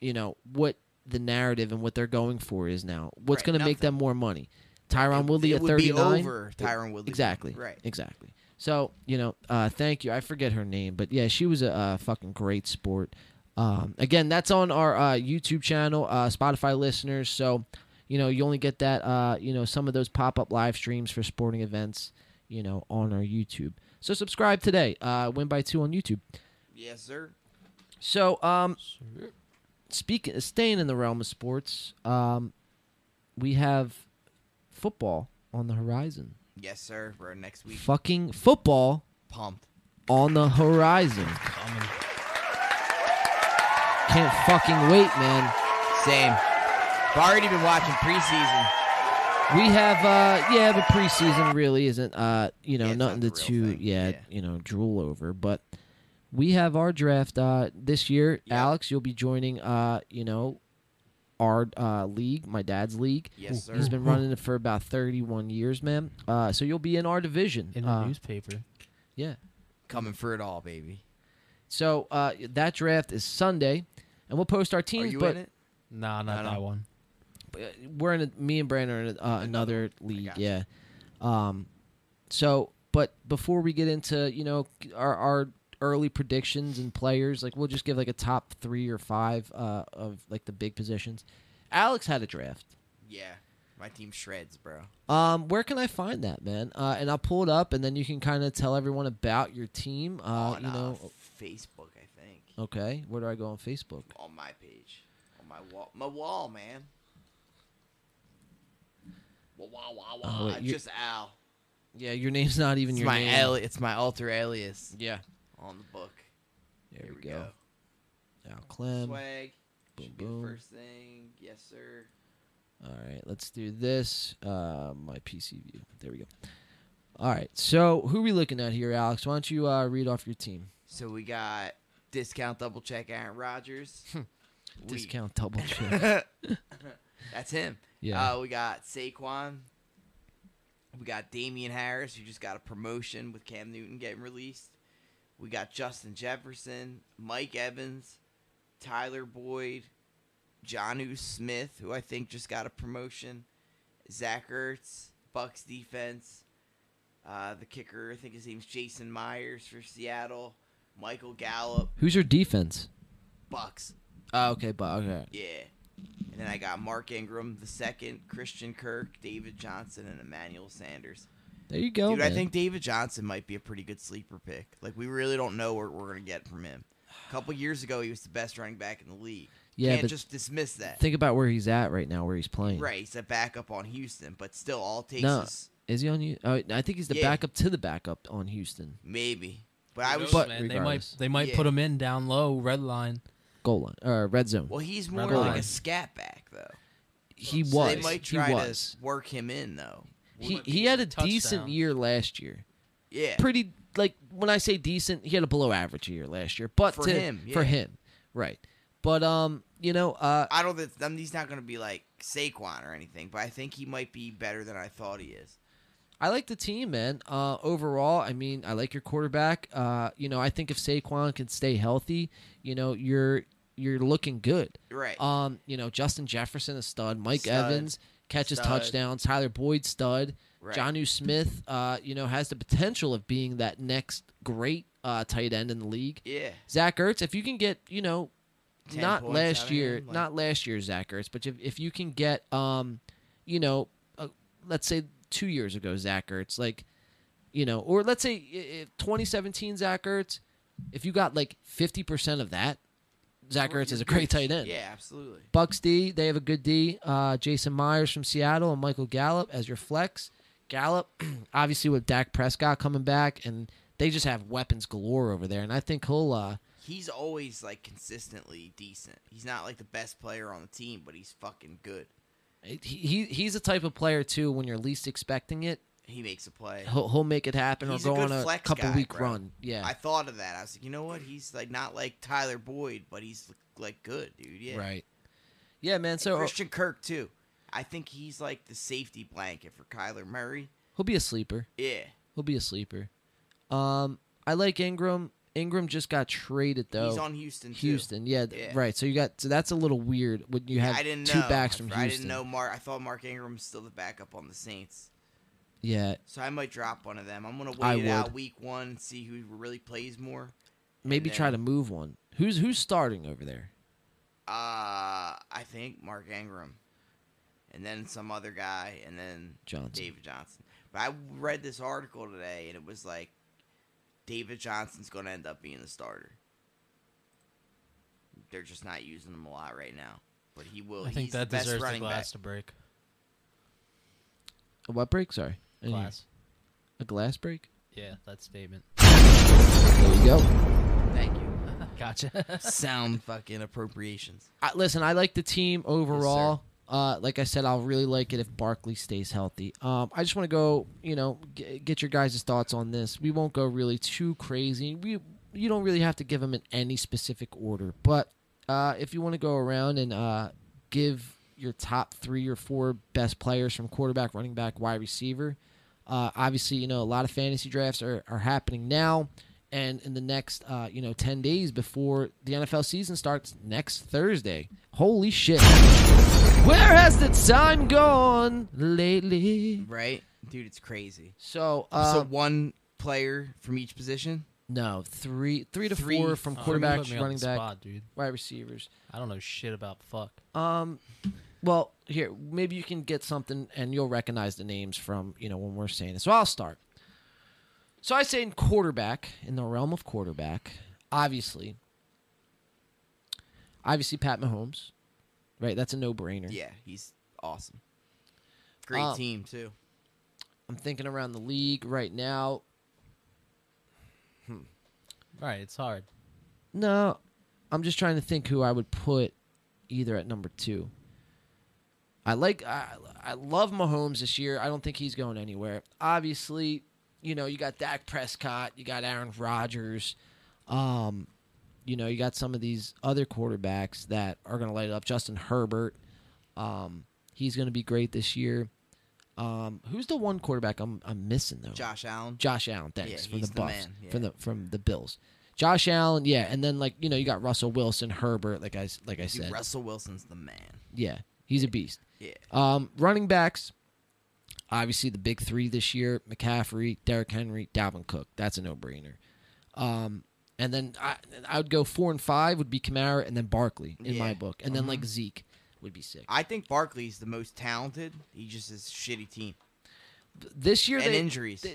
you know, what the narrative and what they're going for is now? What's Right, going to make them more money? Tyron Woodley it at would be 39? over Tyron Woodley. Exactly. Right. Exactly. So, you know, uh, thank you. I forget her name, but yeah, she was a, uh fucking great sport. Um, again, that's on our uh, YouTube channel, uh, Spotify listeners. So, you know, you only get that, uh, you know, some of those pop up live streams for sporting events, you know, on our YouTube. So subscribe today. Uh, win by two on YouTube. Yes, sir. So, um, speaking, staying in the realm of sports, um, we have football on the horizon. Yes, sir. Bro, next week. Fucking football Pumped. on the horizon. Can't fucking wait, man. Same. I've already been watching preseason. We have, uh, yeah, but preseason really isn't, uh, you know, nothing to too, yeah, you know, drool over. But we have our draft uh, this year. Alex, you'll be joining, uh, you know, our uh, league, my dad's league. Yes, He's sir. been running it for about 31 years, man. Uh, so you'll be in our division. in the uh, newspaper. Yeah. Coming for it all, baby. So uh, that draft is Sunday, and we'll post our teams. you but in it? Nah, not that one. but uh, we're in a, me and Brandon are in a, uh, another league. Yeah. Um, so, but before we get into you know our our early predictions and players. Like we'll just give like a top three or five uh, of like the big positions. Alex had a draft. Yeah, my team shreds, bro. Um, where can I find that, man? Uh, and I'll pull it up, and then you can kind of tell everyone about your team. Uh, on you know, uh, Facebook, I think. okay. Where do I go on Facebook? On my page, on my wall, my wall, man. Wah wah wah wah. Oh, wait, It's you- just Al. Yeah, your name's not even It's your my name. ali- it's my alter alias. Yeah. On the book. There we go. Al Clem. Swag. Boom, Should be boom. the first thing. Yes, sir. All right, let's do this. Uh, my PC view. There we go. All right, so who are we looking at here, Alex? Why don't you uh, read off your team? So we got discount double check Aaron Rodgers. We- Hmm. Discount double check. That's him. Yeah. Uh, we got Saquon. We got Damian Harris, who just got a promotion with Cam Newton getting released. We got Justin Jefferson, Mike Evans, Tyler Boyd, Johnu Smith, who I think just got a promotion, Zach Ertz, Bucks defense, uh, the kicker, I think his name's Jason Myers for Seattle, Michael Gallup, Who's your defense? Bucks. Oh, okay, but okay. Yeah. And then I got Mark Ingram, the second, Christian Kirk, David Johnson, and Emmanuel Sanders. There you go, Dude, I man. think David Johnson might be a pretty good sleeper pick. Like, we really don't know what we're going to get from him. A couple years ago, he was the best running back in the league. Yeah, Can't but just dismiss that. Think about where he's at right now, where he's playing. Right, he's a backup on Houston, but still, all it takes No, is is he on you? Oh, I think he's the Yeah. backup to the backup on Houston maybe. But I was, But man, they might regardless. they might Yeah. put him in down low red line. goal line or red zone. Well, he's Red more line. like a scat back, though. He So was. They might try he was. to work him in, though. He he had a decent touchdown. year last year. Yeah. Pretty like when I say decent, he had a below average year last year. But For to- him, for yeah. him, right? But um, you know, uh, I don't think um, he's not going to be like Saquon or anything, but I think he might be better than I thought he is. I like the team, man. Uh, overall, I mean, I like your quarterback. Uh, you know, I think if Saquon can stay healthy, you know, you're you're looking good. Right. Um, you know, Justin Jefferson a stud. Mike Stud. Evans catches Stud. touchdowns. Tyler Boyd stud. Right. Johnu Smith, uh, you know, has the potential of being that next great uh, tight end in the league. Yeah. Zach Ertz, if you can get, you know, 10 not points out last of year, him, like- not last year Zach Ertz, but if, if you can get, um, you know, uh, let's say two years ago Zach Ertz, like, you know, or let's say i- i- 2017 Zach Ertz, if you got like 50% of that, Zach Ertz is a great tight end. Yeah, absolutely. Bucks D, they have a good D. Uh, Jason Myers from Seattle and Michael Gallup as your flex. Gallup, obviously with Dak Prescott coming back, and they just have weapons galore over there. And I think he'll, uh, He's always like consistently decent. He's not like the best player on the team, but he's fucking good. he, he he's the type of player too when you're least expecting it, He makes a play. he'll, he'll make it happen He's or go a good on a flex couple guy, week bro. run. Yeah, I thought of that. I was like, you know what? He's like not like Tyler Boyd, but he's like good, dude. Yeah. right. Yeah, man. So So uh, Christian Kirk too. I think he's like the safety blanket for Kyler Murray. he'll be a sleeper. Yeah. He'll be a sleeper. Um, I like Ingram. Ingram just got traded though. He's on Houston, too. Houston, yeah, th- Yeah. right. So you got so that's a little weird when you have I didn't two know. backs from I, Houston. I didn't know Mark. I thought Mark Ingram was still the backup on the Saints. Yeah, So I might drop one of them. I'm gonna wait I it out would. week one, see who really plays more. maybe And try to then- move one. Who's who's starting over there? Uh I think Mark Ingram, and then some other guy, and then Johnson. David Johnson. But I read this article today, and it was like David Johnson's gonna end up being the starter. They're just not using him a lot right now, but he will. I think He's that the best deserves the running back. glass to break. A what break? Sorry, I didn't hear. Glass. A glass break. Yeah, that statement. There you go. Thank you. Gotcha. Sound fucking appropriations. I, listen, I like the team overall. uh, like I said, I'll really like it if Barkley stays healthy. Um, I just want to go, you know, g- get your guys' thoughts on this. We won't go really too crazy. We you don't really have to give them in any specific order, but uh, if you want to go around and uh, give your top three or four best players from quarterback, running back, wide receiver. Uh, obviously, you know a lot of fantasy drafts are, are happening now, and in the next uh, you know ten days before the NFL season starts next Thursday. Holy shit! Where has the time gone lately? Right, dude, it's crazy. So, so uh, one player from each position. No, three, three to Three. four from Oh, you put quarterbacks, me on running the back, spot, dude. wide receivers. I don't know shit about fuck. Um, well, here maybe you can get something, and you'll recognize the names from you know when we're saying this. So I'll start. So I say in quarterback, in the realm of quarterback, obviously, obviously Pat Mahomes, right? That's a no-brainer. Yeah, he's awesome. Great Um, team too. I'm thinking around the league right now. Hmm. Right, it's hard. No, I'm just trying to think who I would put either at number two. I like I, I love Mahomes this year. I don't think he's going anywhere. Obviously, you know you got Dak Prescott, you got Aaron Rodgers, um, you know you got some of these other quarterbacks that are going to light it up. Justin Herbert, um, he's going to be great this year. Um, who's the one quarterback I'm I'm missing though? Josh Allen. Josh Allen, Yeah, thanks from the he's the Buffs, man, yeah. from the from the Bills. Josh Allen, yeah, and then like you know you got Russell Wilson, Herbert, like I s- like I Dude, said, Russell Wilson's the man. yeah, he's a beast. Yeah. Um, running backs, obviously the big three this year: McCaffrey, Derrick Henry, Dalvin Cook. That's a no-brainer. Um, and then I I would go four and five would be Kamara and then Barkley in my Yeah. book, and then like Mhm. Zeke would be sick. I think Barkley's the most talented. He just is a shitty team. This year and they- injuries.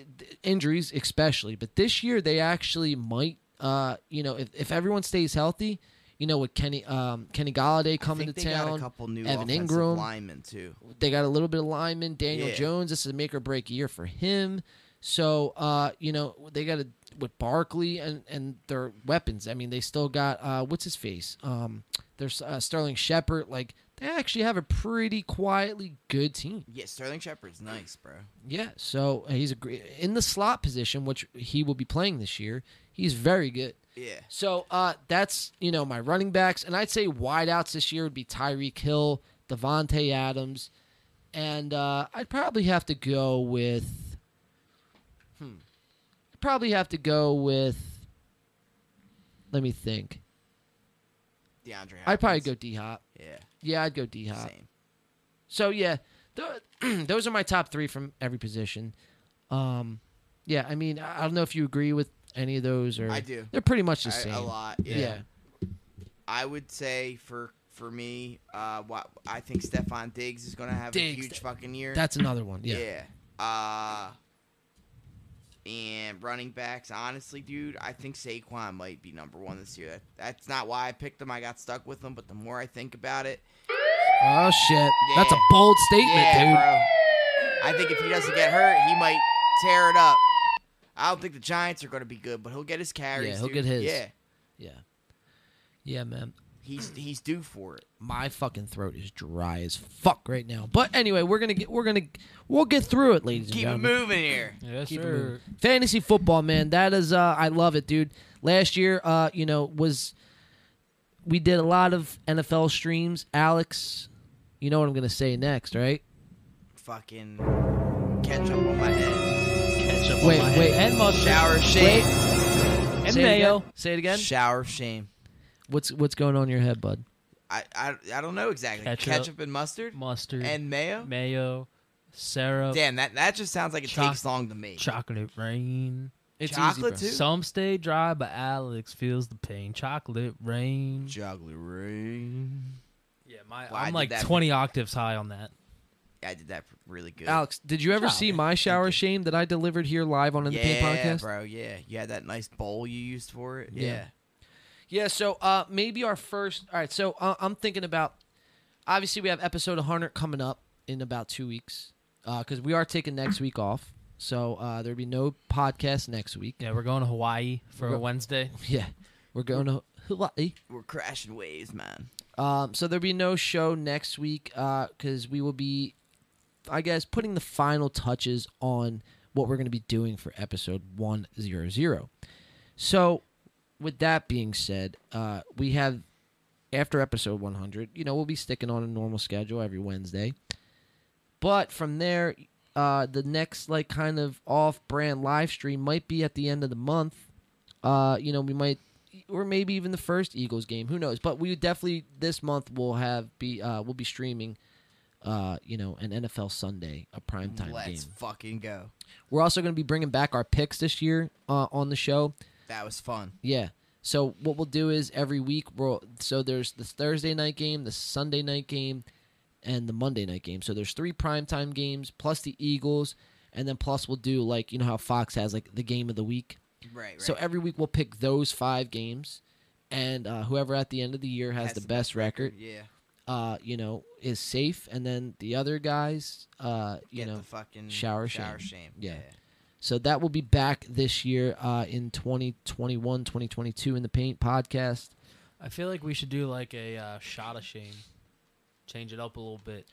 injuries especially but this year they actually might uh you know if, if everyone stays healthy you know with kenny um kenny galladay I coming think to they town got a couple new evan offensive ingram linemen too. they got a little bit of lineman daniel Yeah. jones this is a make or break year for him so uh you know they got a with barkley and and their weapons i mean they still got uh what's his face um there's uh, sterling shepard like they actually have a pretty quietly good team Yeah, Sterling Shepard's nice, bro. yeah, so uh, he's a great in the slot position, which he will be playing this year. He's very good. Yeah. So uh, that's you know my running backs, and I'd say wideouts this year would be Tyreek Hill, Devontae Adams, and uh, I'd probably have to go with. Hmm. I'd probably have to go with. Let me think. DeAndre. I'd probably Hopkins. go D Hop. Yeah. Yeah, I'd go D Hop. Same. So yeah, th- those are my top three from every position. Um, yeah, I mean, I I don't know if you agree with any of those or I do. They're pretty much the I- same. A lot. Yeah. I would say for for me, uh, what I think Stefan Diggs is going to have Diggs, a huge fucking year. that's another one, yeah. Yeah. Uh, and running backs, honestly, dude, I think Saquon might be number one this year. That, that's not why I picked him. I got stuck with him, but the more I think about it, Oh shit, that's a Yeah. bold statement, yeah, dude. bro. I think if he doesn't get hurt, he might tear it up. I don't think the Giants are going to be good, but he'll get his carries. Yeah, he'll dude. get his. Yeah, yeah, yeah, man. he's he's due for it. My fucking throat is dry as fuck right now. But anyway, we're gonna get, we're gonna, we'll get through it, ladies Keep it and gentlemen. moving here. Yes, Keep it moving. Fantasy football, man. That is, uh, I love it, dude. Last year, uh, you know, was we did a lot of NFL streams. Alex, you know what I'm gonna say next, right? fucking ketchup on my head. Ketchup Wait, on my wait. head. And mustard. Shower of shame. Wait. And Say it mayo. again. Say it again. Shower of shame. What's what's going on in your head, bud? I, I, I don't know exactly. Ketchup. Ketchup, and mustard? Mustard. And mayo? Mayo. Syrup. Damn, that, that just sounds like it Choc- takes long to make. Chocolate rain. It's easy, Chocolate bro. too? Some stay dry, but Alex feels the pain. Chocolate rain. Chocolate rain. Yeah, my Wow, I I'm did like that- 20 octaves high on that. I did that really good. Alex, did you ever Shower. see my shower shame that I delivered here live on In the Pain Yeah, podcast? bro, yeah. You had that nice bowl you used for it. Yeah. Yeah. Yeah, so uh, maybe our first. All right, so uh, I'm thinking about. Obviously, we have episode 100 coming up in about two weeks because we are taking next week off. So uh, there'll be no podcast next week. Yeah, we're going to Hawaii for We're go- Wednesday. Yeah, we're going to Hawaii. We're crashing waves, man. Um, so there'll be no show next week because we will be, I guess, putting the final touches on what we're going to be doing for episode 100. So, with that being said, uh, we have, after episode 100, you know, we'll be sticking on a normal schedule every Wednesday. But from there, uh, the next like kind of off-brand live stream might be at the end of the month. Uh, you know, we might, or maybe even the first Eagles game. Who knows? But we definitely this month will have be uh, we'll be streaming. Uh, you know, an NFL Sunday, a primetime Let's game. fucking go. We're also going to be bringing back our picks this year uh, on the show. That was fun. Yeah. So what we'll do is every week we'll so there's the Thursday night game, the Sunday night game, and the Monday night game. So there's three primetime games plus the Eagles, and then plus we'll do like you know how Fox has like the game of the week. Right, right. So every week we'll pick those five games, and uh, whoever at the end of the year has, the, best record, Yeah. uh, you know, is safe, and then the other guys, uh, you Get know, the Mm, fucking shower shame. shower shame. Yeah. Yeah. So that will be back this year uh, in 2021, 2022 in the Paint podcast. I feel like we should do like a uh, shot of shame, change it up a little bit.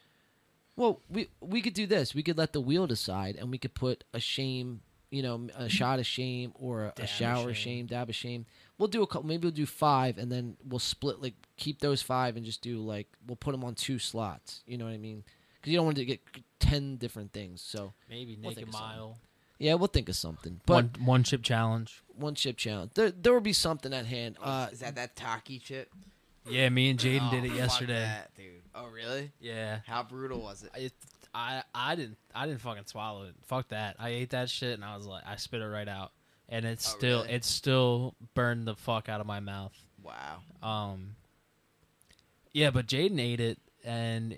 Well, we we could do this. We could let the wheel decide, and we could put a shame, you know, a shot of shame or a, Dab a of shower shame. shame. dab of shame. We'll do a couple. Maybe we'll do five, and then we'll split like keep those five and just do like we'll put them on two slots. You know what I mean? Because you don't want to get ten different things. So Maybe we'll naked think of something. mile, Yeah, we'll think of something. But one one chip challenge. one chip challenge. There, there will be something at hand. Uh, Oh, Is that that Taki chip? Yeah, me and Jaden Oh, did it fuck yesterday. that, dude. Oh, really? Yeah. How brutal was it? I, I I didn't I didn't fucking swallow it. Fuck that. I ate that shit and I was like I spit it right out. And it's Oh, still really? it still burned the fuck out of my mouth. Wow. Um Yeah, but Jaden ate it and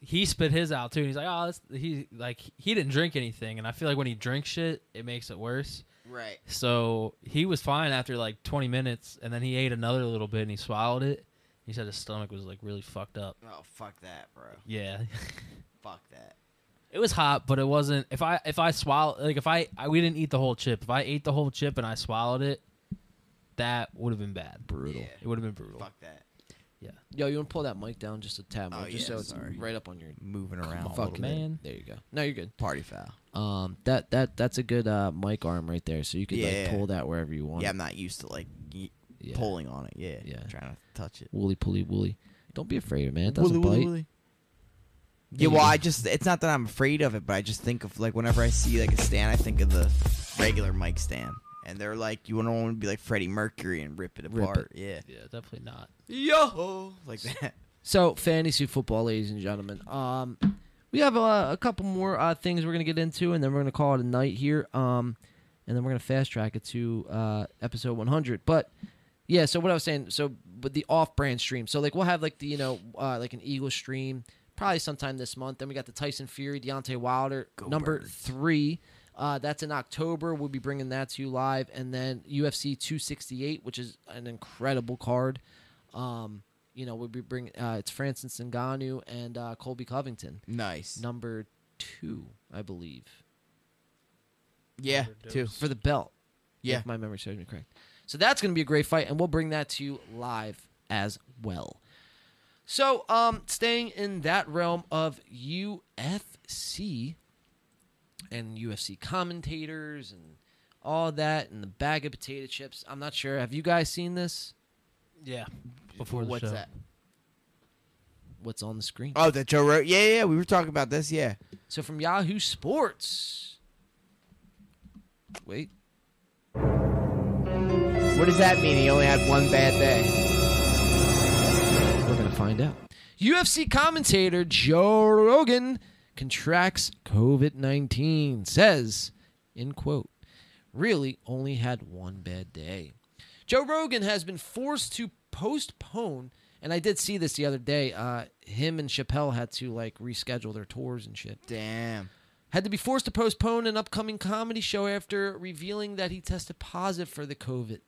he spit his out too. And he's like, "Oh, that's, he like he didn't drink anything." And I feel like when he drinks shit, it makes it worse. Right. So he was fine after like 20 minutes, and then he ate another little bit and he swallowed it. He said his stomach was like really fucked up. Oh, fuck that, bro. Yeah, Fuck that. it was hot, but it wasn't. If I if I swallow like if I, I we didn't eat the whole chip. If I ate the whole chip and I swallowed it, that would have been bad. Brutal. Yeah. It would have been brutal. Fuck that. Yo, you want to pull that mic down just a tad more, Oh, just yeah, so it's sorry. right up on your Moving around. a fucking little bit. man. There you go. No, you're good. Party foul. Um, that that that's a good uh, mic arm right there, so you could Yeah. like pull that wherever you want. Yeah, I'm not used to like y- Yeah. pulling on it. Yeah. Yeah. Trying to touch it. Wooly pulley wooly. Don't be afraid, man. It doesn't Wooly, wooly, bite. wooly. Yeah, you well, go. I just, it's not that I'm afraid of it, but I just think of, like, whenever I see, like, a stand, I think of the regular mic stand. And they're like, you don't want to be like Freddie Mercury and rip it Rip it. apart. Yeah. Yeah, definitely not. Yo! Like that. So fantasy football, ladies and gentlemen. Um, we have uh, a couple more uh, things we're gonna get into, and then we're gonna call it a night here. Um, and then we're gonna fast track it to uh, episode 100. But yeah, so what I was saying, so but the off-brand stream. So like we'll have like the you know uh, like an Eagle stream probably sometime this month. Then we got the Tyson Fury, Deontay Wilder, number Birds. three. Uh, that's in October. We'll be bringing that to you live, and then UFC 268, which is an incredible card. Um, you know, we'll be bringing uh, it's Francis Ngannou and uh, Colby Covington, Nice. number two, I believe, Yeah, too. for the belt. Yeah. if my memory serves me correct. So that's going to be a great fight, and we'll bring that to you live as well. So, um, staying in that realm of UFC and UFC commentators and all that, and the bag of potato chips. I'm not sure. Have you guys seen this? Yeah, before the What's show. that? What's on the screen? Oh, that Joe Rogan. Yeah, yeah, yeah, we were talking about this. Yeah. So from Yahoo Sports. Wait. What does that mean? He only had one bad day. We're going to find out. UFC commentator Joe Rogan contracts COVID 19, says, in quote, really only had one bad day. Joe Rogan has been forced to postpone, and I did see this the other day. Uh, him and Chappelle had to like reschedule their tours and shit. Damn. had to be forced to postpone an upcoming comedy show after revealing that he tested positive for the COVID.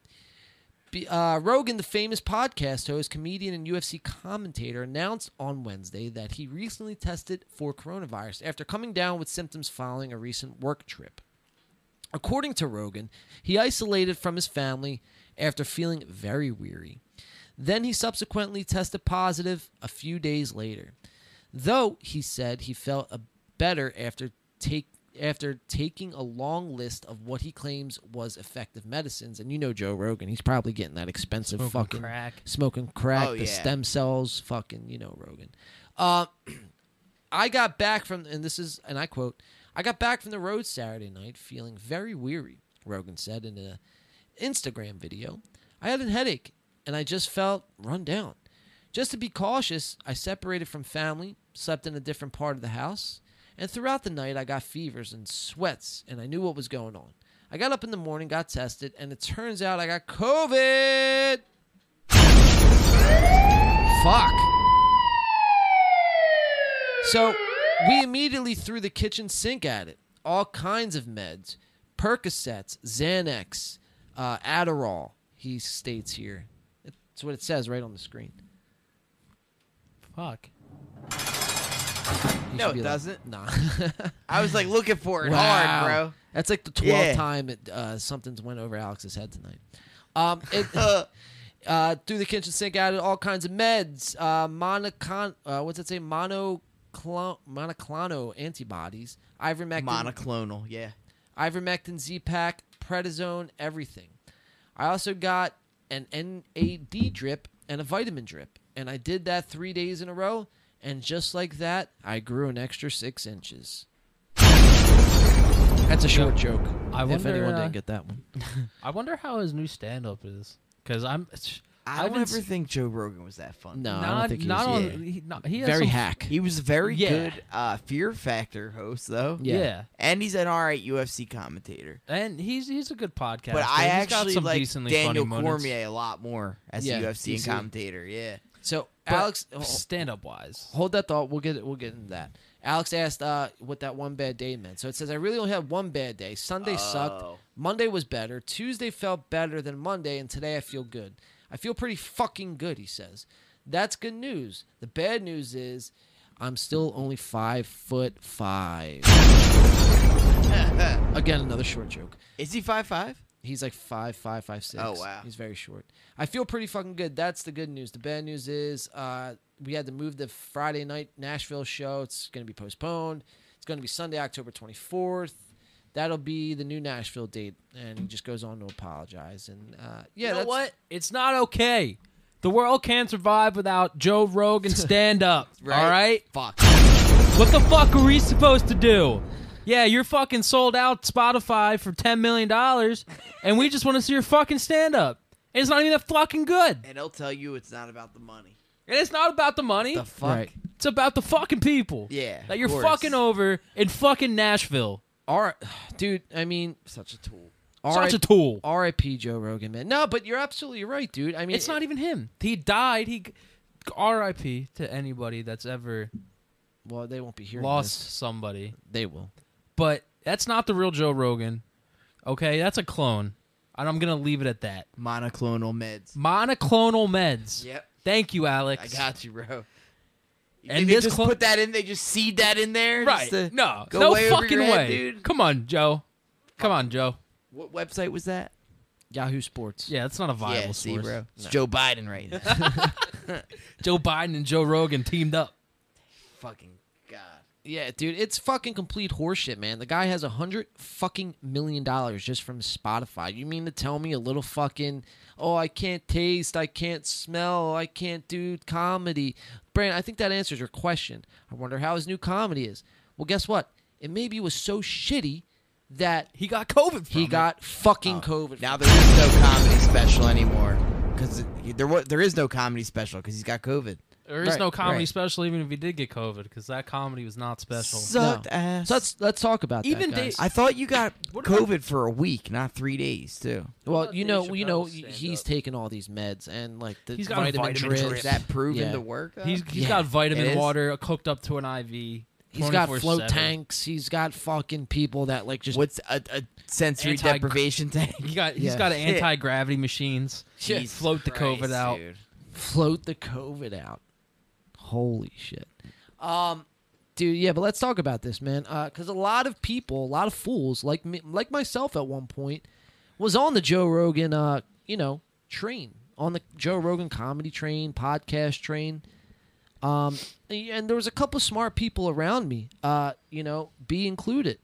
Be- uh, Rogan, the famous podcast host, comedian, and UFC commentator, announced on Wednesday that he recently tested for coronavirus after coming down with symptoms following a recent work trip. According to Rogan, he isolated from his family after feeling very weary. Then he subsequently tested positive a few days later. Though he said he felt a better after take after taking a long list of what he claims was effective medicines, and you know Joe Rogan, he's probably getting that expensive Smoking fucking crack. smoking crack, Oh, the yeah. stem cells, fucking you know Rogan. Uh, I got back from, and this is, and I quote, I got back from the road Saturday night feeling very weary, Rogan said in an Instagram video. I had a headache and I just felt run down. Just to be cautious, I separated from family, slept in a different part of the house, and throughout the night I got fevers and sweats and I knew what was going on. I got up in the morning, got tested, and it turns out I got COVID. Fuck. So we immediately threw the kitchen sink at it. All kinds of meds Percocets, Xanax, uh, Adderall, he states here. That's what it says right on the screen. Fuck. You should No, be it like, doesn't. nah. I was like looking for it Wow. hard, bro. That's like the 12th Yeah. time it, uh, something's went over Alex's head tonight. Um, it, uh, through the kitchen sink, added all kinds of meds. Uh, monocon, uh, what's it say? Monoclon- monoclonal antibodies. Ivermectin. Monoclonal, yeah. Ivermectin, Z-Pack, prednisone, everything. I also got an NAD drip and a vitamin drip, and I did that three days in a row. And just like that, I grew an extra six inches. That's a short joke. I if wonder, anyone uh, didn't get that one. I wonder how his new stand up is. Because I'm. I've I don't been ever s- think Joe Rogan was that funny. No, I don't Not- think he Uh, not was. on- he- not- he has Very some- hack. He was a very Yeah. good uh, Fear Factor host, though. Yeah. Yeah. and he's an all right UFC commentator. And he's he's a good podcast. But I He's got actually some like decently Daniel funny Cormier a lot more as Yeah, a UFC DC. commentator. Yeah. So But Alex, oh, stand up wise, hold that thought. We'll get we'll get into that. Alex asked uh, what that one bad day meant. So it says I really only had one bad day. Sunday Oh. sucked. Monday was better. Tuesday felt better than Monday, and today I feel good. I feel pretty fucking good. He says that's good news. The bad news is I'm still only five foot five. Again, another short joke. Is he five five? He's like five five five six. Oh, wow. he's very short. I feel pretty fucking good. That's the good news. The bad news is uh, we had to move the Friday night Nashville show. It's going to be postponed. It's going to be Sunday, October twenty fourth. That'll be the new Nashville date, and he just goes on to apologize. And uh, you yeah, know that's, what? It's not okay. The world can't survive without Joe Rogan stand up. All right? Fuck. What the fuck are we supposed to do? Yeah, you're fucking sold out Spotify for $10 million, and we just want to see your fucking stand up. It's not even that fucking good. And he'll tell you it's not about the money. And it's not about the money. The fuck? Right. It's about the fucking people. Yeah, That of you're course. fucking over in fucking Nashville. All right, dude. I mean, such a tool. Such a tool. R.I.P. Joe Rogan, man. No, but you're absolutely right, dude. I mean, it's not even him. He died. He R.I.P. to anybody that's ever Well, they won't be hearing lost this. somebody. They will. But that's not the real Joe Rogan. Okay, that's a clone. And I'm gonna leave it at that. Monoclonal meds. Monoclonal meds. Yep. Thank you, Alex. I got you, bro. You And think they this just clo- put that in. They just seed that in there. Right. just to No. go no way over fucking your way. head, dude. Come on, Joe. Come on, Joe. What website was that? Yahoo Sports. Yeah, that's not a viable yeah, see, source. bro. It's No. Joe Biden right now. Joe Biden and Joe Rogan teamed up. Fucking god. Yeah, dude, it's fucking complete horseshit, man. The guy has a hundred fucking million dollars just from Spotify. You mean to tell me a little fucking oh I can't taste, I can't smell, I can't do comedy. Brandon, I think that answers your question. I wonder how his new comedy is. Well, guess what? It maybe was so shitty that he got COVID. He got fucking COVID. Oh. Now there is no comedy special anymore because there wa- there is no comedy special because he's got COVID. There is no comedy right. special, even if he did get COVID, because that comedy was not special. Sucked ass. So let's let's talk about that, Even Dave- guys. I thought you got What about- COVID for a week, not three days too. well, you Dave know, you know, Chappelle's stand-up? he's taking all these meds and like the He's got a vitamin, vitamin drips. drip. Is that proven Yeah. to work? though? He's he's Yeah, got it is. vitamin water cooked up to an IV. He's got 24/7. float tanks. He's got fucking people that like just What's a, a sensory Anti- deprivation tank? He got he's Yeah. got Shit. anti gravity machines. Jesus float the COVID Christ, out. dude. float the COVID out. Holy shit, um, dude. Yeah, but let's talk about this, man. Because a lot of people, a lot of fools like me, like myself at one point, was on the Joe Rogan, uh, you know, train on the Joe Rogan comedy train, podcast train. Um, and there was a couple smart people around me, uh, you know, be included.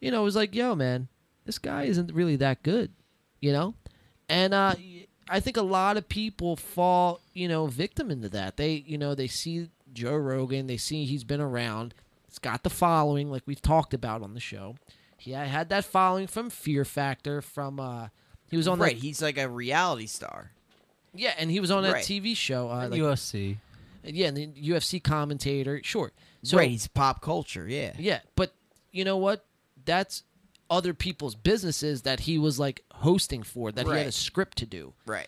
You know, it was like, yo, man, this guy isn't really that good, you know? And uh, I think a lot of people fall, you know, victim into that. They, you know, they see Joe Rogan, they see he's been around, he's got the following, like we've talked about on the show. He had had that following from Fear Factor, from, uh, he was on right. that, He's like a reality star. yeah, and he was on that Right. TV show, uh, like, USC. yeah, and the UFC commentator, sure. So right. He's pop culture. Yeah. yeah, but you know what? That's other people's businesses that he was like hosting for that he had a Right. script to do. Right.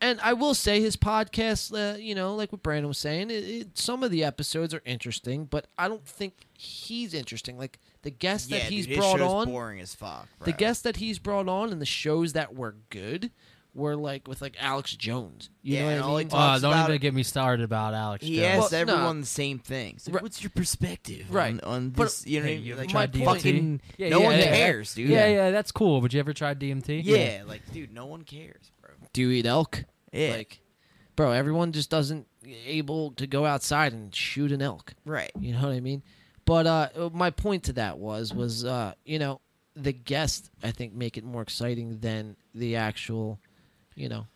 And I will say his podcast, uh, you know, like what Brandon was saying, it, it, some of the episodes are interesting, but I don't think he's interesting. Like the guests yeah, that he's dude, his brought show's on, boring as fuck. Bro. the guests that he's brought on and the shows that were good were like with like Alex Jones. You Yeah, know what and I all he mean? Uh, don't even get me started about Alex. He Jones. asked Well, no. everyone the same things. Like, What's your perspective Right. on, on But- this? you know, what I Hey, mean? you ever like, tried DMT? fucking, Yeah, no yeah, one yeah. cares, dude. Yeah, yeah, that's cool. But you ever tried DMT? yeah, Like, dude, no one cares, bro. Do you eat elk? Yeah. Like, bro, everyone just doesn't able to go outside and shoot an elk. Right. You know what I mean? But uh, my point to that was was uh, you know the guests I think make it more exciting than the actual, you know.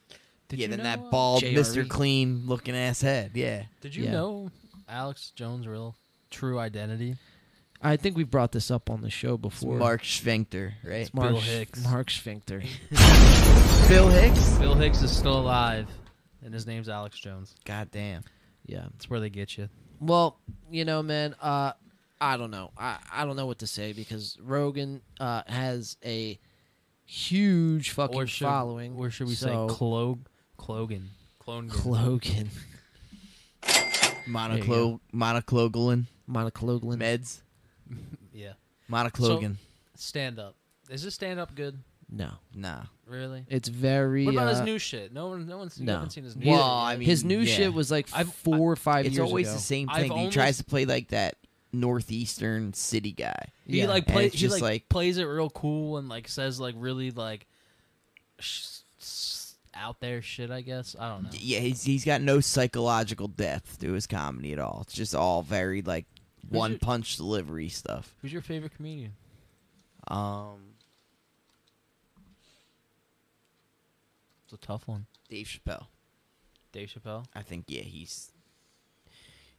yeah, then that bald JRE? Mr. Clean looking ass head. Yeah. uh, Did you Yeah. know Alex Jones' real true identity? I think we brought this up on the show before. Mark Sphincter, right? It's Mark, Bill Hicks. Mark Sphincter. Bill Hicks? Bill Hicks is still alive, and his name's Alex Jones. God damn. Yeah. That's where they get you. Well, you know, man, uh, I don't know. I, I don't know what to say because Rogan uh, has a huge fucking Or should, following. Or should we so- say Clog, Clogan? Clone. Clogan. There you Monoclo- go. monoclogalin. Monoclogalin. Meds. Yeah. Monoclogan. Stand up. Is this stand up good? no. nah. Really? It's very. What about his uh, new shit? No one, no one's, you no. haven't seen his new. Well, shit I yet. mean, his new yeah. shit was like four or five It's years always ago. the same I've thing. He almost- tries to play like that northeastern city guy. He like And plays. it's He just like, plays it real cool and like says like really like sh- s- out there shit. I guess I don't know. yeah, he's he's got no psychological depth to his comedy at all. It's just all very like one your- punch delivery stuff. Who's your favorite comedian? Um, It's a tough one. Dave Chappelle. Dave Chappelle. I think yeah, he's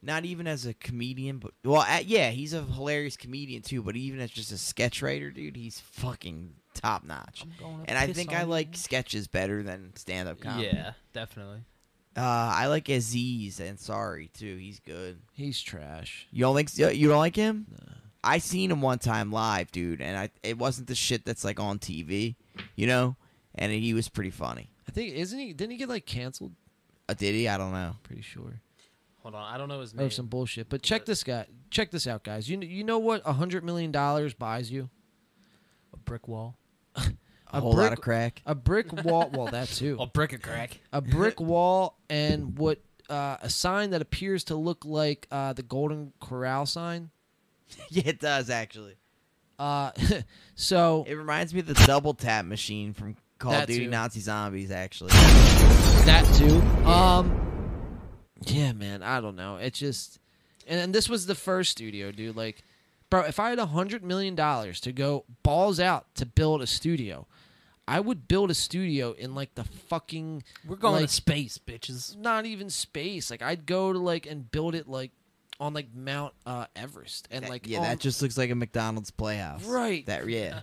not even as a comedian, but well, uh, yeah, he's a hilarious comedian too. But even as just a sketch writer, dude, he's fucking top notch. going to And I piss think I on like sketches better than stand up comedy. Yeah, definitely. Uh, I like Aziz Ansari too. He's good. He's trash. You don't like you don't like him? I seen him one time live, dude, and I it wasn't the shit that's like on TV, you know. And he was pretty funny. I think isn't he? Didn't he get like canceled? Uh, did he? I don't know. Pretty sure. Hold on, I don't know his Or name. some bullshit. But check this guy. Check this out, guys. You kn- you know what? A hundred million dollars buys you a brick wall. A, whole lot of crack. A brick wall. Well, that too. A brick of crack. a brick wall and what uh, a sign that appears to look like uh, the Golden Corral sign. yeah, it does actually. Uh, so It reminds me of the double tap machine from Call of That Duty too. Nazi Zombies, actually. that too. Um, yeah, man. I don't know. It just and, and this was the first studio, dude. Like, bro, if I had a hundred million dollars to go balls out to build a studio, I would build a studio in like the fucking. We're going like, to space, bitches. not even space. Like I'd go to like and build it like on like Mount uh, Everest and like yeah, on- that just looks like a McDonald's playhouse. Right. That yeah.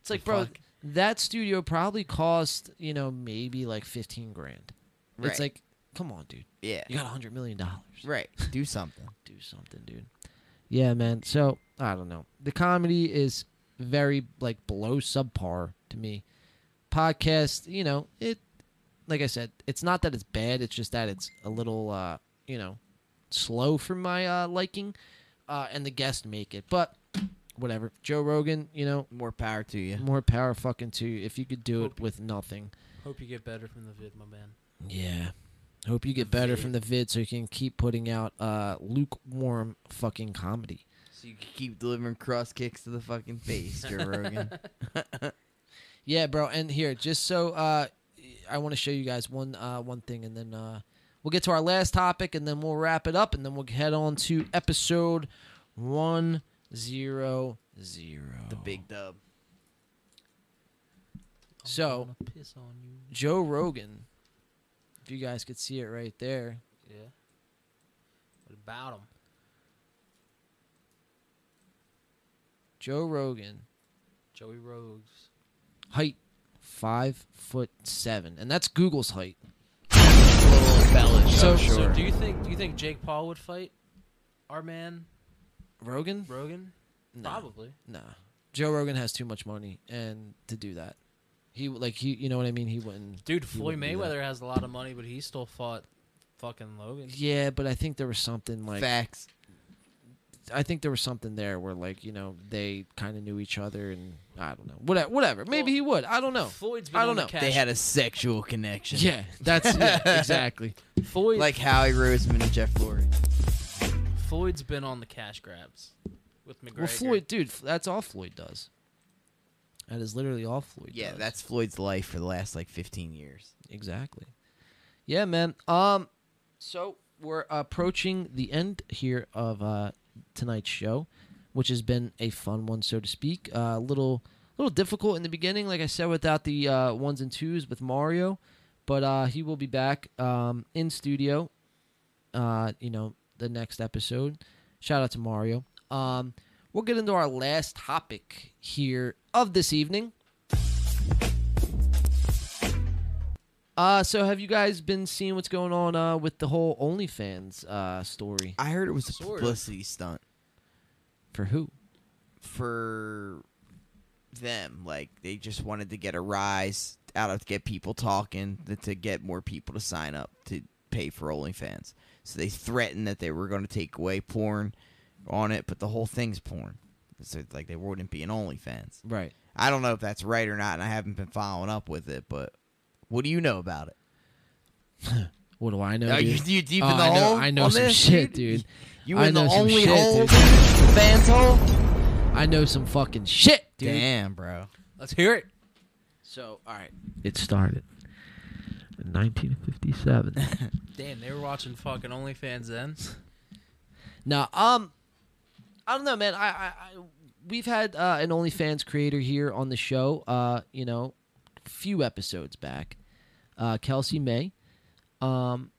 it's like bro that studio probably cost you know maybe like fifteen grand. Right. It's like come on, dude. Yeah. you got a hundred million dollars. Right. Do something. Do something, dude. Yeah, man. So I don't know. The comedy is very like below subpar to me. Podcast, you know, it like I said, it's not that it's bad, it's just that it's a little uh, you know, slow for my uh liking. Uh and the guests make it. But whatever. Joe Rogan, you know, More power to you. more power fucking to you if you could do it Hope- with nothing. Hope you get better from the vid, my man. Yeah. Hope you get better from the vid so you can keep putting out uh lukewarm fucking comedy. So you can keep delivering cross kicks to the fucking face, Joe Rogan. Yeah, bro. And here, just so uh, I want to show you guys one uh, one thing, and then uh, we'll get to our last topic, and then we'll wrap it up, and then we'll head on to episode one zero zero. the big dub. So I'm gonna piss on you. Joe Rogan, if you guys could see it right there, Yeah. What about him? Joe Rogan, Joey Rogues. height five foot seven, and that's Google's height. Little embellished. So- so I'm sure. Do you think? Do you think Jake Paul would fight our man Rogan? Rogan? No. Probably. Nah. Joe Rogan has too much money and to do that. He like he you know what I mean? He wouldn't Dude, he Floyd wouldn't do that. Mayweather has a lot of money, but he still fought fucking Logan. Yeah, but I think there was something like facts. I think there was something there where like you know they kind of knew each other and I don't know whatever whatever maybe he would I don't know Floyd's been I don't on the know cash. They had a sexual connection. yeah that's yeah, exactly Floyd like Howie Roseman and Jeff Lurie. Floyd's been on the cash grabs with McGregor. well Floyd dude that's all Floyd does that is literally all Floyd Yeah, does. that's Floyd's life for the last like 15 years. Exactly. Yeah, man. Um, so we're approaching the end here of uh, tonight's show, which has been a fun one, so to speak. Uh, A little, little difficult in the beginning, like I said, without the uh, ones and twos with Mario, but uh, he will be back um, in studio. Uh, you know, the next episode. Shout out to Mario. Um, we'll get into our last topic here of this evening. Uh, so have you guys been seeing what's going on uh, with the whole OnlyFans uh, story? I heard it was a Sort of. publicity stunt for who? For them, like they just wanted to get a rise out of get people talking to, to get more people to sign up to pay for OnlyFans. So they threatened that they were going to take away porn on it, but the whole thing's porn. So like they wouldn't be an OnlyFans, right? I don't know if that's right or not, and I haven't been following up with it. But what do you know about it? What do I know? Are you- dude? you deep Oh, in the I know, hole I know on some this, shit, dude. You I in the know some only shit, hole? dude. Fans hole? I know some fucking shit, dude. Damn, bro. Let's hear it. So, all right. It started in 1957. Damn, they were watching fucking OnlyFans then. now, um, I don't know, man. I, I, I we've had uh, an OnlyFans creator here on the show. Uh, you know, few episodes back, uh, Kelsey May. Um,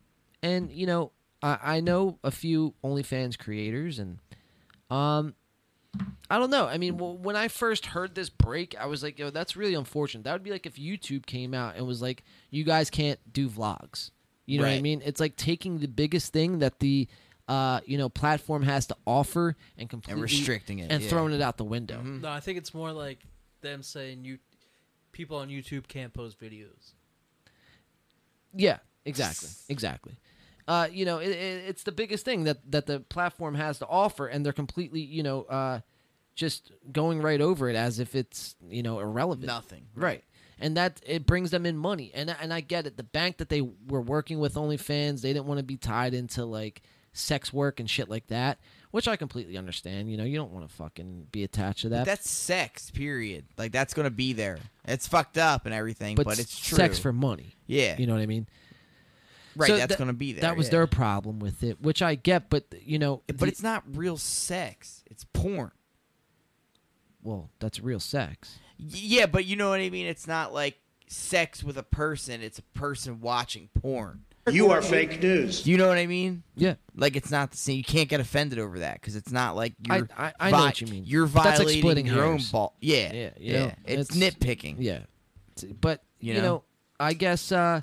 and you know, I, I know a few OnlyFans creators, and um, I don't know. I mean, w- when I first heard this break, I was like, "Yo, that's really unfortunate." That would be like if YouTube came out and was like, "You guys can't do vlogs." You know what I Right. mean? It's like taking the biggest thing that the uh, you know platform has to offer and completely restricting it, and yeah. Mm-hmm. throwing it out the window. No, I think it's more like them saying you people on YouTube can't post videos. Yeah, exactly, exactly. Uh, you know, it, it, it's the biggest thing that that the platform has to offer, and they're completely, you know, uh, just going right over it as if it's you know irrelevant. Nothing. right? And that it brings them in money, and I- and I get it. The bank that they were working with OnlyFans, they didn't want to be tied into like sex work and shit like that, which I completely understand. You know, you don't want to fucking be attached to that. But that's sex, period. Like that's gonna be there. It's fucked up and everything, but, it's true. sex for money. Yeah. you know what I mean. Right, So that's that- gonna be there. That was yeah. their problem with it, which I get, but you know, But it's not real sex. It's porn. well, that's real sex. Y- Yeah, but you know what I mean. It's not like sex with a person. It's a person watching porn. You are fake news. You know what I mean? Yeah. Like it's not the same. You can't get offended over that because it's not like I- you're. I- I know what you mean. You're That's like violating splitting your hairs. own ball. Yeah, Yeah, yeah. yeah. It's, It's- nitpicking. Yeah. T- But You you, know? know? I guess uh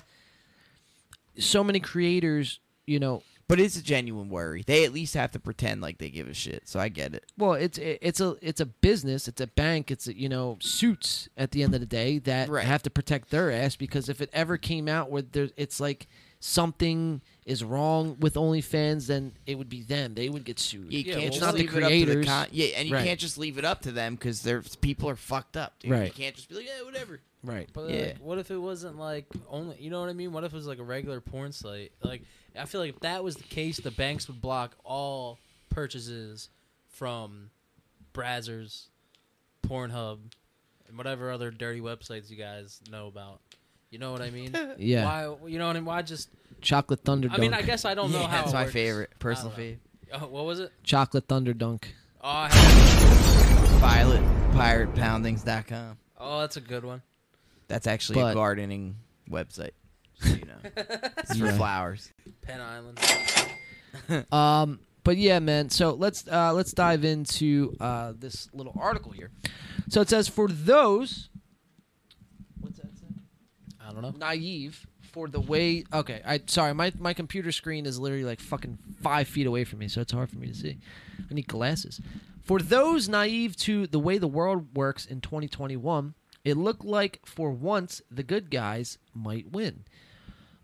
so many creators, you know, But it's a genuine worry. They at least have to pretend like they give a shit. So I get it. well, it's it- it's a it's a business, it's a bank, it's a, you know, suits at the end of the day that have to protect their ass because if it ever came out where there it's like something is wrong with OnlyFans, then it would be them. They would get sued. You can't it's just not the leave it up to the creators. con- yeah, and you Right. can't just leave it up to them because their people are fucked up, dude. You Right. can't just be like, yeah, whatever. Right. But Yeah. like, what if it wasn't like only? You know what I mean? What if it was like a regular porn site? Like, I feel like if that was the case, the banks would block all purchases from Brazzers, Pornhub, and whatever other dirty websites you guys know about. You know what I mean? Yeah. Why? You know what I mean? Why just? Chocolate Thunder I mean, I Dunk. guess I don't know Yeah, how. that's it my works. favorite. I don't Personal know. favorite. Oh, what was it? Chocolate Thunder Dunk. Oh, I have- VioletPiratePoundings.com. oh, that's a good one. That's actually a But- gardening website. So you know, it's for Yeah. flowers. Penn Island. um, but yeah, man. So let's uh, let's dive into uh, this little article here. So it says for those I don't know. naive for the way. Okay, I sorry, my my computer screen is literally like fucking five feet away from me, so it's hard for me to see. I need glasses. For those naive to the way the world works in 2021, it looked like for once the good guys might win.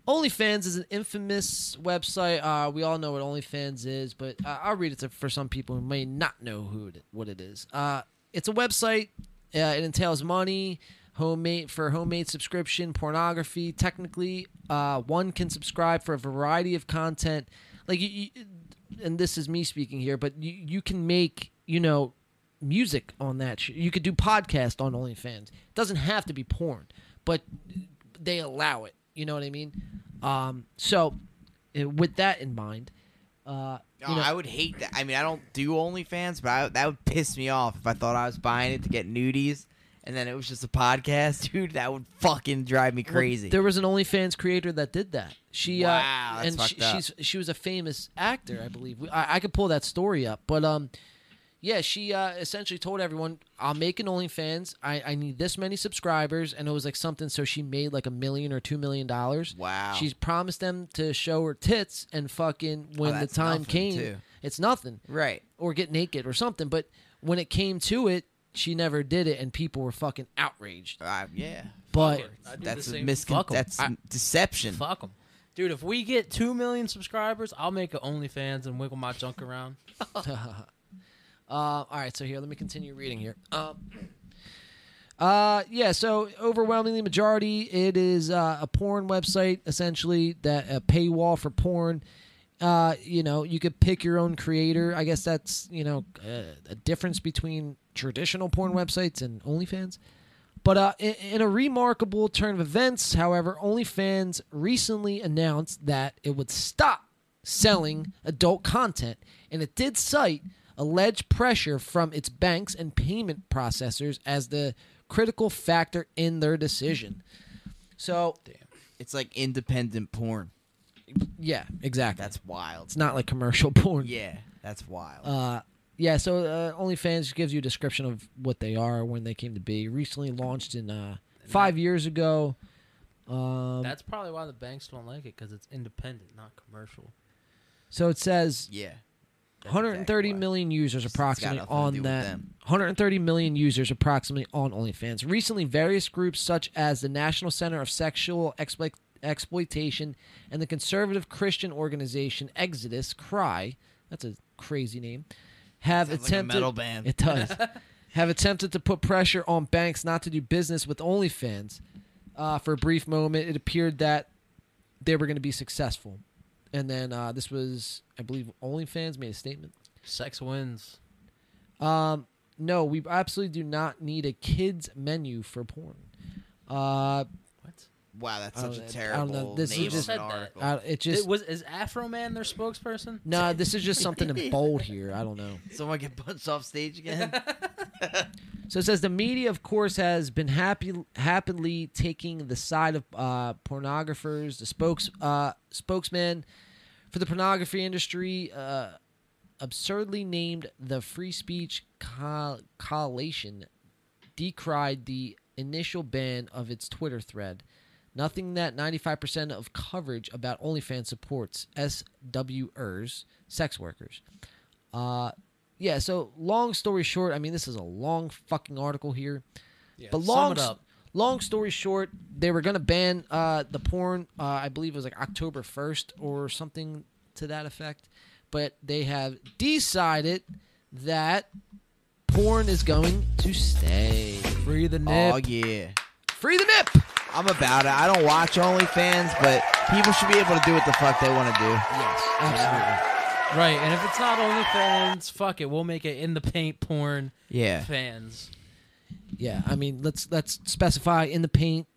OnlyFans is an infamous website. Uh, we all know what OnlyFans is, but uh, I'll read it to, for some people who may not know who it, what it is. Uh, it's a website. Uh, it entails money, homemade for homemade subscription, pornography. Technically, uh, one can subscribe for a variety of content. Like, you, you, and this is me speaking here, but you, you can make you know music on that. Sh- you could do podcast on OnlyFans. It doesn't have to be porn, but they allow it. You know what I mean? Um, so, uh, with that in mind, uh, you No, know- I would hate that. I mean, I don't do OnlyFans, but I, that would piss me off if I thought I was buying it to get nudies, and then it was just a podcast, dude. That would fucking drive me Well, crazy. there was an OnlyFans creator that did that. She Wow, uh, that's and she, fucked up. she's she was a famous actor, I believe. We- I, I could pull that story up, but um, yeah, she uh, essentially told everyone, "I'll make an OnlyFans. I I need this many subscribers," and it was like something. So she made like a million or two million dollars. Wow. She's promised them to show her tits and fucking when the Oh, that's time nothing, came, too. it's nothing, right? Or get naked or something. But when it came to it, she never did it, and people were fucking outraged. Uh, yeah, but that's a Fuck miscon- 'em. That's I- deception. Fuck them. Dude, if we get 2 million subscribers, I'll make an OnlyFans and wiggle my junk around. uh, all right, so here, let me continue reading here. Um, uh, yeah, so overwhelmingly majority, it is uh, a porn website essentially that a paywall for porn. Uh, you know, you could pick your own creator. I guess that's you know uh, a difference between traditional porn websites and OnlyFans. But uh, in, in a remarkable turn of events, however, OnlyFans recently announced that it would stop selling adult content, and it did cite alleged pressure from its banks and payment processors as the critical factor in their decision. So, It's like independent porn. yeah, exactly. That's wild. It's not like commercial porn. Yeah, that's wild. Uh, yeah, so uh, OnlyFans gives you a description of what they are, when they came to be. Recently launched in uh, five years ago. Um, That's probably why the banks don't like it because it's independent, not commercial. so it says yeah, 130 million users approximately nothing to do on with that. them. 130 million users approximately on OnlyFans. Recently, various groups such as the National Center of Sexual Exploit- Exploitation and the conservative Christian organization Exodus Cry, that's a crazy name, have Sounds like a attempted metal band. It does. have attempted to put pressure on banks not to do business with OnlyFans. Uh, for a brief moment, it appeared that they were going to be successful. And then uh, this was, I believe, OnlyFans made a statement. Sex wins. Um, no, we absolutely do not need a kids menu for porn. Uh, what? Wow, that's I don't such a know. I terrible don't know. This name is just of said an that. article. Uh, it just- was is Afro Man their spokesperson. No, this is just something in bold here. I don't know. Someone get punched off stage again? So it says the media, of course, has been happy, happily taking the side of uh, pornographers, the spokes, uh, spokesman for the pornography industry, uh, absurdly named the free speech col- collation, decried the initial ban of its Twitter thread. Nothing that 95% of coverage about OnlyFans supports SWers, sex workers. Uh, yeah, so long story short, I mean, this is a long fucking article here. Yeah, but sum long, it up. long story short, they were going to ban uh, the porn, uh, I believe it was like October 1st or something to that effect. But they have decided that porn is going to stay. Free the nip. Oh yeah. Free the nip. I'm about it. I don't watch OnlyFans, but people should be able to do what the fuck they want to do. Yes, absolutely. Right, and if it's not OnlyFans, fuck it, we'll make it in the paint porn. Yeah. fans. Yeah, I mean, let's let's specify in the paint.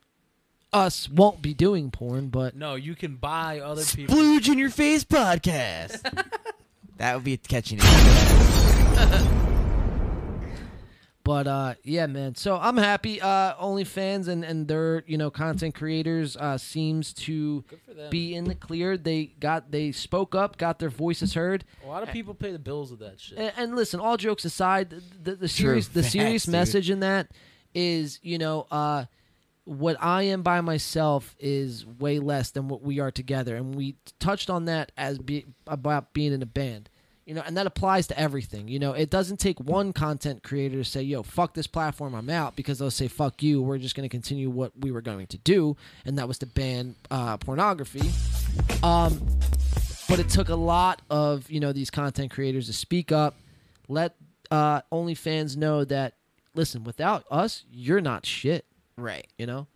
Us won't be doing porn, but No, you can buy other people. Splooge in your face podcast. that would be a catchy name. But uh, yeah, man. So I'm happy. Uh, OnlyFans and and their you know content creators uh, seems to them. be in the clear. They got they spoke up, got their voices heard. A lot of people pay the bills with that Eh, shit. And, and listen, all jokes aside, the, the, the True serious the facts, serious dude. message in that is you know uh, what I am by myself is way less than what we are together, and we touched on that as be, about being in a band, you know, and that applies to everything. You know, it doesn't take one content creator to say, "Yo, fuck this platform, I'm out," because they'll say, "Fuck you, we're just going to continue what we were going to do," and that was to ban uh, pornography. Um, but it took a lot of you know these content creators to speak up, let uh, OnlyFans know that listen, without us, you're not shit. Right. You know?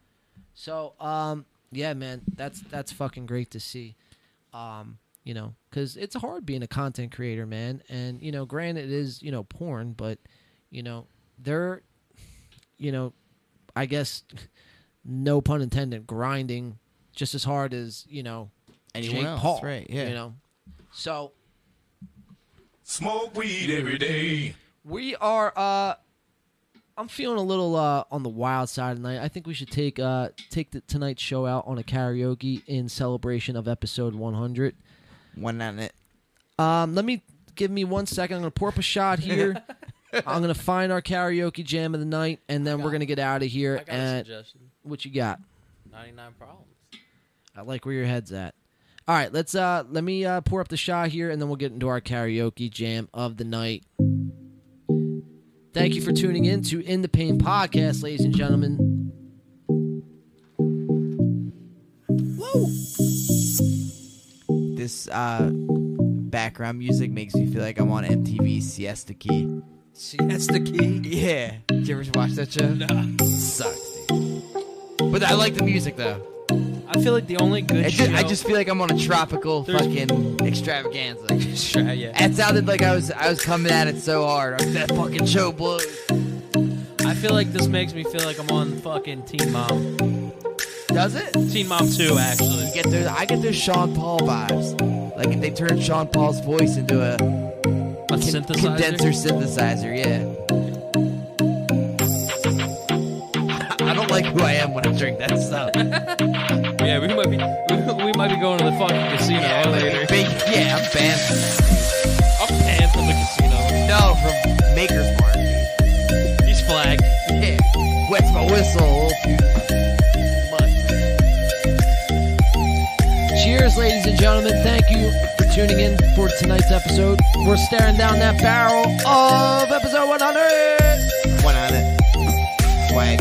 So, um, yeah, man, that's that's fucking great to see. Um, you know, because it's hard being a content creator, man. And you know, granted, it is you know porn, but you know they're, you know, I guess, no pun intended, grinding just as hard as you know Anyone Jake else, Paul, right, yeah. You know, so Smoke weed every day. we are. uh I'm feeling a little uh, on the wild side tonight. I think we should take uh, take the, tonight's show out on a karaoke in celebration of episode 100. One on it. Um, let me give me one second. I'm gonna pour up a shot here. I'm gonna find our karaoke jam of the night, and then we're gonna get out of here. I got a and suggestion. what you got? 99 problems. I like where your head's at. All right, let's uh let me uh pour up the shot here and then we'll get into our karaoke jam of the night. Thank you for tuning in to In the Pain podcast, ladies and gentlemen. This uh, background music makes me feel like I'm on MTV's Siesta Key. Siesta Key? Yeah. Did you ever watch that show? No. Sucks, dude. But I like the music, though. I feel like the only good I just, I show- just feel like I'm on a tropical fucking extravaganza. It sounded like I was I was coming at it so hard. I was that fucking show blows. I feel like this makes me feel like I'm on fucking Teen Mom. Does it? Teen Mom 2, actually. You get those, I get those Sean Paul vibes. Like if they turned Sean Paul's voice into a, con- synthesizer? condenser synthesizer, yeah. I don't like who I am when I drink that stuff. Yeah, we might be we might be going to the fucking casino later. yeah, I'm banned. I'm banned from the casino. No, from Maker's Mark. He's flagged. Yeah, wets my whistle. Cheers, ladies and gentlemen. Thank you for tuning in for tonight's episode. We're staring down that barrel of episode 100. One on it. Swag.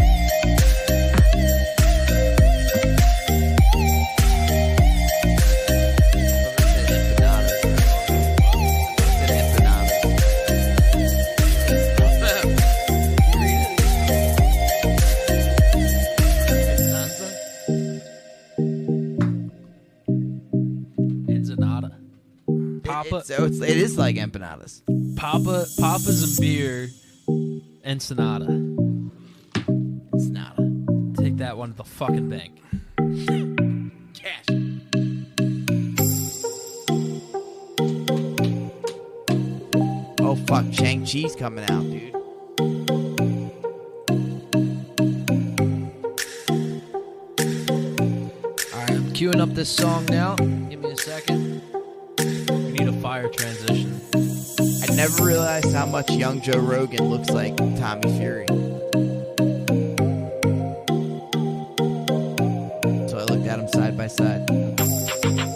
Ensenada. Papa. so it's, it is like empanadas. Papa Papa's a beer. Ensenada. Ensenada. Take that one to the fucking bank. Oh fuck, Shang Chi's coming out, dude. Alright, I'm queuing up this song now. Give me a second. We need a fire transition. I never realized how much young Joe Rogan looks like Tommy Fury. So I looked at him side by side.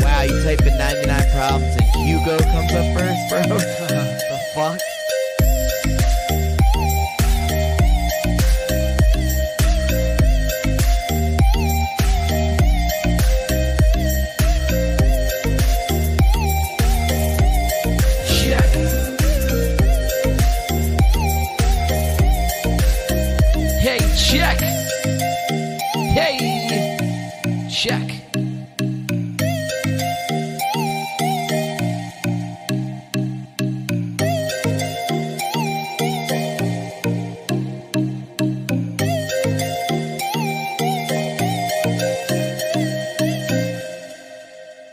Wow, you type in 99 problems and Hugo comes up first, bro. the fuck? Hey, check. Hey, check.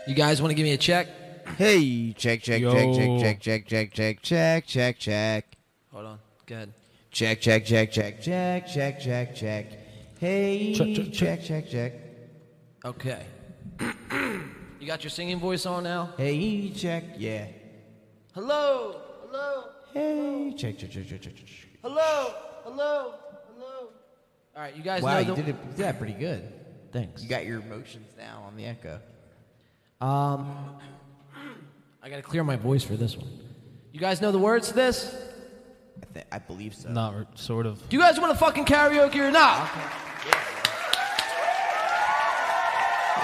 You guys want to give me a check? Hey, check, check, check, Yo. check, check, check, check, check, check, check. Hold on. Go ahead. Check, check, check, check, check, check, check, check. Hey, Check, check, check, check, check, check. Okay. you got your singing voice on now? Hey, check, yeah. Hello, hello, Hey, check, check, check, check, check, check. hello, hello, hello. All right, you guys Wow, know you the- did, it, you did that pretty good. Thanks. You got your emotions now on the echo. Um, I gotta clear my voice for this one. You guys know the words to this? I, th- I believe so. Not re- sort of. Do you guys want to fucking karaoke or not?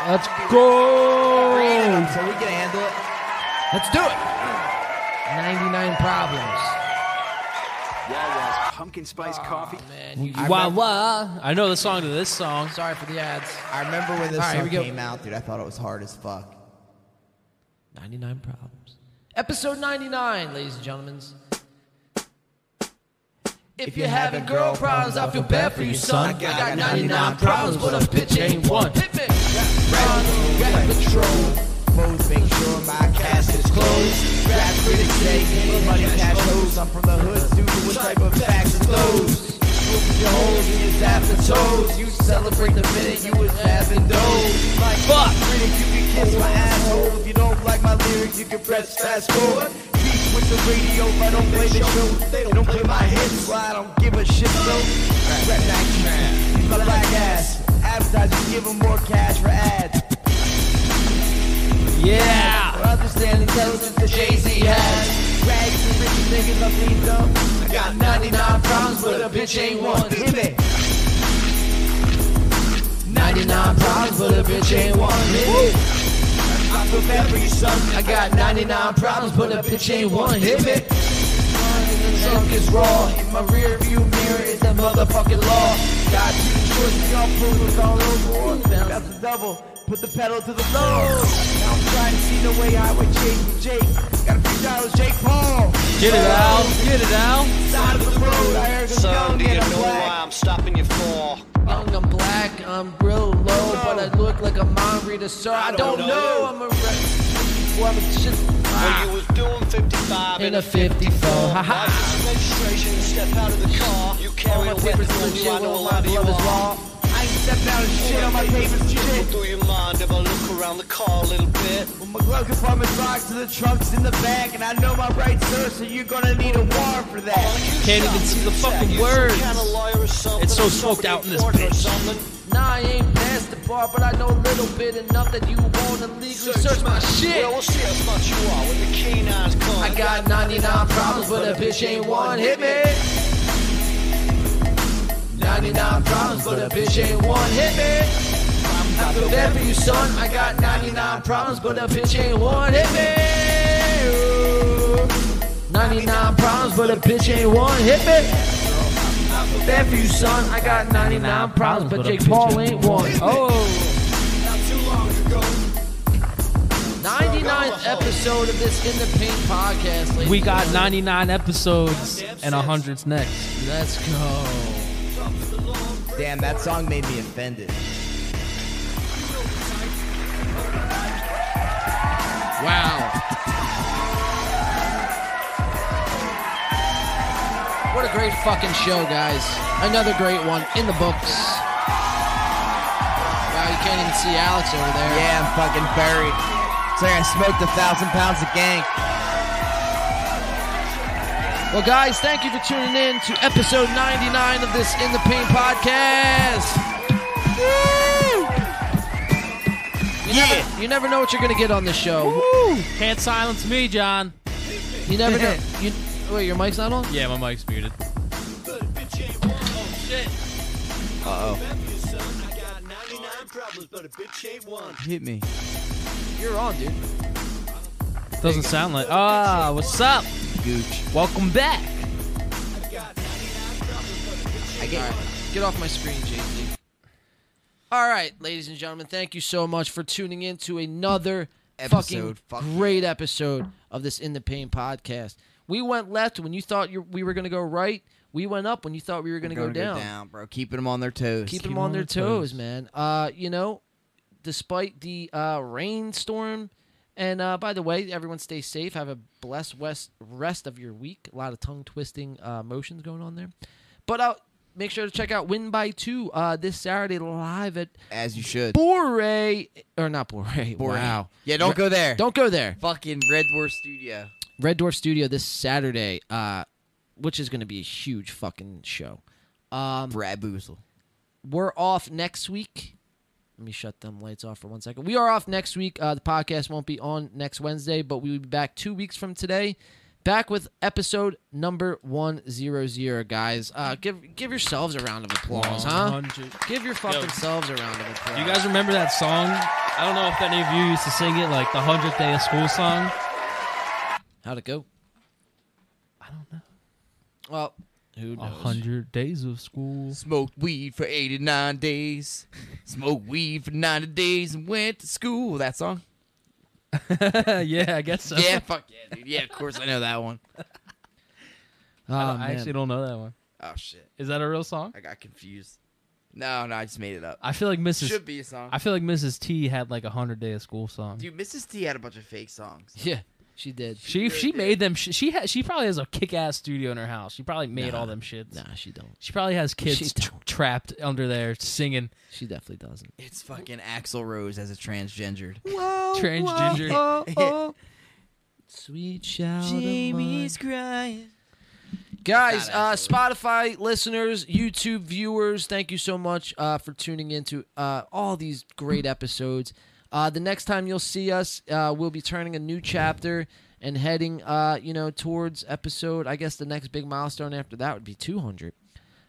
Let's go. So we can handle it. Let's do it. 99 problems. Wawa's pumpkin spice coffee. Oh, you- I Wah remember- wah. I know the song to this song. Sorry for the ads. I remember when this All right, song here we go. came out, dude. I thought it was hard as fuck. 99 problems. Episode 99, ladies and gentlemen. If you're having girl problems, I feel bad for you, son. I got 99 problems, but a bitch ain't one. Hit me. Rap patrol. Both make sure my cast is closed. Rap critics say, "Hey, money cash flows. I'm from the hood, dude. What type of facts are those? Open your holes and your tap the toes. You celebrate the minute you was having those. Like fuck, critic, you can kiss my asshole. If you don't like my lyrics, you can press fast forward. Beef with the radio, I don't play the show. They don't play my hits, so I don't give a shit though. Rap action, my black ass. Advertisers give 'em more cash for ads. Yeah! I understand intelligence that Jay-Z has. Rags and rich niggas, I bleed them. I got 99 problems, but a bitch ain't one. Hit me. 99 problems, but a bitch ain't one. Hit me. I feel bad for you, son. I got 99 problems, but a bitch ain't one. Hit me. Junk is raw. In my rear view mirror is that motherfucking law. Got two choices, y'all fools all over. That's the double. Put the pedal to the floor. Now I'm trying to see the way I would chase Jake. Got a few dollars, Jake Paul. Get it out. Get it out. Side of the road, I heard some Son, young do you and know I'm why black. I'm stopping you for? Young, I'm black, I'm real low, but I look like a mind reader, sir. I don't know, I'm a re- well, it's just Well, you was doing 55 in a 54. I Haha. just registration and step out of the car. You carry a weapon on you, I know a lot of you are. I ain't stepped out of shit on my papers, shit. Do you mind if I look around the car a little bit? Well, my glove compartment's locked to the trunk's in the back, and I know my rights, sir, so you're gonna need a warrant for that. Can't even see the fucking words. It's so smoked out in this bitch. Nah, I ain't past the bar, but I know a little bit enough that you wanna legally search my shit. Well, we'll see how smart you are when the canines come. I got 99 problems, but a bitch ain't one. Hit me. 99 problems, but a bitch ain't one. Hit me. I feel bad for you, son. I got 99 problems, but a bitch ain't one. Hit me. Ooh. 99 problems, but a bitch ain't one. Hit me. I feel bad for you, son. I got 99 problems, but Jake Paul ain't one. Oh. Not too long ago. 99th episode of this In the Pink podcast. ladies We and got gentlemen. 99 episodes and 100's next. Let's go. Damn, that song made me offended. Wow. What a great fucking show, guys. Another great one in the books. Wow, you can't even see Alex over there. Yeah, I'm fucking buried. It's like I smoked a thousand pounds of gank. Well, guys, thank you for tuning in to episode 99 of this In the Pain podcast. You Never, you never know what you're going to get on this show. Can't silence me, John. You never know. You, wait, your mic's not on? Yeah, my mic's muted. Oh, Uh oh. Hit me. You're on, dude. Doesn't sound like. Ah, what's up? Gooch. Welcome back. I get, get off my screen, JC. All right, ladies and gentlemen, thank you so much for tuning in to another fucking Episode, fuck great episode of this In the Pain podcast. We went left when you thought you we were going to go right. We went up when you thought we were going to go, down. bro. Keeping them on their toes. Keep, them on their toes, man. Uh, you know, despite the uh, rainstorm And uh, by the way, everyone stay safe. Have a blessed west rest of your week. A lot of tongue twisting uh, motions going on there. But uh, make sure to check out Win by Two uh, this Saturday live at As you should. Bore or not Bore. Wow. Yeah, don't go there. Don't go there. Fucking Red Dwarf Studio. Red Dwarf Studio this Saturday, uh, which is going to be a huge fucking show. Um, Brad Boozle. We're off next week. Let me shut them lights off for one second. We are off next week. Uh, the podcast won't be on next Wednesday, but we will be back two weeks from today. Back with episode number one zero zero, guys. Uh, give give yourselves a round of applause, huh? 100. Give your fucking selves a round of applause. Do you guys remember that song? I don't know if any of you used to sing it, like the hundredth day of school song. How'd it go? I don't know. Well, who A knows? hundred days of school. Smoked weed for 89 days. Smoked weed for 90 days and went to school. That song? yeah, I guess so. Yeah, fuck yeah, dude. Yeah, of course I know that one. I, Ah, Oh, don't- I actually man. don't know that one. Uh, Oh, shit. Is that a real song? I got confused. No, no, I just made it up. I feel like Mrs. Should be a song. I feel like Mrs. T had like a hundred day of school song. Dude, Mrs. T had a bunch of fake songs. Yeah, she did. she she made them. She she, ha, she probably has a kick ass studio in her house. She probably made Nah. all them shits. Nah, she don't. She probably has kids She tra- trapped under there singing. She definitely doesn't. It's fucking Axl Rose as a transgendered. Transgender. Sweet child. Jamie's crying. Guys, uh, Spotify listeners, YouTube viewers, thank you so much uh, for tuning into uh, all these great episodes. Uh, the next time you'll see us, uh, we'll be turning a new chapter and heading, uh, you know, towards episode. I guess the next big milestone after that would be 200.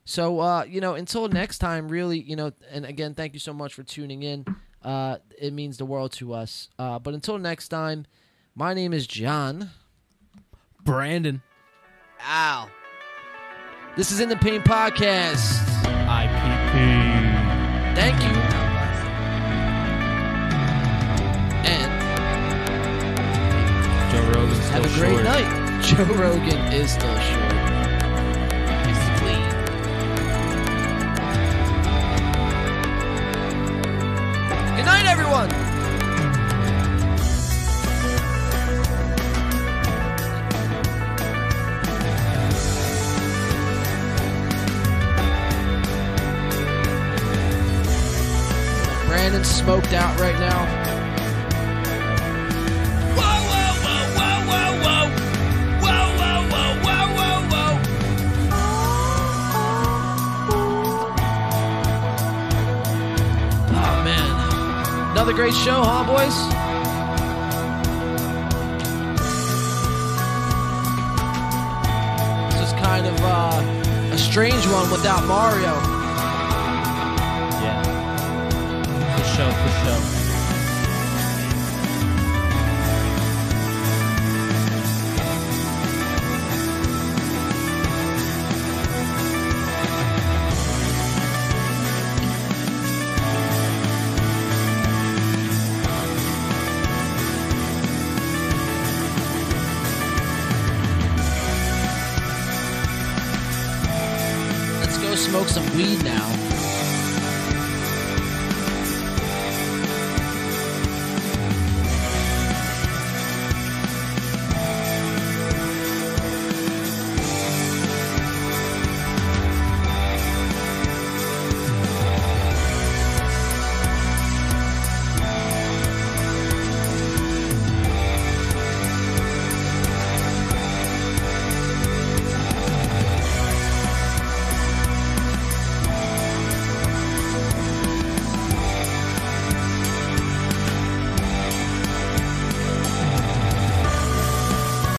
So, uh, you know, until next time, really, you know, and again, thank you so much for tuning in. Uh, it means the world to us. Uh, but until next time, my name is John. Brandon. Ow. This is In the Pain Podcast. IPP. Thank you. And Joe Rogan's have a still great short. night. Joe Rogan is still short. Good night, everyone. Brandon's smoked out right now. Whoa, whoa, whoa, whoa, whoa, whoa. Whoa, whoa, whoa, whoa, whoa, whoa. Oh man. Another great show, huh boys? This is kind of uh, a strange one without Mario. Yeah. For sure, for sure. Let's go smoke some weed now.